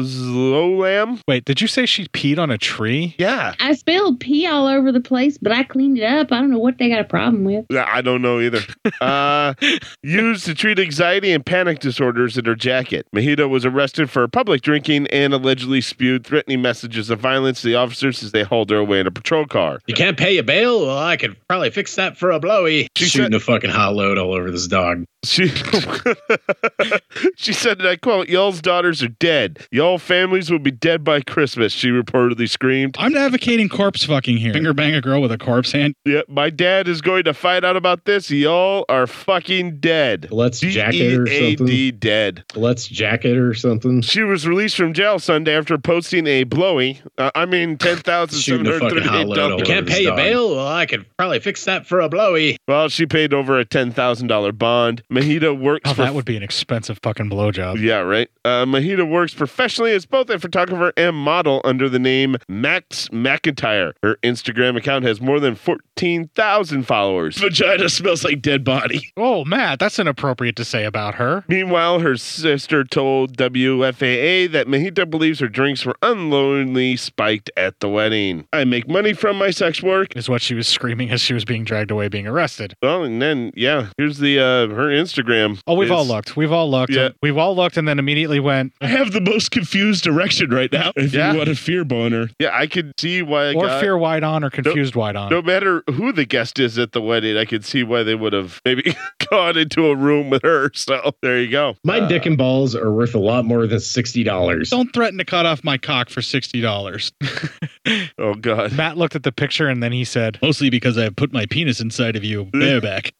Speaker 1: alprazolam.
Speaker 2: Wait, did you say she peed on a tree?
Speaker 1: Yeah.
Speaker 24: I spilled pee all over the place, but I cleaned it up. I don't know what they got a problem with.
Speaker 1: Yeah, I don't know
Speaker 23: (laughs)
Speaker 1: either. Uh, used to treat anxiety and panic disorders in her jacket. Mejita was arrested for public drinking and allegedly spewed threatening messages of violence to the officers as they hauled her away in a patrol car.
Speaker 23: You can't pay a bail? Well, I could probably fix that for a blowy. Shooting a fucking hot load all over this dog.
Speaker 1: She (laughs) she said, and I quote, Y'all's daughters are dead. Y'all families will be dead by Christmas, she reportedly screamed.
Speaker 2: I'm advocating corpse fucking here. Finger bang a girl with a corpse hand.
Speaker 1: Yeah, my dad is going to find out about this. Y'all are fucking dead.
Speaker 23: Let's jack it or
Speaker 1: D-E-A-D,
Speaker 23: something.
Speaker 1: dead.
Speaker 23: Let's jack it or something.
Speaker 1: She was released from jail Sunday after posting a blowy. Uh,
Speaker 23: (laughs)
Speaker 1: I mean,
Speaker 23: Shooting a fucking
Speaker 1: 10,738
Speaker 23: hollow note
Speaker 1: dollars.
Speaker 23: You can't pay your bail? Well, I could probably fix that for a blowy.
Speaker 1: Well, she paid over a $10,000 bond. Mahita works
Speaker 2: Oh,
Speaker 1: for
Speaker 2: that would be an expensive fucking blowjob.
Speaker 1: Yeah, right. Uh, Mahita works professionally as both a photographer and model under the name Max McIntyre. Her Instagram account has more than 14,000 followers.
Speaker 22: Vagina smells like dead body.
Speaker 2: Oh, Matt, that's inappropriate to say about her.
Speaker 1: Meanwhile, her sister told WFAA that Mahita believes her drinks were unlawfully spiked at the wedding. I make money from my sex work.
Speaker 2: Is what she was screaming as she was being dragged away, being arrested.
Speaker 1: Well, and then, yeah, here's the uh, her Instagram.
Speaker 2: Oh, we've all
Speaker 1: is-
Speaker 2: looked. We've all looked.
Speaker 1: Yeah.
Speaker 2: We've all looked and then immediately went,
Speaker 22: I have the most confused erection right now. If
Speaker 1: Yeah.
Speaker 22: you want a fear boner.
Speaker 1: Yeah, I could see why. I
Speaker 2: or
Speaker 1: got-
Speaker 2: fear wide on or confused wide on.
Speaker 1: No matter who the guest is at the wedding, I could see why they would have maybe (laughs) gone into a room with her. So there you go.
Speaker 23: My
Speaker 1: Uh,
Speaker 23: dick and balls are worth a lot more than sixty dollars.
Speaker 2: Don't threaten to cut off my cock for $60.
Speaker 1: (laughs) oh, God.
Speaker 2: Matt looked at the picture and then he said, Mostly because I put my penis inside
Speaker 1: (laughs)
Speaker 2: of you, bareback.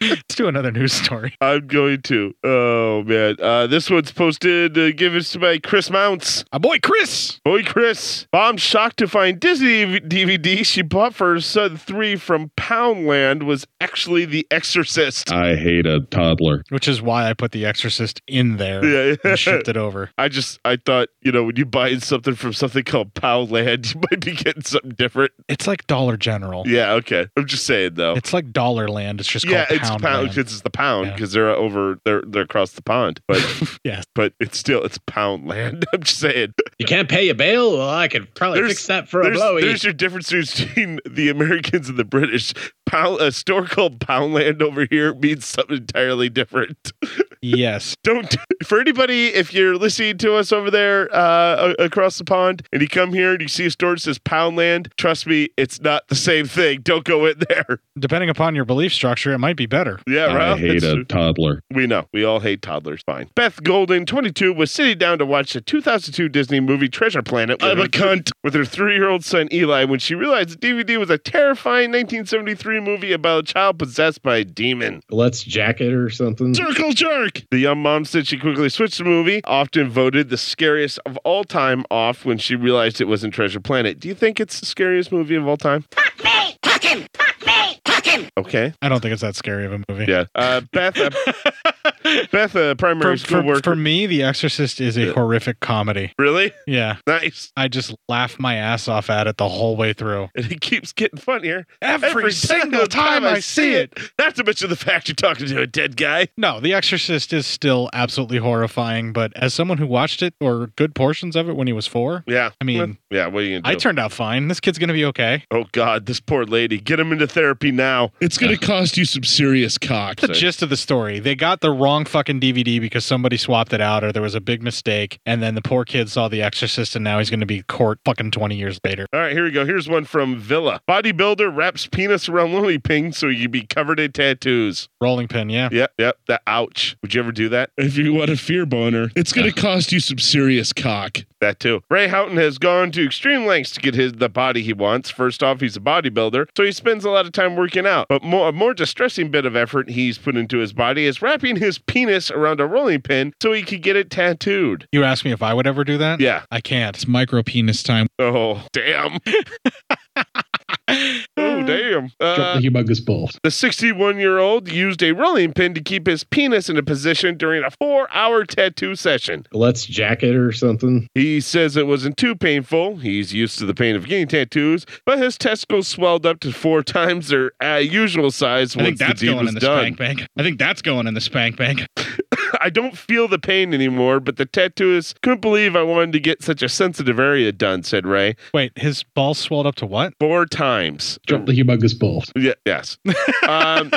Speaker 2: Let's do another news story.
Speaker 1: I'm going to. Oh man, uh, this one's posted. Uh, give us by Chris Mounts.
Speaker 2: My boy Chris.
Speaker 1: Boy Chris. Mom shocked to find Disney DVD she bought for her son three from Poundland was actually The Exorcist.
Speaker 23: I hate a toddler.
Speaker 2: Which is why I put The Exorcist in
Speaker 1: (laughs)
Speaker 2: there
Speaker 1: Yeah.
Speaker 2: and shipped it over.
Speaker 1: (laughs) I just I thought you know when you buy something from something called Poundland, (laughs) you might be getting something different.
Speaker 2: It's like Dollar General.
Speaker 1: Yeah, okay. I'm just saying though.
Speaker 2: Oh. It's like Dollar Land. It's just
Speaker 1: Oh. yeah,
Speaker 2: called
Speaker 1: it's
Speaker 2: Pound
Speaker 1: pound
Speaker 2: Land.
Speaker 1: because it's the pound because they're over they're they're across the pond, but
Speaker 2: (laughs) yes,
Speaker 1: but it's still it's pound land. (laughs) I'm just saying.
Speaker 23: You can't pay your bail? Well, I could probably fix that for a
Speaker 1: there's,
Speaker 23: blowy.
Speaker 1: There's your difference between the Americans and the British. Pound, a store called Poundland over here means something entirely different. (laughs)
Speaker 2: Yes.
Speaker 1: Don't for anybody if you're listening to us over there uh, a- across the pond and you come here and you see a store that says Poundland. Trust me, it's not the same thing. Don't go in there.
Speaker 2: Depending upon your belief structure, it might be better.
Speaker 1: Yeah,
Speaker 23: Uh,
Speaker 1: right. Oh, It's-
Speaker 23: toddler.
Speaker 1: We know. We all hate toddlers. Fine. Beth Golden, 22, was sitting down to watch the 2002 Disney movie Treasure Planet with,
Speaker 22: I'm
Speaker 1: her,
Speaker 22: a cunt.
Speaker 1: with her three-year-old son Eli when she realized the DVD was a terrifying 1973 movie about a child possessed by a demon.
Speaker 23: Let's jack it or something.
Speaker 22: Circle jerk.
Speaker 1: The young mom said she quickly switched the movie, often voted the scariest of all time off when she realized it wasn't Treasure Planet. Do you think it's the scariest movie of all time? Okay.
Speaker 2: I don't think it's that scary of a movie.
Speaker 1: Yeah. Uh,
Speaker 22: (laughs)
Speaker 1: Beth, uh, Beth, uh, primary
Speaker 2: For,
Speaker 1: school
Speaker 2: for,
Speaker 1: worker.
Speaker 2: for me, The Exorcist is a horrific comedy.
Speaker 1: really?
Speaker 2: Yeah.
Speaker 1: Nice.
Speaker 2: I just laugh my ass off at it
Speaker 1: (laughs)
Speaker 2: the whole
Speaker 22: (laughs)
Speaker 2: way through.
Speaker 1: and it keeps getting funnier
Speaker 2: Every single time I see
Speaker 1: Not to mention the fact you're talking to a dead guy.
Speaker 2: No, The Exorcist is still absolutely horrifying, but as someone who watched it or good portions of it when he was four,
Speaker 1: Yeah,
Speaker 2: I mean,
Speaker 1: yeah. What are you gonna do?
Speaker 2: I turned out fine. This kid's going to be okay.
Speaker 1: Oh God, this poor lady. Get him into therapy now.
Speaker 22: It's going to cost you some serious eh? cock.
Speaker 2: The gist of the story they got the wrong fucking DVD because somebody swapped it out or there was a big mistake, and then the poor kid saw The Exorcist and now he's going to be in court fucking 20 years later.
Speaker 1: All right, here we go. Here's one from Villa. Bodybuilder wraps penis around Lily Ping so you be covered in tattoos.
Speaker 2: Rolling pin, yeah.
Speaker 1: Yep, yep. That ouch. Would you ever do that?
Speaker 22: If you want a fear boner, it's going to cost you some serious cock.
Speaker 1: That too. Ray Houghton has gone to extreme lengths to get his the body he wants. First off, he's a bodybuilder, so he spends a lot of time working out. But more, a more distressing bit of effort he's put into his body is wrapping his penis around a rolling pin so he could get it tattooed.
Speaker 2: You asked me if I would ever do that?
Speaker 1: Yeah.
Speaker 2: I can't. It's micro penis time.
Speaker 1: Oh,
Speaker 2: (laughs)
Speaker 1: damn. oh, damn. Uh,
Speaker 23: the humongous ball.
Speaker 1: the 61 year old used a rolling pin to keep his penis in a position during a four hour tattoo session.
Speaker 23: Let's jack it or something.
Speaker 1: He says it wasn't too painful. He's used to the pain of getting tattoos, but his testicles swelled up to four (laughs) times their uh, usual size
Speaker 2: I think
Speaker 1: once the
Speaker 2: that's
Speaker 1: deed
Speaker 2: going
Speaker 1: was
Speaker 2: in the
Speaker 1: done.
Speaker 2: spank bank. I think that's going in the spank bank.
Speaker 1: (laughs) I don't feel the pain anymore, but the tattooist couldn't believe I wanted to get such a sensitive area done, said Ray.
Speaker 2: Wait, his ball swelled up to what?
Speaker 1: Four times.
Speaker 23: Drop the humongous ball.
Speaker 1: Yeah,
Speaker 2: (laughs)
Speaker 1: yes. um,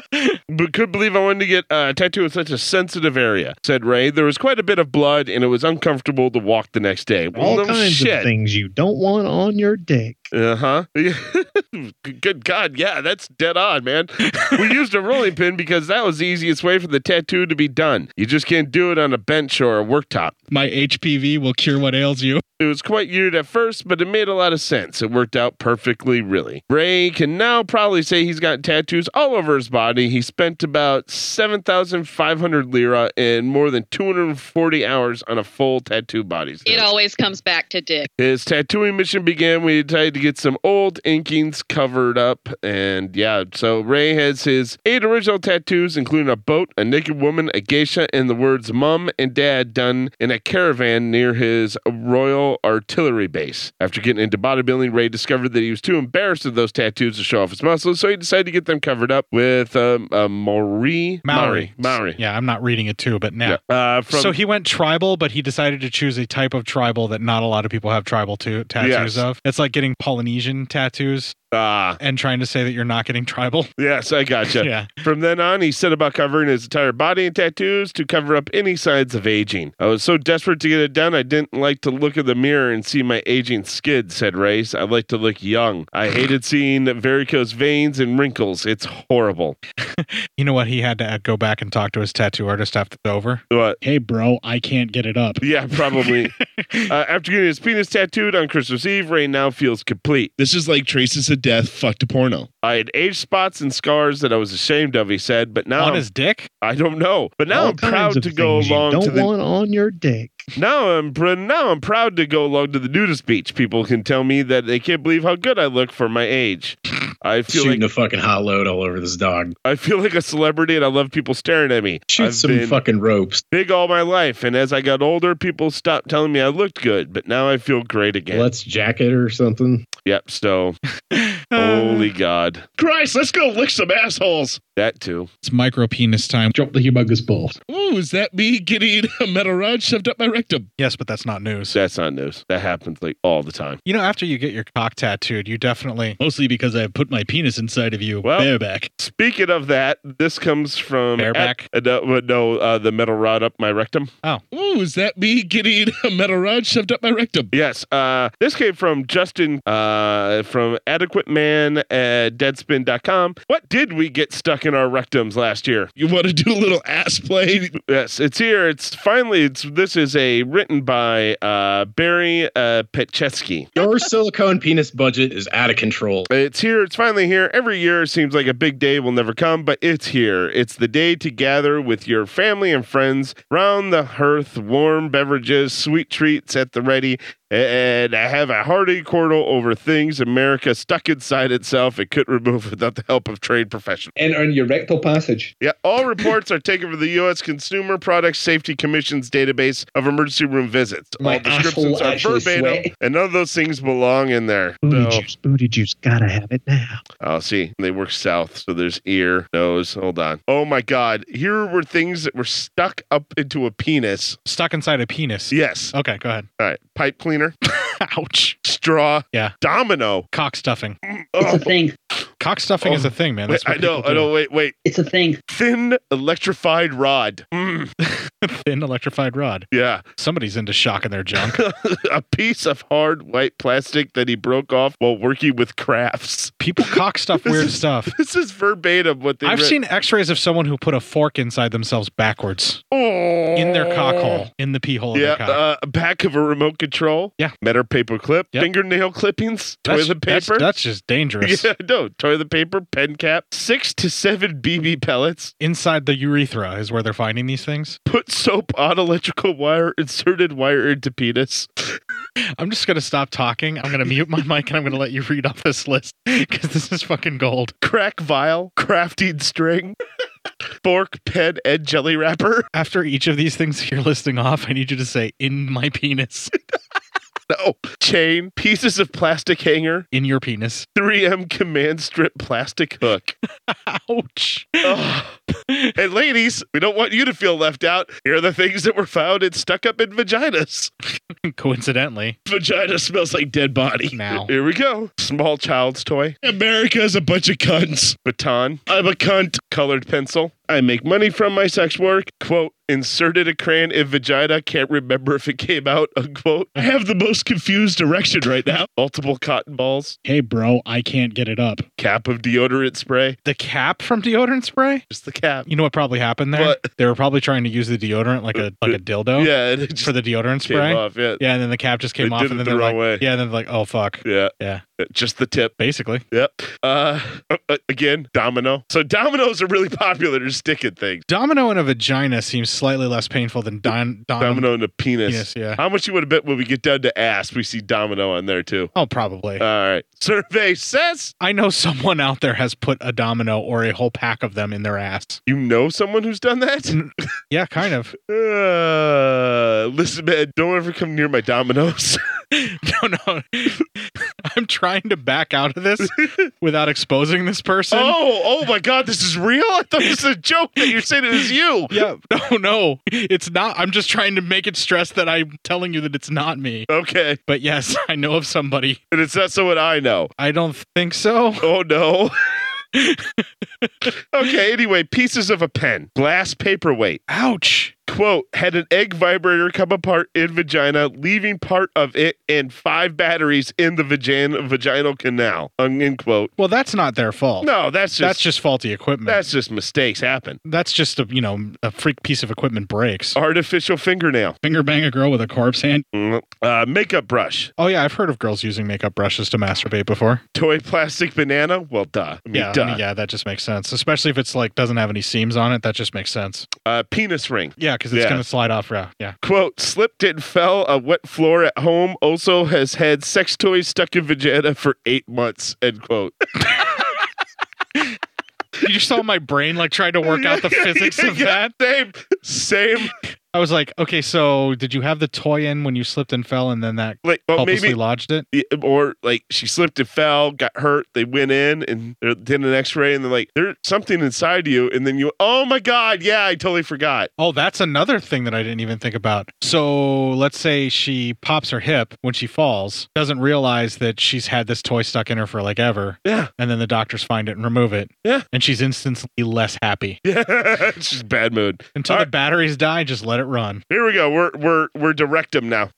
Speaker 1: but could believe I wanted to get uh, tattooed in such a sensitive area, said Ray. There was quite a bit of blood, and it was uncomfortable to walk the next day.
Speaker 23: All kinds of things you don't want on your dick.
Speaker 1: Uh huh. (laughs) Good God, yeah, that's dead on, man.
Speaker 2: (laughs)
Speaker 1: we used a rolling pin because that was the easiest way for the tattoo to be done. You just can't do it on a bench or a worktop.
Speaker 2: My HPV will cure what ails you.
Speaker 1: It was quite weird at first, but it made a lot of sense. It worked out perfectly, really. Ray can now probably say he's got tattoos all over his body. He spent about 7,500 lira and more than 240 hours on a full tattoo body.
Speaker 3: It always comes back to dick.
Speaker 1: His tattooing mission began when he decided to get some old inkings covered up. And yeah, so Ray has his eight original tattoos, including a boat, a naked woman, a geisha, and the words mum and dad done in a caravan near his Royal Artillery Base. After getting into bodybuilding, Ray discovered that he was too embarrassed of those tattoos to show off his muscles, so he decided to get them covered up with um, a Maori.
Speaker 2: Maori.
Speaker 1: Maori.
Speaker 2: Yeah, I'm not reading it too, but now.
Speaker 1: Uh, from,
Speaker 2: so he went tribal, but he decided to choose a type of tribal that not a lot of people have tribal to, tattoos
Speaker 1: Yes. Ah.
Speaker 2: of. It's like getting Polynesian tattoos and trying to say that you're not getting tribal. (laughs)
Speaker 1: Yes, I gotcha.
Speaker 2: Yeah.
Speaker 1: From then on, he set about covering his entire body in tattoos to cover up any signs of aging. I was so desperate to get it done, I didn't like to look in the mirror and see my aging skid, said Race. I like to look young. I hated seeing varicose veins and wrinkles. It's horrible.
Speaker 2: You know what? He had to go back and talk to his tattoo artist after it's over.
Speaker 1: What?
Speaker 2: Hey, bro, I can't get it up.
Speaker 1: (laughs) Yeah,
Speaker 22: (laughs)
Speaker 1: probably. uh, after getting his penis tattooed on Christmas Eve, Ray now feels complete.
Speaker 22: This is like traces of death fucked to porno.
Speaker 1: I had age spots and scars that I was ashamed of, he said, but now.
Speaker 22: On
Speaker 1: I'm-
Speaker 22: his
Speaker 2: dick?
Speaker 1: I don't know. But now
Speaker 22: All
Speaker 1: I'm proud
Speaker 22: kinds of
Speaker 1: to go
Speaker 22: things you
Speaker 1: along to
Speaker 23: don't
Speaker 1: the.
Speaker 23: want on your dick.
Speaker 1: Now I'm pr- now I'm proud to go along to the nudist beach. People can tell me that they can't believe how good I look for my age. I feel
Speaker 23: Shooting
Speaker 1: like
Speaker 23: a fucking hot load all over this dog.
Speaker 1: I feel like a celebrity, and I love people staring at me.
Speaker 23: Shoot some fucking ropes.
Speaker 1: Big all my life, and as I got older, people stopped telling me I looked good, but now I feel great again.
Speaker 23: Let's jacket or something.
Speaker 1: Yep.
Speaker 22: (laughs)
Speaker 1: So, holy God,
Speaker 22: Christ, let's go lick some assholes.
Speaker 1: that too.
Speaker 2: It's micro penis time.
Speaker 23: Drop the humongous ball.
Speaker 22: Ooh, is that me getting (laughs) a metal rod shoved up my rectum?
Speaker 2: Yes, but that's not news.
Speaker 1: That's not news. That happens like all the time.
Speaker 2: You know, after you get your cock tattooed, you definitely. Mostly because I put my penis inside of you.
Speaker 1: Well,
Speaker 2: bareback.
Speaker 1: Speaking of that, this comes from
Speaker 22: Bareback?
Speaker 1: At, uh, no, no, uh, the metal rod up my rectum.
Speaker 2: Oh.
Speaker 22: Ooh, is that me getting a metal rod shoved up my rectum?
Speaker 1: Yes. Uh, this came from Justin uh, from Adequate Man at Deadspin.com. What did we get stuck in our rectums last year?
Speaker 22: You want to do a little ass play?
Speaker 1: Yes, it's here. It's finally. It's this is a written by uh, Barry uh, Petchesky.
Speaker 23: Your silicone penis budget is out of control.
Speaker 1: It's here. It's finally here. Every year it seems like a big day will never come, but it's here. It's the day to gather with your family and friends round the hearth, warm beverages, sweet treats at the ready, and have a hearty quarrel over things America stuck inside itself it could remove without the help of trade professionals.
Speaker 23: And earn your rectal passage.
Speaker 1: Yeah, all reports are taken from the U.S. Consumer Product Safety Commission's database of emergency room visits.
Speaker 23: My
Speaker 1: all
Speaker 23: asshole
Speaker 1: descriptions are
Speaker 23: actually
Speaker 1: verbatim,
Speaker 23: sweat.
Speaker 1: and none of those things belong in there.
Speaker 23: Booty
Speaker 1: So-
Speaker 23: juice, booty juice, gotta have it now.
Speaker 1: Oh, see, they work south, so there's ear, nose. Hold on. Oh my God, here were things that were stuck up into a penis.
Speaker 2: Stuck inside a penis.
Speaker 1: Yes.
Speaker 2: Okay, go ahead.
Speaker 1: All right. Pipe cleaner.
Speaker 2: (laughs) Ouch.
Speaker 1: Straw.
Speaker 2: Yeah.
Speaker 1: Domino.
Speaker 2: Cock stuffing.
Speaker 1: It's
Speaker 2: a thing. Cock stuffing is
Speaker 1: Oh.
Speaker 2: a thing, man.
Speaker 1: Wait,
Speaker 2: That's
Speaker 1: I
Speaker 2: what
Speaker 1: know.
Speaker 2: people
Speaker 1: I
Speaker 2: do.
Speaker 1: know. Wait, wait.
Speaker 2: It's a thing.
Speaker 1: Thin electrified
Speaker 2: (laughs)
Speaker 1: rod. Mm.
Speaker 2: Thin electrified rod.
Speaker 1: Yeah. (laughs)
Speaker 2: Somebody's into shocking their junk.
Speaker 1: a piece of hard white plastic that he broke off while working with crafts.
Speaker 2: People cock stuff weird stuff.
Speaker 1: (laughs) This is verbatim what (laughs) they.
Speaker 2: I've
Speaker 1: writ-
Speaker 2: seen x-rays of someone who put a fork inside themselves backwards
Speaker 3: Mm.
Speaker 10: Oh.
Speaker 2: in their cock hole, in the pee hole
Speaker 1: Yeah,
Speaker 2: of their cock.
Speaker 1: uh, back of a remote control.
Speaker 2: Yeah,
Speaker 1: metal paper clip, fingernail clippings,
Speaker 2: That's-
Speaker 1: toilet
Speaker 2: that's-
Speaker 1: paper.
Speaker 2: that's just
Speaker 1: (laughs)
Speaker 2: dangerous.
Speaker 1: Yeah, no, toilet paper, pen cap, six to seven BB pellets.
Speaker 2: Inside the urethra is where they're finding these things.
Speaker 1: Put soap on electrical wire, inserted wire into penis. (laughs)
Speaker 2: I'm just going to stop talking. I'm going to mute my (laughs) mic and I'm going to let you read off this list because this is fucking gold.
Speaker 1: Crack vial, crafting string, (laughs) fork, pen, and jelly wrapper. (laughs)
Speaker 2: After each of these things you're listing off, I need you to say, in my penis. (laughs)
Speaker 1: No. Chain, pieces of plastic hanger
Speaker 2: in your penis.
Speaker 1: 3M command strip plastic hook.
Speaker 2: (laughs) Ouch.
Speaker 1: And ladies, we don't want you to feel left out. Here are the things that were found and stuck up in vaginas.
Speaker 2: Coincidentally.
Speaker 1: Vagina smells like dead body.
Speaker 2: Now.
Speaker 1: Here we go. Small child's toy. America's a bunch of cunts. Baton. I'm a cunt. Colored pencil. I make money from my sex work. Quote, inserted a crayon in vagina. Can't remember if it came out. Unquote. I have the most confused erection right now. Multiple cotton balls.
Speaker 2: Hey, bro, I can't get it up.
Speaker 1: Cap of deodorant spray.
Speaker 2: The cap from deodorant spray?
Speaker 1: Just the cap.
Speaker 2: You know what probably happened there? They were probably trying to use the deodorant like a
Speaker 1: (laughs)
Speaker 2: like a dildo.
Speaker 1: Yeah, and it
Speaker 2: for the deodorant
Speaker 1: came
Speaker 2: spray.
Speaker 1: off, yeah.
Speaker 2: and then the cap just came
Speaker 1: They
Speaker 2: off,
Speaker 1: did
Speaker 2: and
Speaker 1: it
Speaker 2: then
Speaker 1: the
Speaker 2: they're
Speaker 1: wrong way.
Speaker 2: like, yeah, and then they're like, oh fuck,
Speaker 1: Yeah. Uh,
Speaker 2: yeah.
Speaker 1: Just the tip.
Speaker 2: Basically.
Speaker 1: Yep. Uh, uh, uh, again, domino. So dominoes are really popular to stick at things.
Speaker 2: Domino in a vagina seems slightly less painful
Speaker 1: (laughs)
Speaker 2: than don, don-
Speaker 1: Domino and a penis.
Speaker 2: Penis, yeah.
Speaker 1: How much you would have bet when we get down to ass, we see domino on there too.
Speaker 2: Oh, probably.
Speaker 1: All right. Survey says
Speaker 2: I know someone out there has put a domino or a whole pack of them in their ass.
Speaker 1: You know someone who's done that?
Speaker 2: yeah,
Speaker 1: (laughs)
Speaker 2: kind of.
Speaker 1: Uh, listen, man, don't ever come near my (laughs) dominoes.
Speaker 2: (laughs) no, no. (laughs) I'm trying to back out
Speaker 1: (laughs)
Speaker 2: of this without exposing this person.
Speaker 1: Oh, oh my God, this is real? I thought this was a joke that you're saying it was you.
Speaker 2: Yeah, (laughs) no, no, it's not. I'm just trying to make it stress that I'm telling you that it's not me.
Speaker 1: Okay.
Speaker 2: But yes, (laughs) I know of somebody.
Speaker 1: And it's not someone I know.
Speaker 2: I don't think so.
Speaker 1: Oh no. (laughs) okay, anyway, pieces of a pen, glass paperweight.
Speaker 2: Ouch.
Speaker 1: Quote, had an egg vibrator come apart in vagina, leaving part of it and five batteries in the vagin- vaginal canal. Un- End quote.
Speaker 2: Well, that's not their fault.
Speaker 1: No, that's just,
Speaker 2: that's just faulty equipment.
Speaker 1: that's just mistakes happen.
Speaker 2: That's just a you know a freak piece of equipment breaks.
Speaker 1: Artificial fingernail.
Speaker 2: Finger bang a girl with a corpse hand.
Speaker 1: Mm, Uh, makeup brush.
Speaker 2: Oh yeah, I've heard of girls using makeup brushes to masturbate before.
Speaker 1: Toy plastic banana. Well, duh. I mean,
Speaker 2: Yeah, I
Speaker 1: duh.
Speaker 2: mean, yeah, that just makes sense. Especially if it's like doesn't have any seams on it, that just makes sense.
Speaker 1: Uh, penis ring.
Speaker 2: Yeah, because it's
Speaker 1: Yeah.
Speaker 2: gonna slide off. Yeah, yeah.
Speaker 1: Quote, slipped and fell a wet floor at home. Also has had sex toys stuck in vagina for eight months. End quote. (laughs)
Speaker 2: You just saw my brain like trying to work out the physics of
Speaker 1: Yeah,
Speaker 2: that.
Speaker 1: Same, same.
Speaker 2: I was like, okay, so did you have the toy in when you slipped and fell, and then that
Speaker 1: (laughs) Like, well,
Speaker 2: helplessly
Speaker 1: maybe,
Speaker 2: lodged it?
Speaker 1: yeah, or like she slipped and fell, got hurt. They went in and they did an X-ray, and they're like, "There's something inside you." And then you, oh my god, yeah, I totally forgot. (laughs)
Speaker 2: Oh, that's another thing that I didn't even think about. So let's say she pops her hip when she falls, doesn't realize that she's had this toy stuck in her for like ever.
Speaker 1: Yeah.
Speaker 2: And then the doctors find it and remove it.
Speaker 1: Yeah.
Speaker 2: And she's instantly less happy.
Speaker 1: Yeah, it's just bad mood.
Speaker 2: Until the batteries die, just let it run.
Speaker 1: Here we go. We're we're we're directum
Speaker 2: (laughs)
Speaker 1: now.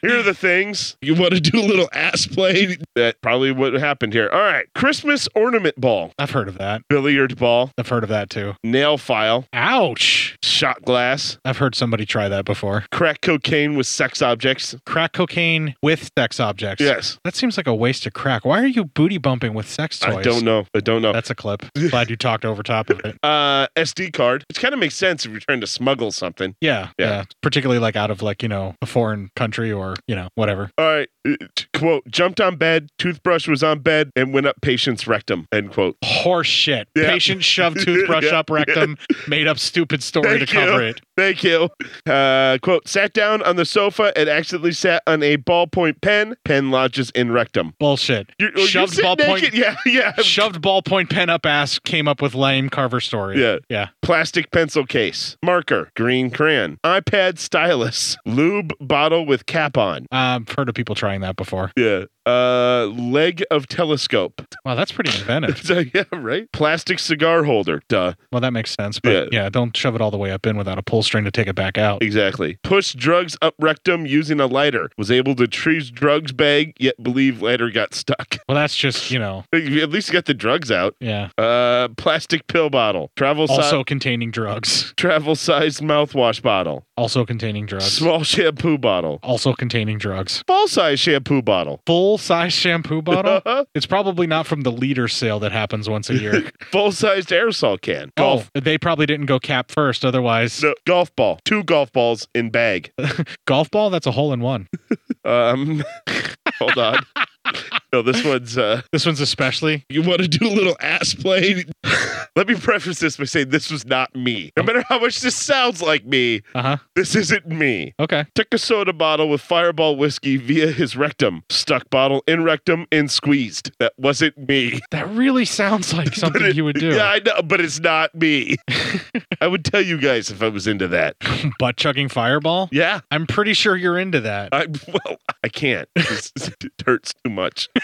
Speaker 1: Here are the things
Speaker 22: You want to do a little ass play?
Speaker 1: that probably what happened here. All right, Christmas ornament ball,
Speaker 2: I've heard of that.
Speaker 1: billiard ball,
Speaker 2: I've heard of that too.
Speaker 1: nail file,
Speaker 2: Ouch.
Speaker 1: shot glass,
Speaker 2: I've heard somebody try that before.
Speaker 1: crack cocaine with sex objects.
Speaker 2: Crack cocaine with sex objects.
Speaker 1: Yes.
Speaker 2: That seems like a waste of crack. Why are you booty bumping with sex toys?
Speaker 1: I don't know. I don't know.
Speaker 2: That's a clip. (laughs) Glad you talked over top of it.
Speaker 1: uh, SD card, which kind of makes sense if you're trying to smuggle something.
Speaker 2: Yeah,
Speaker 1: Yeah.
Speaker 2: yeah, Particularly like out of like, you know, a foreign country or, you know, whatever.
Speaker 1: All right. uh, t- Quote, jumped on bed, toothbrush was on bed, and went up patient's rectum. End quote.
Speaker 2: Horse shit.
Speaker 1: Yeah.
Speaker 2: Patient shoved
Speaker 1: (laughs)
Speaker 2: toothbrush
Speaker 1: Yeah.
Speaker 2: up
Speaker 1: (laughs)
Speaker 2: rectum, made up stupid story to
Speaker 1: you.
Speaker 2: cover it.
Speaker 1: Thank you. Uh, quote, sat down on the sofa and accidentally sat on a ballpoint pen. Pen lodges in rectum.
Speaker 2: Bullshit.
Speaker 1: You- oh, you
Speaker 2: shoved
Speaker 1: sit
Speaker 2: ballpoint
Speaker 1: naked? Yeah, yeah.
Speaker 2: shoved ballpoint pen up ass, came up with lame Carver story.
Speaker 1: Yeah.
Speaker 2: Yeah.
Speaker 1: Plastic pencil case, marker, green crayon, iPad stylus, lube bottle with cap on.
Speaker 2: Um, heard of people trying that before.
Speaker 1: Yeah. Uh, leg of telescope. (laughs)
Speaker 2: Wow, that's pretty inventive.
Speaker 1: So, yeah, right? Plastic cigar holder. Duh.
Speaker 2: well, that makes sense. But yeah. don't shove it all the way up in without a pull string to take it back out.
Speaker 1: Exactly. Pushed drugs up rectum using a lighter. Was able to treat drugs bag, yet believe lighter got stuck. (laughs)
Speaker 2: Well, that's just, you know,
Speaker 1: You At least got the drugs out.
Speaker 2: yeah.
Speaker 1: Uh, plastic pill bottle. Travel
Speaker 2: Also
Speaker 1: size.
Speaker 2: containing drugs. (laughs)
Speaker 1: Travel sized mouthwash bottle.
Speaker 2: Also containing drugs.
Speaker 1: Small shampoo bottle.
Speaker 2: Also containing drugs.
Speaker 1: Full size shampoo bottle.
Speaker 2: full size shampoo
Speaker 1: uh-huh.
Speaker 2: bottle. uh, it's probably not from the leader sale that happens once a
Speaker 1: (laughs)
Speaker 2: year.
Speaker 1: Full sized aerosol can. Golf.
Speaker 2: Oh, they probably didn't go cap first. Otherwise,
Speaker 1: No, golf ball. Two golf balls in
Speaker 2: (laughs)
Speaker 1: bag. (laughs)
Speaker 2: golf ball, that's a hole in one.
Speaker 1: Um, hold on. No, this one's uh
Speaker 2: This one's especially.
Speaker 1: You want to do a little ass
Speaker 2: (laughs)
Speaker 1: play? Let me preface this by saying this was not me. No matter how much this sounds like me,
Speaker 2: Oh. uh-huh.
Speaker 1: this isn't me.
Speaker 2: Okay.
Speaker 1: Took a soda bottle with fireball whiskey via his rectum. Stuck bottle in rectum and squeezed. That wasn't me.
Speaker 2: That really sounds like something you would do.
Speaker 1: Yeah, I know, but it's not
Speaker 2: (laughs)
Speaker 1: me. I would tell you guys if I was into that.
Speaker 2: Butt chugging fireball?
Speaker 1: Yeah.
Speaker 2: I'm pretty sure you're into that.
Speaker 1: I well, I can't. It's- (laughs) it hurts too much.
Speaker 2: (laughs)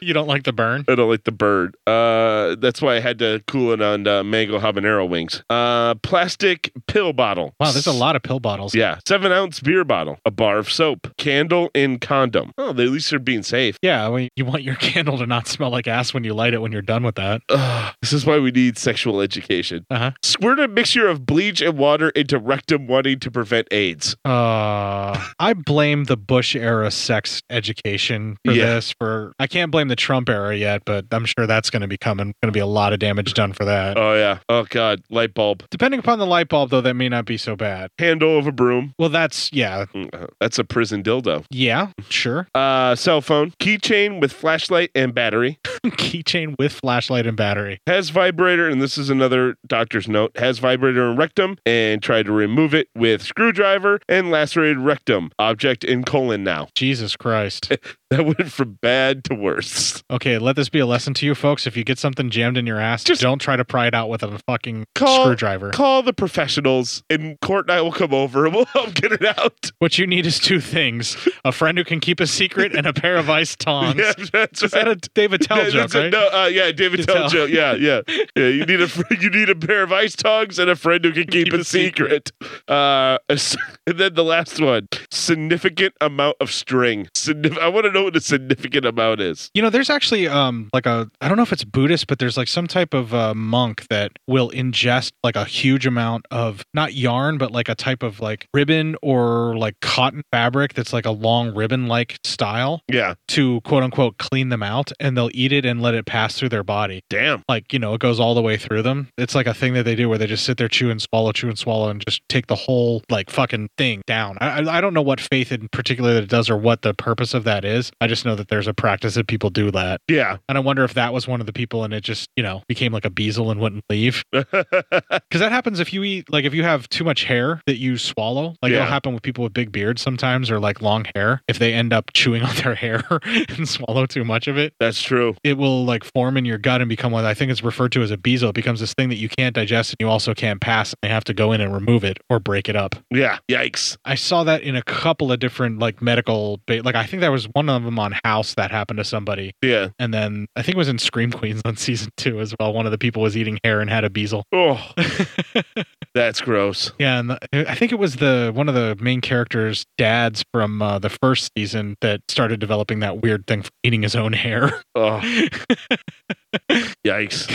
Speaker 2: you don't like the burn?
Speaker 1: I don't like the bird. Uh, that's why I had to cool it on uh, mango habanero wings. Uh, plastic pill bottle.
Speaker 2: Wow, there's a lot of pill bottles.
Speaker 1: Yeah, seven ounce beer bottle, a bar of soap, candle, and condom. Oh, they, at least they're being safe.
Speaker 2: Yeah, well, you want your (laughs) candle to not smell like ass when you light it when you're done with that.
Speaker 1: Ugh, this is why we need sexual education.
Speaker 2: Uh-huh.
Speaker 1: Squirt a mixture of bleach and water into rectum wanting to prevent AIDS.
Speaker 2: Uh, I blame the Bush era sex education for
Speaker 1: Yeah.
Speaker 2: this. For I can't blame the Trump era yet, but I'm sure that's going to be coming. Going to be a lot of damage done for that.
Speaker 1: Oh yeah. Oh god. Light bulb.
Speaker 2: Depending upon the light bulb, though, that may not be so bad.
Speaker 1: Handle of a broom. Mm, uh,
Speaker 2: Well, that's yeah,
Speaker 1: That's a prison dildo.
Speaker 2: yeah, sure. (laughs)
Speaker 1: Uh, cell phone, keychain with flashlight and
Speaker 2: (laughs)
Speaker 1: battery.
Speaker 2: Keychain with flashlight and battery.
Speaker 1: has vibrator, and this is another doctor's note, has vibrator in rectum and tried to remove it with screwdriver and lacerated rectum. Object in colon now. (laughs)
Speaker 2: Jesus Christ.
Speaker 1: that went from bad to worse.
Speaker 2: Okay, let this be a lesson to you folks. If you get something jammed in your ass, don't try to pry it out with a fucking
Speaker 1: Call-
Speaker 2: screwdriver.
Speaker 1: Call the professionals, and Court and I will come over (laughs) and we'll help get it out.
Speaker 2: What you need is two things: a friend who can keep a secret and a pair of ice tongs.
Speaker 1: (laughs) Yeah, that's
Speaker 2: Is that a David Tell
Speaker 1: Yeah,
Speaker 2: joke,
Speaker 1: that's a-
Speaker 2: right?
Speaker 1: no, uh, yeah, David
Speaker 2: David
Speaker 1: Tell
Speaker 2: Tell.
Speaker 1: joke. Yeah,
Speaker 2: (laughs)
Speaker 1: yeah, yeah. You need a fr- you need a pair of ice tongs and a friend who can keep, a secret. Uh, (laughs) and then the last one: significant amount of string. Signif- I want to know what a significant amount is.
Speaker 2: You know, there's actually um like a I don't know if it's Buddhist, but there's like some type of uh, monk that will ingest like a huge amount of not yarn, but like a type of like ribbon or like cotton fabric that's like a long ribbon like style.
Speaker 1: Yeah.
Speaker 2: To quote unquote clean them out, and they'll eat it and let it pass through their body.
Speaker 1: Damn.
Speaker 2: Like you know, it goes all the way through them. It's like a thing that they do where they just sit there, chew and swallow, chew and swallow, and just take the whole like fucking thing down. I I, I don't know what faith in particular that it does or what the purpose of that is. I just know that there's a practice that people do that.
Speaker 1: Yeah.
Speaker 2: And I wonder if that was one of the people and it just, you know, became like a bezel and wouldn't
Speaker 1: (laughs)
Speaker 2: leave. Because that happens if you eat, like, if you have too much hair that you swallow. Like,
Speaker 1: Yeah.
Speaker 2: it'll happen with people with big beards sometimes or like long hair. If they end up chewing (laughs) on their hair and swallow too much of it,
Speaker 1: that's true.
Speaker 2: It will like form in your gut and become what I think it's referred to as a bezel. It becomes this thing that you can't digest and you also can't pass. And they have to go in and remove it or break it up.
Speaker 1: Yeah. Yikes.
Speaker 2: I saw that in a couple of different like medical, ba- like I think there was one of them on House that happened to somebody.
Speaker 1: Yeah.
Speaker 2: And then I think it was in Scream Queens (laughs) on season two as well. One of the people was eating hair and had a bezel. (laughs)
Speaker 1: Oh, that's gross.
Speaker 2: Yeah, and the, I think it was the one of the main characters' dads from uh, the first season that started developing that weird thing for eating his own hair. (laughs)
Speaker 1: Oh. Yikes.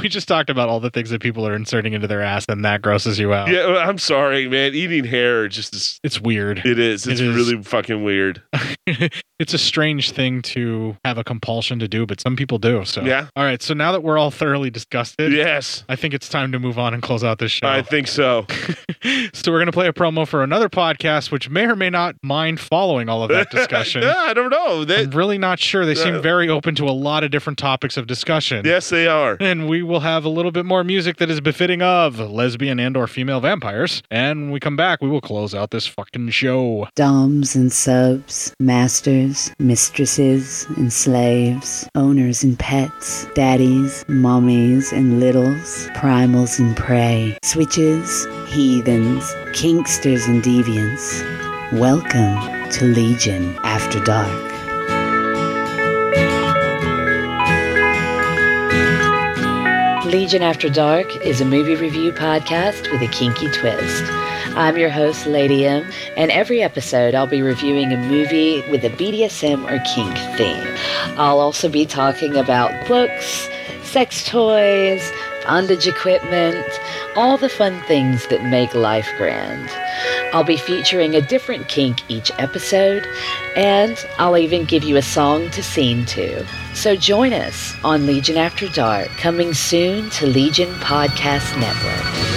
Speaker 2: we just talked about all the things that people are inserting into their ass, and that grosses you out.
Speaker 1: Yeah, I'm sorry, man. Eating hair just is.
Speaker 2: It's weird.
Speaker 1: It is.
Speaker 2: It
Speaker 1: It's
Speaker 2: is.
Speaker 1: really fucking weird.
Speaker 2: It's a strange thing to have a compulsion to do, but some people do. So
Speaker 1: Yeah.
Speaker 2: All right. So now that we're all thoroughly disgusted,
Speaker 1: yes,
Speaker 2: I think it's time to move on and close out this show.
Speaker 1: I think so.
Speaker 2: So we're going to play a promo for another podcast, which may or may not mind following all of
Speaker 1: (laughs)
Speaker 2: (laughs) that discussion.
Speaker 1: Yeah, I don't know. They,
Speaker 2: I'm really not sure. They
Speaker 1: Uh,
Speaker 2: seem very open to a lot of different topics of
Speaker 1: (laughs)
Speaker 2: discussion.
Speaker 1: yes, they are.
Speaker 2: (laughs) And we will have a little bit more music that is befitting of lesbian and or female vampires. And when we come back, we will close out this fucking show.
Speaker 5: Doms and subs, masters, mistresses and slaves, owners and pets, daddies, mommies and littles, primals and prey, switches, heathens, kinksters and deviants. Welcome to Legion After Dark. Legion After Dark is a movie review podcast with a kinky twist. I'm your host, Lady M, and every episode I'll be reviewing a movie with a BDSM or kink theme. I'll also be talking about books, sex toys, bondage equipment, all the fun things that make life grand. I'll be featuring a different kink each episode, and I'll even give you a song to sing to. So join us on Legion After Dark, coming soon to Legion Podcast Network.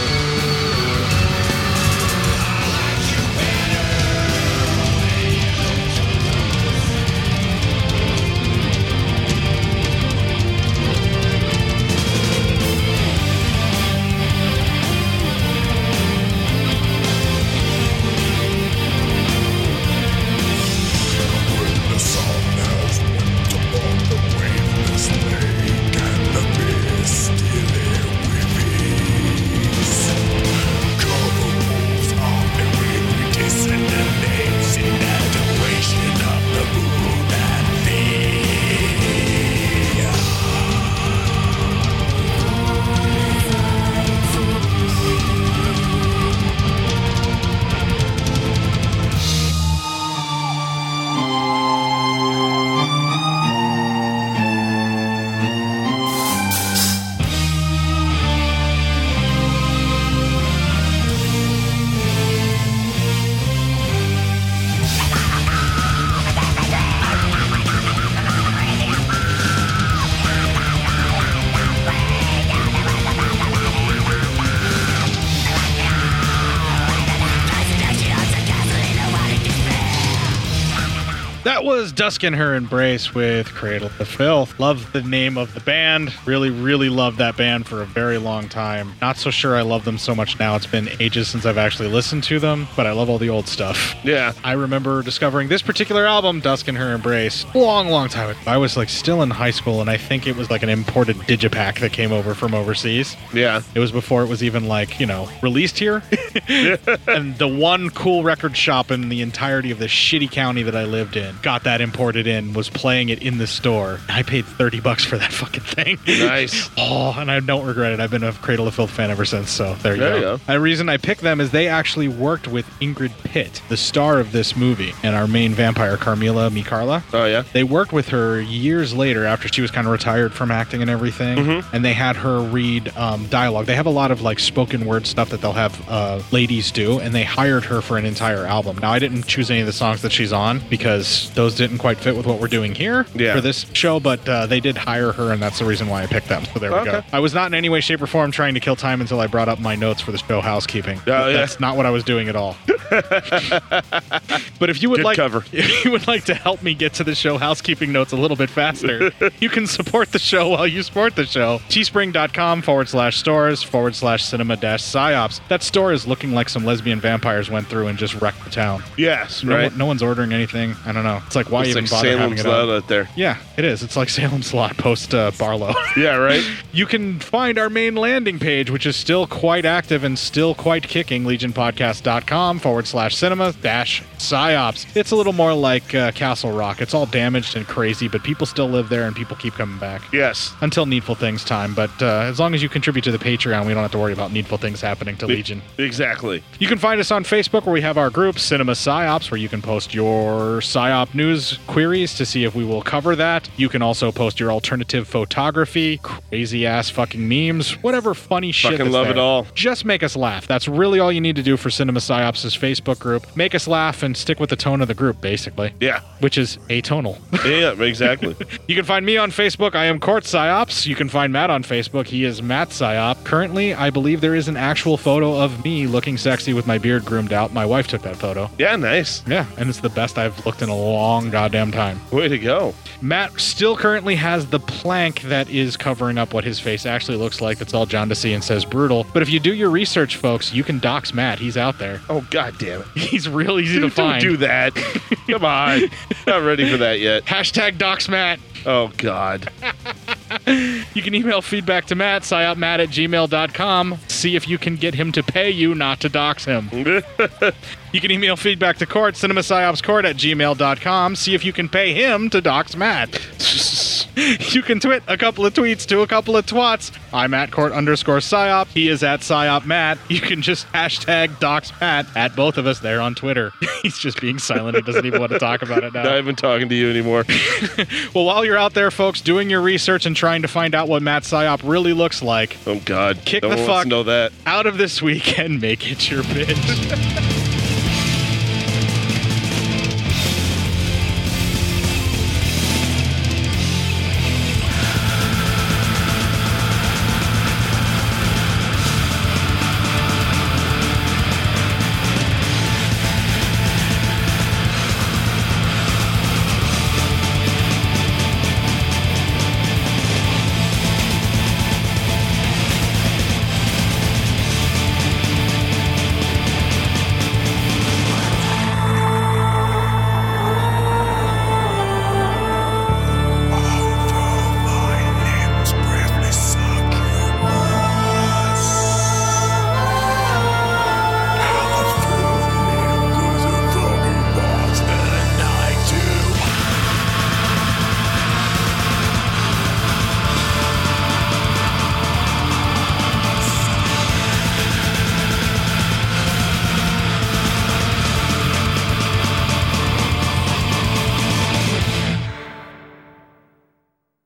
Speaker 2: That was Dusk in Her Embrace with Cradle to Filth. Love the name of the band. Really, really loved that band for a very long time. Not so sure I love them so much now. It's been ages since I've actually listened to them, but I love all the old stuff.
Speaker 1: Yeah.
Speaker 2: I remember discovering this particular album, Dusk in Her Embrace, a long, long time ago. I was like still in high school, and I think it was like an imported digipack that came over from overseas.
Speaker 1: Yeah.
Speaker 2: It was before it was even like, you know, released here. (laughs) and the one cool record shop in the entirety of the shitty county that I lived in got that imported in, was playing it in the store. I paid 30 bucks for that (laughs) fucking thing.
Speaker 1: Nice.
Speaker 2: oh, and I don't regret it. I've been a Cradle of Filth fan ever since, so there you
Speaker 1: There you
Speaker 2: go.
Speaker 1: go.
Speaker 2: The reason I picked them is they actually worked with Ingrid Pitt, the star of this movie, and our main vampire, Carmila Mikarla.
Speaker 1: Oh, yeah.
Speaker 2: They worked with her years later after she was kind of retired from acting and everything.
Speaker 1: Mm-hmm.
Speaker 2: And they had her read um, dialogue. They have a lot of like spoken word stuff that they'll have uh, ladies do. And they hired her for an entire album. Now, I didn't choose any of the songs that she's on because those didn't quite fit with what we're doing here
Speaker 1: Yeah.
Speaker 2: for this show, but uh, they did hire her. And that's the reason why I picked them. So there we go.
Speaker 1: Okay.
Speaker 2: I was not in any way, shape, or form trying to kill time until I brought up my notes for the show housekeeping.
Speaker 1: Oh, yeah.
Speaker 2: That's not what I was doing at all. But if you would
Speaker 1: Good
Speaker 2: like
Speaker 1: cover.
Speaker 2: (laughs) if you would like to help me get to the show housekeeping notes a little
Speaker 1: (laughs)
Speaker 2: bit faster, (laughs) you can support the show while you support the show. Teespring.com forward slash stores forward slash cinema dash psyops. That store is looking like some lesbian vampires went through and just wrecked the town.
Speaker 1: Yes,
Speaker 2: No,
Speaker 1: right.
Speaker 2: no one's ordering anything. I don't know. It's like why
Speaker 1: it's
Speaker 2: even
Speaker 1: like
Speaker 2: bother
Speaker 1: Salem's
Speaker 2: having it up?
Speaker 1: Lot uh, out there.
Speaker 2: Yeah, it is. It's like (laughs) Salem's Lot post uh, Barlow.
Speaker 1: Yeah, right.
Speaker 2: You can find our main landing page, which is still quite active and still quite kicking, legionpodcast.com forward slash cinema dash psyops. It's a little more like uh, Castle Rock. It's all damaged and crazy, but people still live there and people keep coming back.
Speaker 1: Yes.
Speaker 2: Until Needful Things time. But uh, as long as you contribute to the Patreon, we don't have to worry about Needful Things happening to Legion.
Speaker 1: Exactly.
Speaker 2: You can find us on Facebook where we have our group, Cinema PsyOps, where you can post your PsyOp news queries to see if we will cover that. You can also post your alternative photography, crazy ass fucking memes, whatever funny shit.
Speaker 1: Fucking
Speaker 2: that's
Speaker 1: love
Speaker 2: there.
Speaker 1: it all.
Speaker 2: Just make us laugh. That's really all you need to do for Cinema PsyOps' Facebook group. Make us laugh and stick with the tone of the group, basically.
Speaker 1: Yeah.
Speaker 2: Which is atonal.
Speaker 1: Yeah, exactly.
Speaker 2: (laughs) You can find me on Facebook. I am Court Psyops. You can find Matt on Facebook. He is Matt Psyop. Currently, I believe there is an actual photo of me looking sexy with my beard groomed out. My wife took that photo.
Speaker 1: Yeah, nice.
Speaker 2: Yeah, and it's the best I've looked in a long goddamn time.
Speaker 1: Way to go.
Speaker 2: Matt still currently has the plank that is covering up what his face actually looks like. That's all John to see and says brutal. But if you do your research, folks, you can dox Matt. He's out there.
Speaker 1: Oh god damn it.
Speaker 2: (laughs) He's real easy
Speaker 1: Dude,
Speaker 2: to
Speaker 1: (laughs)
Speaker 2: find.
Speaker 1: Don't do
Speaker 2: (laughs)
Speaker 1: that. Come on. Not ready for that yet.
Speaker 2: Hashtag dox Matt.
Speaker 1: Oh god.
Speaker 2: You can email feedback to Matt, psyopmatt at gmail.com. See if you can get him to pay you not to dox him. you can email feedback to court, cinemasciopscourt at gmail.com. See if you can pay him to dox Matt. (laughs) you can twit a couple of tweets to a couple of twats. I'm at court underscore psyop. He is at psyop Matt. You can just hashtag dox Matt at both of us there on Twitter. (laughs) He's just being silent. He doesn't even want to talk about
Speaker 1: (laughs)
Speaker 2: it now.
Speaker 1: Not even talking to you anymore.
Speaker 2: (laughs) Well, while you're out there, folks, doing your research and trying to find out what Matt Psyop really looks like,
Speaker 1: Oh god.
Speaker 2: Kick
Speaker 1: no
Speaker 2: the
Speaker 1: one
Speaker 2: fuck
Speaker 1: wants to know that.
Speaker 2: out of this week and make it your bitch. (laughs)